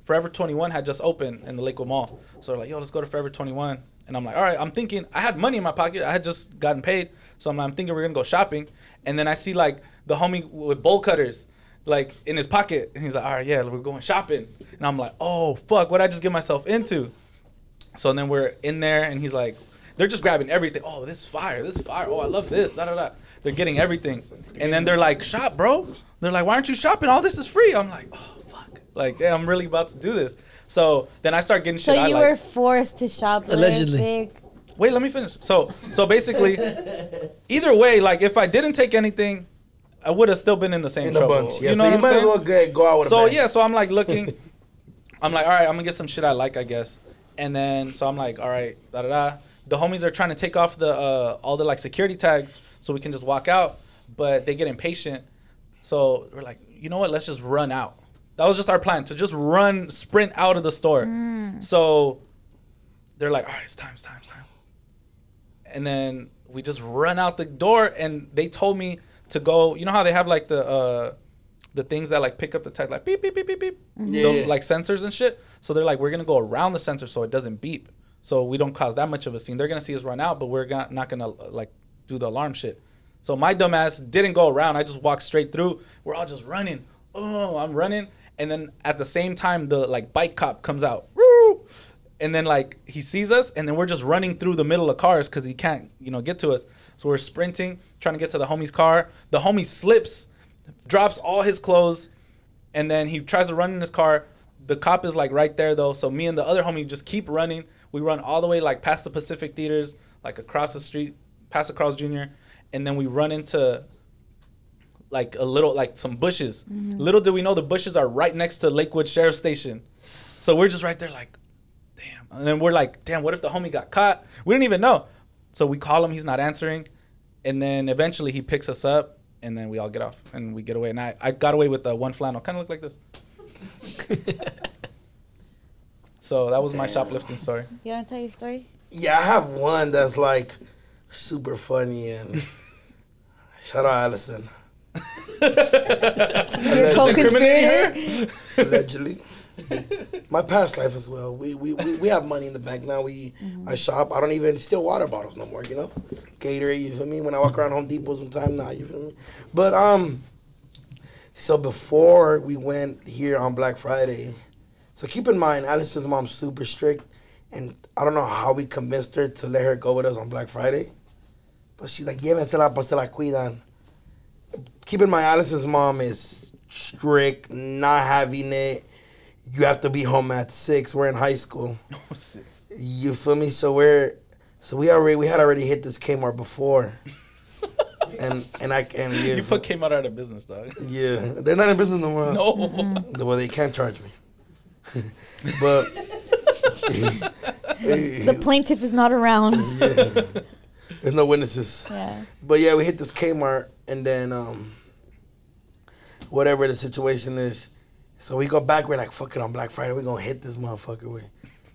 Speaker 2: Forever 21 had just opened in the Lakewood Mall." So they're like, "Yo, let's go to Forever 21." And I'm like, "All right." I'm thinking I had money in my pocket. I had just gotten paid, so I'm, I'm thinking we're gonna go shopping. And then I see like the homie with bowl cutters. Like in his pocket, and he's like, "All right, yeah, we're going shopping," and I'm like, "Oh fuck, what I just get myself into?" So then we're in there, and he's like, they're just grabbing everything. Oh, this is fire, this is fire. Oh, I love this. Da da da. They're getting everything, and then they're like, shop, bro. They're like, why aren't you shopping? All this is free. I'm like, oh fuck. Like, damn, I'm really about to do this. So then I start getting
Speaker 3: So
Speaker 2: shit. I
Speaker 3: you
Speaker 2: like.
Speaker 3: were forced to shoplift.
Speaker 5: Allegedly.
Speaker 3: Big.
Speaker 2: Wait, let me finish. So so basically, either way, like if I didn't take anything, I would have still been in the same
Speaker 1: in the
Speaker 2: trouble.
Speaker 1: bunch. Yeah,
Speaker 2: you know what
Speaker 1: so you
Speaker 2: I'm
Speaker 1: might as
Speaker 2: saying?
Speaker 1: well get, go out with
Speaker 2: so
Speaker 1: a bang.
Speaker 2: yeah, so I'm like looking, I'm like, all right, I'm gonna get some shit I like, I guess. And then so I'm like, all right, da da da. The homies are trying to take off the uh, all the like security tags so we can just walk out, but they get impatient. So we're like, you know what? Let's just run out. That was just our plan to just run, sprint out of the store. So they're like, all right, it's time, it's time, it's time. And then we just run out the door, and they told me to go. You know how they have like the uh, the things that like pick up the tag, like beep beep beep beep beep, Those, like sensors and shit. So they're like, we're gonna go around the sensor so it doesn't beep, so we don't cause that much of a scene. They're gonna see us run out, but we're go- not gonna uh, like do the alarm shit. So my dumbass didn't go around. I just walked straight through. We're all just running. Oh, I'm running, and then at the same time, the like bike cop comes out. Woo! and then like he sees us and then we're just running through the middle of cars because he can't you know get to us so we're sprinting trying to get to the homie's car the homie slips drops all his clothes and then he tries to run in his car the cop is like right there though so me and the other homie just keep running we run all the way like past the pacific theaters like across the street past the cross junior and then we run into like a little like some bushes little do we know the bushes are right next to lakewood sheriff station so we're just right there like damn. And then we're like, damn, what if the homie got caught? We didn't even know. So we call him, he's not answering. And then eventually he picks us up and then we all get off and we get away. And I, I got away with uh, one flannel, kind of looked like this. so that was my shoplifting story.
Speaker 3: You wanna tell your story?
Speaker 1: Yeah, I have one that's like super funny and shout out Allison.
Speaker 3: Your
Speaker 1: Allegedly.
Speaker 3: co-conspirator.
Speaker 1: allegedly. My past life as well. We we, we, we have money in the bank now. We I shop. I don't even steal water bottles no more. You know, Gatorade. You feel me? When I walk around Home Depot sometime now, you feel me? But um, so before we went here on Black Friday, so keep in mind, Alice's mom's super strict, and I don't know how we convinced her to let her go with us on Black Friday, but she's like, llévensela, pues se la cuidan keep in mind Alice's mom is strict, not having it. You have to be home at six. We're in high school.
Speaker 2: Oh,
Speaker 1: You feel me? So we're so we already we had already hit this Kmart before. and and I and yeah,
Speaker 2: You put Kmart out of business, dog.
Speaker 1: yeah. They're not in business no more.
Speaker 2: No.
Speaker 1: The- Well they can't charge me. but
Speaker 3: The plaintiff is not around.
Speaker 1: yeah. There's no witnesses.
Speaker 3: Yeah.
Speaker 1: But yeah, we hit this Kmart, and then um, whatever the situation is, so we go back. We're like, "Fuck it, on Black Friday, we gonna hit this motherfucker with."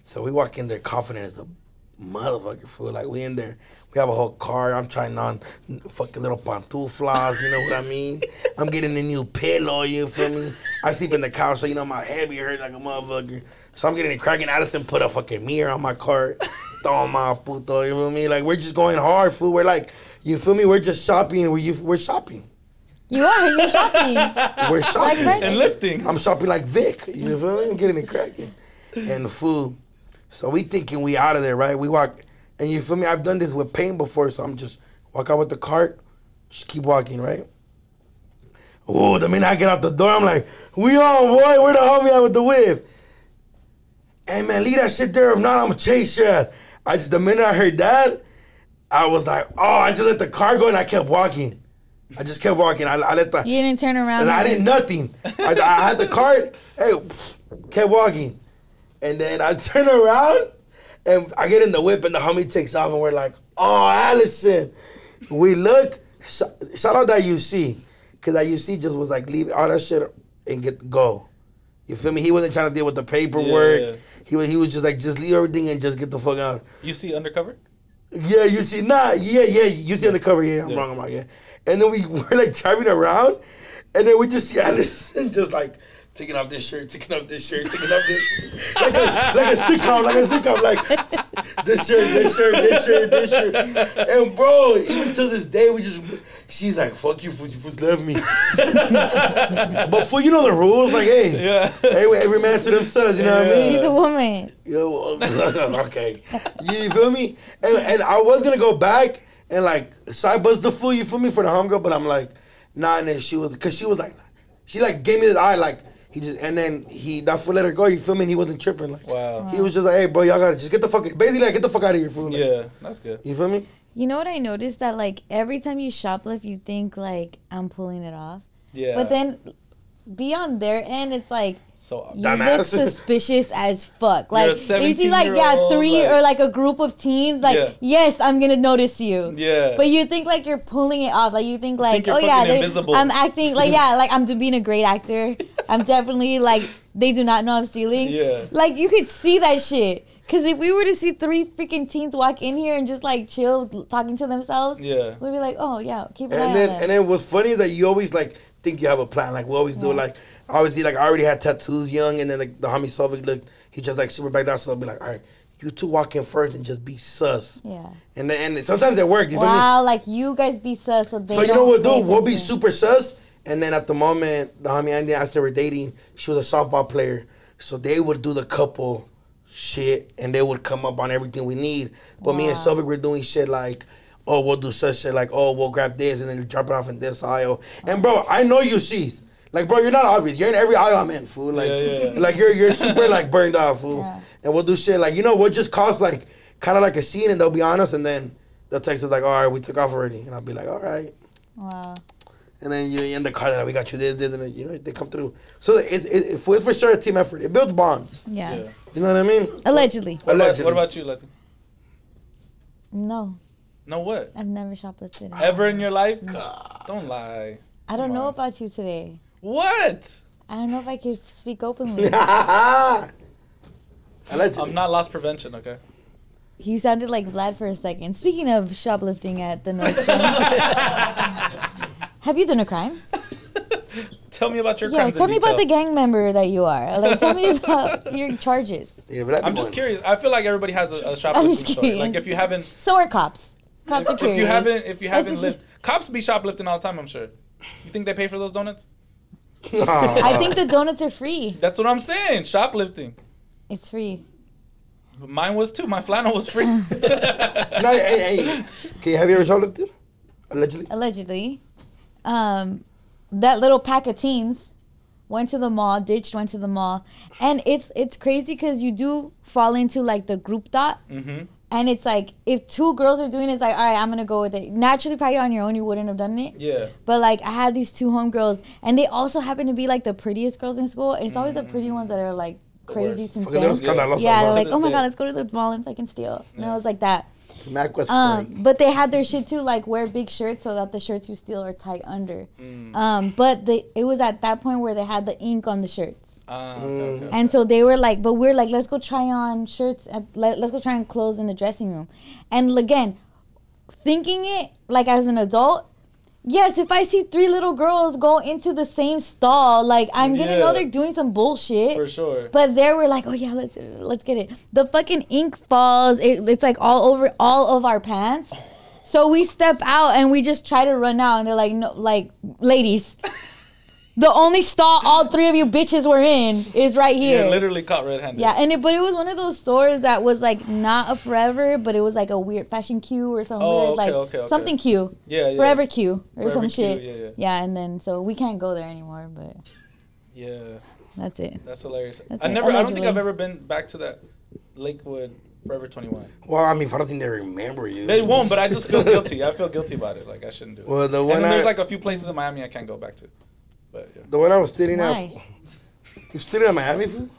Speaker 1: So we walk in there confident as a motherfucker fool. Like we in there, we have a whole car. I'm trying on fucking little pantuflas. You know what I mean? I'm getting a new pillow. You feel me? I sleep in the couch, so you know my head be hurt like a motherfucker. So I'm getting it cracking. Addison put a fucking mirror on my cart. Toma puto. You feel me? Like we're just going hard, fool. We're like, you feel me? We're just shopping. We're you, we're shopping.
Speaker 3: You are. You're shopping.
Speaker 1: We're shopping.
Speaker 3: Friday.
Speaker 2: and lifting.
Speaker 1: I'm shopping like Vic. You feel me? I'm getting it cracking. And the food. So we thinking we out of there, right? We walk, and you feel me? I've done this with pain before, so I'm just walk out with the cart, just keep walking, right? Oh, the minute I get out the door, I'm like, we on, boy. Where the homie at with the whip? hey man, leave that shit there. If not, I'ma chase your ass. I just the minute I heard that, I was like, oh, I just let the car go and I kept walking. I just kept walking. I, I let the
Speaker 3: You didn't turn around.
Speaker 1: and I
Speaker 3: and-
Speaker 1: did nothing. I, I had the cart. Hey, pff, kept walking, and then I turn around, and I get in the whip, and the homie takes off, and we're like, "Oh, Allison!" We look. Sh- shout out that UC, cause that UC just was like, leave all that shit and get go. You feel me? He wasn't trying to deal with the paperwork.
Speaker 2: Yeah.
Speaker 1: He was he was just like, just leave everything and just get the fuck out.
Speaker 2: You see undercover?
Speaker 1: Yeah, you see, nah, yeah, yeah, you see on the cover, yeah, I'm
Speaker 2: Yeah.
Speaker 1: wrong, I'm wrong, yeah. And then we were like driving around, and then we just see Allison just like taking off this shirt, taking off this shirt, taking off this shirt. Like a, like a sitcom, like a sitcom, like this shirt, this shirt, this shirt, this shirt. And bro, even to this day, we just, she's like, fuck you, fools, you fools love me. but for you know the rules, like, hey,
Speaker 2: Yeah.
Speaker 1: hey, every man to themselves, you know what I
Speaker 2: Yeah.
Speaker 1: mean?
Speaker 3: She's a woman.
Speaker 1: Yo, okay. You feel me? And, and I was gonna go back and like side buzz the fool, you feel me, for the homegirl, but I'm like, nah, and then she was, cause she was like, she like gave me this eye, like, he just, and then he, that fool let her go, you feel me? And he wasn't tripping. Like,
Speaker 2: Wow.
Speaker 1: he was just like, hey, bro, y'all gotta just get the fuck, basically, like, get the fuck out of here, fool. Like,
Speaker 2: Yeah, that's good.
Speaker 1: You feel me?
Speaker 3: You know what I noticed that like every time you shoplift, you think like I'm pulling it off,
Speaker 2: Yeah.
Speaker 3: but then be on their end, it's like
Speaker 2: so uh, awkward.
Speaker 3: you
Speaker 1: Dumbass.
Speaker 3: look suspicious as fuck. Like
Speaker 2: a
Speaker 3: you see, like yeah,
Speaker 2: 17-year-old,
Speaker 3: three
Speaker 2: like-
Speaker 3: or like a group of teens. Like
Speaker 2: Yeah.
Speaker 3: yes, I'm gonna notice you.
Speaker 2: Yeah.
Speaker 3: But you think like you're pulling it off. Like you think like
Speaker 2: you're
Speaker 3: oh yeah,
Speaker 2: fucking
Speaker 3: they-
Speaker 2: invisible.
Speaker 3: I'm acting like yeah, like I'm being a great actor. I'm definitely like they do not know I'm stealing.
Speaker 2: Yeah.
Speaker 3: Like you could see that shit. Cause if we were to see three freaking teens walk in here and just like chill, talking to themselves,
Speaker 2: Yeah.
Speaker 3: we'd be like, oh yeah, keep an eye
Speaker 1: And
Speaker 3: on
Speaker 1: then
Speaker 3: them.
Speaker 1: and then what's funny is that you always like think you have a plan. Like we always do.
Speaker 3: Yeah.
Speaker 1: Like obviously, like I already had tattoos young, and then like the homie Selvig looked, he just like super back down. So I'll be like, all right, you two walk in first and just be sus.
Speaker 3: yeah.
Speaker 1: And then, and sometimes it worked. You feel me?
Speaker 3: Wow, like you guys be sus, so they
Speaker 1: So you know
Speaker 3: don't
Speaker 1: what,
Speaker 3: pay
Speaker 1: dude? We'll be
Speaker 3: attention.
Speaker 1: super sus. And then at the moment, the homie Andy and I said we're dating. She was a softball player, so they would do the couple shit, and they would come up on everything we need. But me and
Speaker 3: Wow.
Speaker 1: Selvig were doing shit like, oh, we'll do such shit like, oh, we'll grab this and then drop it off in this aisle. And bro,
Speaker 3: Oh.
Speaker 1: I know you sees. Like, bro, you're not obvious. You're in every aisle I'm in, fool. Like,
Speaker 2: Yeah, yeah.
Speaker 1: like you're you're super like burned out, fool.
Speaker 3: Yeah.
Speaker 1: And we'll do shit like you know we'll just cause like kind of like a scene, and they'll be honest, and then they'll text us like, all right, we took off already, and I'll be like, all right.
Speaker 3: Wow.
Speaker 1: And then you in the car that we got you this, this, and then, you know they come through. So it's it's, it's, for, it's for sure a team effort. It builds bonds.
Speaker 3: Yeah.
Speaker 2: Yeah.
Speaker 1: You know what I mean?
Speaker 3: Allegedly.
Speaker 2: What about,
Speaker 1: Allegedly.
Speaker 2: what about you, Latin?
Speaker 3: No,
Speaker 2: No, what?
Speaker 3: I've never shoplifted.
Speaker 2: Ever in your life? Don't lie.
Speaker 3: I don't
Speaker 2: Come
Speaker 3: know
Speaker 2: on.
Speaker 3: about you today.
Speaker 2: What?
Speaker 3: I don't know if I could speak openly.
Speaker 1: Allegedly.
Speaker 2: I'm not loss prevention, okay?
Speaker 3: he sounded like Vlad for a second. Speaking of shoplifting at the Nordstrom, have you done a crime?
Speaker 2: Tell me about your
Speaker 3: yeah,
Speaker 2: crimes in
Speaker 3: tell me about the
Speaker 2: detail.
Speaker 3: gang member that you are. Like, tell me about your charges.
Speaker 1: Yeah, but that'd be
Speaker 2: I'm just
Speaker 1: one.
Speaker 2: curious. I feel like everybody has a, a shoplifting story.
Speaker 3: curious.
Speaker 2: Like if you haven't,
Speaker 3: So are cops. Cops
Speaker 2: if,
Speaker 3: are
Speaker 2: if you
Speaker 3: curious.
Speaker 2: haven't, if you haven't
Speaker 3: is-
Speaker 2: lived, cops be shoplifting all the time. I'm sure. You think they pay for those donuts?
Speaker 1: Aw.
Speaker 3: I think the donuts are free.
Speaker 2: That's what I'm saying. Shoplifting.
Speaker 3: It's free.
Speaker 2: But Mine was too. My flannel was free.
Speaker 1: No, hey, hey. Okay, have you ever shoplifted?
Speaker 3: Uh,
Speaker 1: Allegedly.
Speaker 3: allegedly, um, that little pack of teens went to the mall, ditched, went to the mall, and it's it's crazy because you do fall into like the group thought,
Speaker 2: hmm
Speaker 3: and it's like if two girls are doing it, it's like all right, I'm gonna go with it. Naturally, probably on your own, you wouldn't have done it.
Speaker 2: Yeah.
Speaker 3: But like I had these two homegirls, and they also happen to be like the prettiest girls in school. And it's always the pretty ones that are like crazy
Speaker 2: worst.
Speaker 3: since
Speaker 1: Fucking little
Speaker 3: then.
Speaker 2: Yeah.
Speaker 1: scandaloso.
Speaker 3: Yeah, they're
Speaker 1: huh?
Speaker 3: like, oh my
Speaker 2: Understand.
Speaker 3: god, let's go to the mall and fucking steal. And
Speaker 2: Yeah.
Speaker 3: I was like that.
Speaker 1: MacWest
Speaker 3: Um,
Speaker 1: Frank.
Speaker 3: but they had their shit too, like wear big shirts so that the shirts you steal are tight under.
Speaker 2: Mm.
Speaker 3: Um, but the it was at that point where they had the ink on the shirts,
Speaker 2: Ah,
Speaker 1: Mm.
Speaker 2: okay, okay.
Speaker 3: and so they were like, but we're like, let's go try on shirts, at, let, let's go try on clothes in the dressing room, and again, thinking it like as an adult. Yes, if I see three little girls go into the same stall, like I'm gonna know
Speaker 2: Oh, Yeah.
Speaker 3: they're doing some bullshit.
Speaker 2: for sure.
Speaker 3: But there we're like, oh yeah, let's let's get it. The fucking ink falls. It, it's like all over all of our pants. So we step out and we just try to run out, and they're like, no, like ladies, the only stall all three of you bitches were in is right here.
Speaker 2: You're literally caught red-handed.
Speaker 3: yeah, and it, but it was one of those stores that was like not a forever, but it was like a weird fashion Q or some
Speaker 2: Oh,
Speaker 3: weird
Speaker 2: okay,
Speaker 3: like
Speaker 2: okay, okay.
Speaker 3: something Q,
Speaker 2: Yeah. yeah.
Speaker 3: forever Q or
Speaker 2: Forever
Speaker 3: some
Speaker 2: Q,
Speaker 3: shit.
Speaker 2: yeah, yeah.
Speaker 3: yeah, and then so we can't go there anymore, but
Speaker 2: Yeah.
Speaker 3: That's it.
Speaker 2: That's hilarious.
Speaker 3: That's
Speaker 2: I
Speaker 3: it.
Speaker 2: never. I don't think
Speaker 3: Allegedly.
Speaker 2: I've ever been back to that Lakewood Forever Twenty One.
Speaker 1: Well, I mean, if I don't think they remember you.
Speaker 2: They won't, but I just feel guilty. I feel guilty about it. Like I shouldn't do it.
Speaker 1: Well, the
Speaker 2: and
Speaker 1: one
Speaker 2: then
Speaker 1: I,
Speaker 2: there's like a few places in Miami I can't go back to. But yeah.
Speaker 1: the one I was sitting at,
Speaker 3: Why?
Speaker 1: you sitting at Miami food?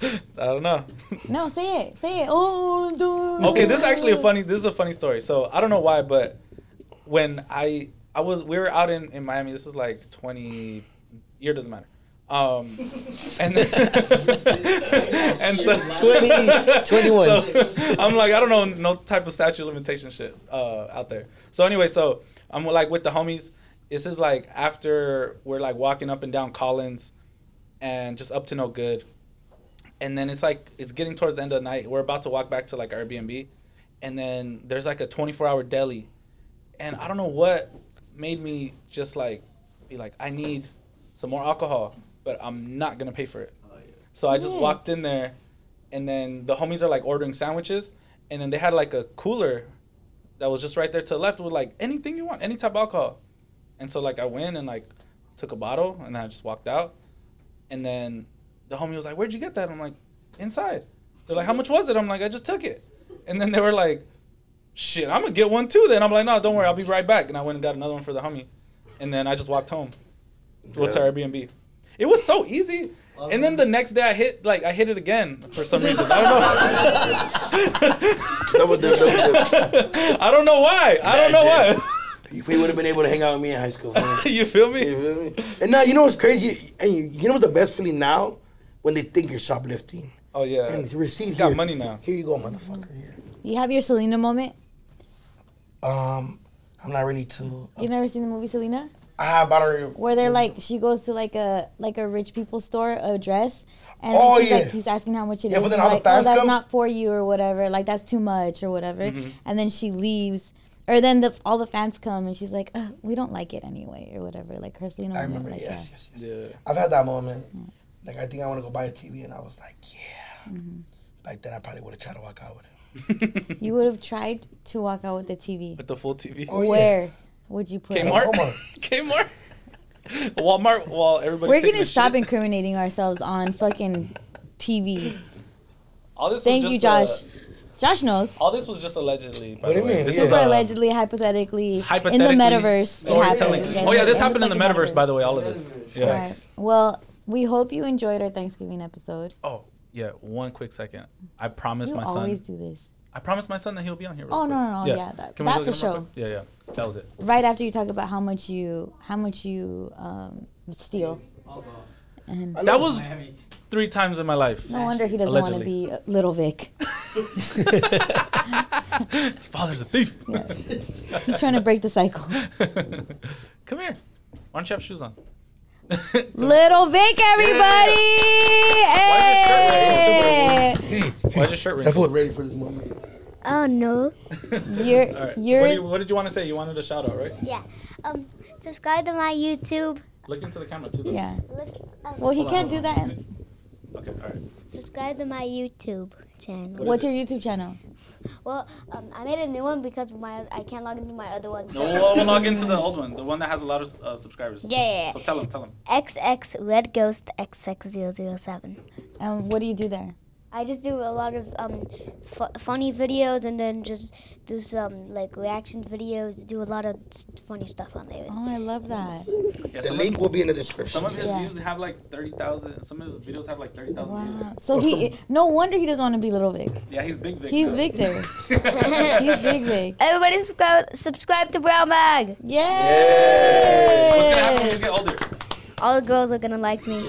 Speaker 2: I don't know.
Speaker 3: No, say it. Say it. Oh, dude.
Speaker 2: okay, this is actually a funny. This is a funny story. So I don't know why, but when I I was we were out in in Miami. This was like 20 year doesn't matter. Um, and then, and so
Speaker 5: 20, 21.
Speaker 2: So, I'm like I don't know no type of statute of limitation shit uh, out there. So anyway, so I'm like with the homies. This is like after we're like walking up and down Collins, and just up to no good. And then it's like it's getting towards the end of the night. We're about to walk back to like Airbnb, and then there's like a 24 hour deli, and I don't know what made me just like be like I need some more alcohol, but I'm not gonna pay for it.
Speaker 8: Oh,
Speaker 2: So I just
Speaker 3: Yeah.
Speaker 2: walked in there, and then the homies are like ordering sandwiches, and then they had like a cooler that was just right there to the left with like anything you want, any type of alcohol. And so like I went and like took a bottle and I just walked out. And then the homie was like, Where'd you get that? I'm like, inside. They're like, How much was it? I'm like, I just took it. And then they were like, Shit, I'm gonna get one too then. I'm like, No, don't worry, I'll be right back. And I went and got another one for the homie. And then I just walked home. Went to
Speaker 1: Yeah.
Speaker 2: Airbnb. It was so easy. And then the next day I hit like I hit it again for some reason. I don't know.
Speaker 1: Double dip, double dip.
Speaker 2: I don't know why. I don't know
Speaker 1: Imagine.
Speaker 2: why.
Speaker 1: If he would have been able to hang out with me in high school, fool.
Speaker 2: you feel
Speaker 1: You
Speaker 2: me?
Speaker 1: feel me? And now you know what's crazy, and you, you know what's the best feeling now when they think you're shoplifting
Speaker 2: Oh yeah.
Speaker 1: and it's receipt
Speaker 2: got
Speaker 1: here.
Speaker 2: money now.
Speaker 1: Here you go, motherfucker. Here.
Speaker 3: You have your Selena moment.
Speaker 1: Um, I'm not really too. uh,
Speaker 3: You've never seen the movie Selena,
Speaker 1: I have about her.
Speaker 3: where they're like she goes to like a like a rich people store a dress, and
Speaker 1: Oh,
Speaker 3: then she's like
Speaker 1: yeah.
Speaker 3: he's asking how much it is.
Speaker 1: Yeah, but then
Speaker 3: He's
Speaker 1: all the
Speaker 3: like, oh,
Speaker 1: fans
Speaker 3: that's
Speaker 1: come."
Speaker 3: not for you or whatever. Like that's too much or whatever.
Speaker 2: Mm-hmm.
Speaker 3: And then she leaves, or then the all the fans come and she's like, uh, we don't like it anyway or whatever. Like her Selena.
Speaker 1: I
Speaker 3: moment,
Speaker 1: remember.
Speaker 3: like
Speaker 1: Yes,
Speaker 3: that.
Speaker 1: yes, yes.
Speaker 2: Yeah.
Speaker 1: I've had that moment. Like I think I want to go buy a TV, and I was like, yeah. Like then I probably would have tried to walk out with him.
Speaker 3: You would have tried to walk out with the TV.
Speaker 2: With the full TV.
Speaker 1: Oh, yeah.
Speaker 3: Where would you put it?
Speaker 2: Kmart.
Speaker 1: Walmart.
Speaker 2: Kmart. Walmart. While everybody.
Speaker 3: We're gonna stop incriminating ourselves on fucking TV.
Speaker 2: All this was
Speaker 3: Thank
Speaker 2: just,
Speaker 3: you,
Speaker 2: uh,
Speaker 3: Josh. Josh knows.
Speaker 2: all this was just allegedly. By
Speaker 1: What
Speaker 2: the
Speaker 1: do you
Speaker 2: way.
Speaker 1: mean?
Speaker 2: This
Speaker 1: Yeah.
Speaker 2: is
Speaker 3: Super
Speaker 2: uh,
Speaker 3: allegedly, hypothetically, in
Speaker 2: hypothetically
Speaker 3: the metaverse, it
Speaker 2: storytelling.
Speaker 3: happened.
Speaker 2: Oh yeah, this happened in the
Speaker 3: fucking
Speaker 2: metaverse, by the way. All of this. Yeah.
Speaker 3: All right. Well, we hope you enjoyed our Thanksgiving episode.
Speaker 2: Oh yeah. One quick second. I promised
Speaker 3: you
Speaker 2: my son.
Speaker 3: always do this.
Speaker 2: I promised my son that he'll be on here. real
Speaker 3: Oh, no, no,
Speaker 2: quick.
Speaker 3: no, yeah, that-
Speaker 2: Can we
Speaker 3: that
Speaker 2: look at
Speaker 3: for
Speaker 2: him real quick? Yeah, yeah. That was it.
Speaker 3: Right after you talk about how much you how much you um, steal, and
Speaker 2: That was three times in my life.
Speaker 3: no wonder he doesn't want to
Speaker 2: Allegedly.
Speaker 3: be uh, little Vic.
Speaker 2: His father's a thief.
Speaker 3: He's trying to break the cycle.
Speaker 2: Come here. Why don't you have shoes on?
Speaker 3: little Vic, everybody!
Speaker 2: Why
Speaker 3: Hey!
Speaker 2: Why's your shirt
Speaker 1: That
Speaker 2: wrinkled?
Speaker 1: fool was ready for this moment.
Speaker 9: Oh no.
Speaker 3: You're
Speaker 2: All right.
Speaker 3: you're
Speaker 2: What, do you- what did you want to say? You wanted a shout out, right?
Speaker 9: Yeah. Um, subscribe to my YouTube.
Speaker 2: Look into the camera too. though.
Speaker 3: yeah.
Speaker 9: Look.
Speaker 3: Well, he can't do that.
Speaker 2: Okay. All right.
Speaker 9: Subscribe to my YouTube channel.
Speaker 2: is
Speaker 3: What's
Speaker 2: it?
Speaker 3: your YouTube channel?
Speaker 9: Well, um, I made a new one because my I can't log into my other one.
Speaker 2: No,
Speaker 9: So
Speaker 2: we'll, we'll log into the old one, the one that has a lot of uh, subscribers.
Speaker 9: Yeah, yeah, yeah.
Speaker 2: So tell him, tell him.
Speaker 9: XX Red Ghost XX007.
Speaker 3: Um, what do you do there?
Speaker 9: I just do a lot of um, fu- funny videos and then just do some like reaction videos. Do a lot of s- funny stuff on there.
Speaker 3: Oh, I love that.
Speaker 2: Yeah,
Speaker 1: The
Speaker 2: some,
Speaker 1: link
Speaker 2: of,
Speaker 1: will be in the description.
Speaker 2: some of his
Speaker 3: Yeah.
Speaker 2: views have like thirty thousand. Some of his videos have like thirty thousand views.
Speaker 3: Wow. So he no wonder he doesn't want to be little Vic.
Speaker 2: Yeah, he's big Vic.
Speaker 3: He's
Speaker 2: now.
Speaker 3: Victor. He's Big Vic.
Speaker 9: Everybody subscribe subscribe to Brown Bag.
Speaker 3: Yay!
Speaker 2: What's gonna happen when you get older?
Speaker 9: All the girls are gonna like me.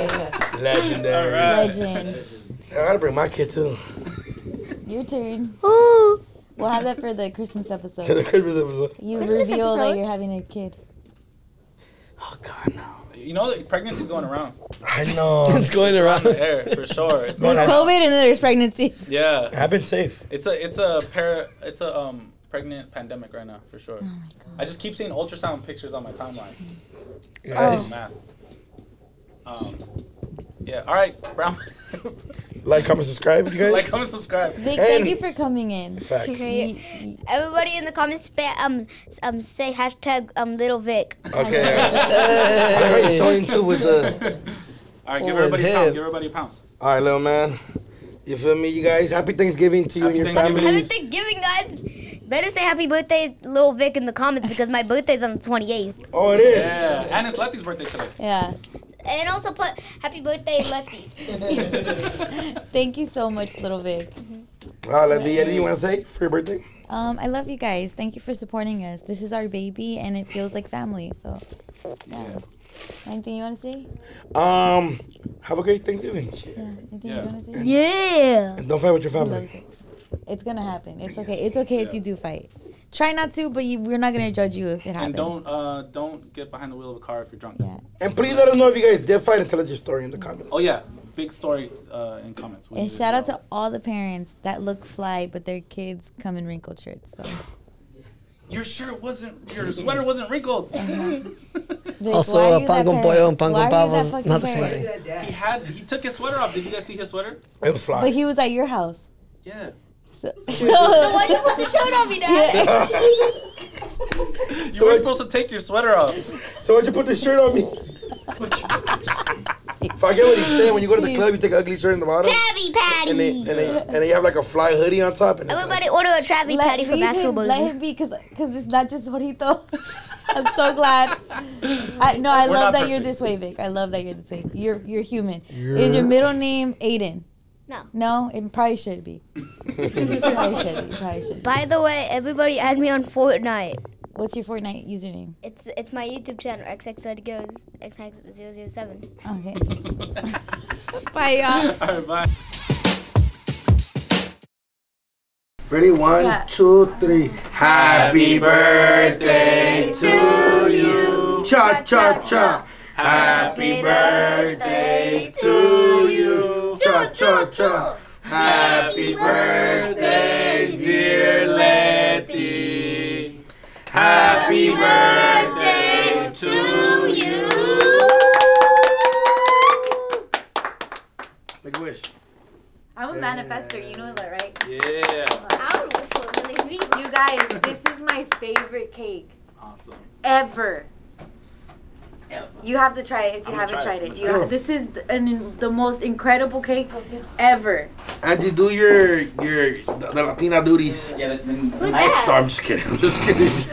Speaker 1: Legendary.
Speaker 2: All right.
Speaker 3: Legend.
Speaker 1: I gotta bring my kid too
Speaker 3: Your turn.
Speaker 9: Ooh.
Speaker 3: We'll have that for the Christmas
Speaker 1: to the
Speaker 3: episode.
Speaker 1: Christmas episode.
Speaker 3: You
Speaker 9: Christmas
Speaker 3: reveal that
Speaker 9: episode?
Speaker 3: you're having a kid.
Speaker 1: Oh God, no.
Speaker 2: You know, that pregnancy's going around.
Speaker 1: I know.
Speaker 5: It's going
Speaker 2: Around
Speaker 5: around.
Speaker 2: the air for sure. It's
Speaker 1: Well,
Speaker 3: There's
Speaker 1: I-
Speaker 3: COVID and then there's pregnancy.
Speaker 2: yeah.
Speaker 1: I've been safe.
Speaker 2: It's a it's a para, it's a um pregnant pandemic right now for sure. I just keep seeing ultrasound pictures on my timeline.
Speaker 1: Guys,
Speaker 2: Oh. Man. Um, yeah. All right, Brown.
Speaker 1: Like, comment, subscribe, you guys.
Speaker 2: like, comment, subscribe.
Speaker 3: Vic,
Speaker 1: And-
Speaker 3: thank you for coming in.
Speaker 1: Facts.
Speaker 9: Okay.
Speaker 3: You- you-
Speaker 9: Everybody in the comments, spa- um, s- um, say hashtag um little Vic.
Speaker 1: Okay. I heard you so into with the.
Speaker 2: All right, give
Speaker 5: Oh,
Speaker 2: everybody a
Speaker 5: hip.
Speaker 2: pound. Give everybody a pound.
Speaker 1: All right, little man. You feel me, you guys? Happy Thanksgiving to you
Speaker 2: Happy
Speaker 1: and your
Speaker 2: Thanksgiving.
Speaker 9: Happy
Speaker 1: families.
Speaker 9: Thanksgiving, guys. Better say happy birthday, little Vic, in the comments because my birthday's on the 28th.
Speaker 1: oh, it is.
Speaker 2: Yeah. And it's Letty's birthday today.
Speaker 3: Yeah.
Speaker 9: And also put happy birthday, Lefty.
Speaker 3: Thank you so much, little Vic.
Speaker 1: All right, Lady, anything you want to say for your birthday?
Speaker 3: Um, I love you guys. Thank you for supporting us. This is our baby, and it feels like family. So, yeah. Anything you want to say?
Speaker 1: Um, have a great Thanksgiving.
Speaker 3: Yeah. Anything
Speaker 2: Yeah.
Speaker 3: you want to say?
Speaker 9: Yeah.
Speaker 1: And don't fight with your
Speaker 3: He
Speaker 1: family.
Speaker 3: loves it. It's gonna happen. It's okay. It's okay if you do fight. Try not to, but you, we're not gonna judge you if it happens.
Speaker 2: And don't uh don't get behind the wheel of a car if you're drunk.
Speaker 3: Yeah.
Speaker 1: And please let us know if you guys did fight and tell us your story in the comments.
Speaker 2: Oh yeah, big story uh, in comments. We
Speaker 3: And
Speaker 2: need
Speaker 3: shout out
Speaker 2: know.
Speaker 3: to all the parents that look fly, but their kids come in wrinkled shirts. So
Speaker 2: your shirt wasn't your sweater wasn't wrinkled.
Speaker 3: Like,
Speaker 5: Also,
Speaker 3: why are
Speaker 5: uh,
Speaker 3: you that
Speaker 5: pan con
Speaker 3: parent?
Speaker 5: pollo and pan
Speaker 3: Why
Speaker 5: con
Speaker 3: are you that
Speaker 5: pavo,
Speaker 3: fucking
Speaker 5: not the same
Speaker 3: parent?
Speaker 5: thing.
Speaker 2: he had he took his sweater off. Did you guys see his sweater?
Speaker 1: It was
Speaker 3: But
Speaker 1: fly.
Speaker 3: he was at your house.
Speaker 2: Yeah.
Speaker 3: So,
Speaker 9: So why you put the shirt on me, Dad?
Speaker 3: Yeah.
Speaker 2: You
Speaker 1: So
Speaker 2: were
Speaker 1: what-
Speaker 2: supposed to take your sweater off.
Speaker 1: So why'd you put this shirt on me? Forget what you say. When you go to the club, you take an ugly shirt in the bottom.
Speaker 9: Krabby
Speaker 1: And then,
Speaker 9: Patty.
Speaker 1: and, then, and then you have like a fly hoodie on top. And it's like,
Speaker 9: Everybody order a Krabby
Speaker 3: Let-
Speaker 9: Patty for
Speaker 3: leave
Speaker 9: Basketball
Speaker 3: him, let
Speaker 9: Bowl.
Speaker 3: him be, cause, cause it's not just what he thought. I'm so glad. I, no, I
Speaker 2: We're
Speaker 3: love
Speaker 2: not
Speaker 3: that you're
Speaker 2: perfect.
Speaker 3: this way, Vic. I love that you're this way. You're you're human. Is
Speaker 1: Yeah.
Speaker 3: your middle name Aiden?
Speaker 9: No.
Speaker 3: No, it probably should be. it probably should be. It probably should. Be.
Speaker 9: By the way, everybody add me on Fortnite.
Speaker 3: What's your Fortnite username?
Speaker 9: It's it's my YouTube channel, XXX Goes XX007.
Speaker 3: Okay.
Speaker 9: Bye, y'all.
Speaker 2: All right, bye.
Speaker 1: Ready? One,
Speaker 3: Yeah.
Speaker 1: two, three. Happy birthday to you. Cha cha cha. Happy birthday to you. Cha cha cha. Happy birthday, dear Letty. Happy birthday to Make a wish.
Speaker 3: I'm a manifester. You know that, right?
Speaker 2: Yeah.
Speaker 9: I would wish for really sweet.
Speaker 3: You guys, this is my favorite cake
Speaker 2: Awesome.
Speaker 3: ever. You have to try it if you
Speaker 2: I'm gonna
Speaker 3: haven't
Speaker 2: try it.
Speaker 3: tried it.
Speaker 2: I'm
Speaker 3: You
Speaker 1: gonna
Speaker 3: have,
Speaker 1: try
Speaker 3: this is the, an, the most incredible cake ever.
Speaker 1: Angie, do your your the, the Latina duties.
Speaker 6: Yeah, that, then,
Speaker 9: Who's
Speaker 6: I,
Speaker 9: that?
Speaker 1: Sorry, I'm just kidding. I'm just kidding.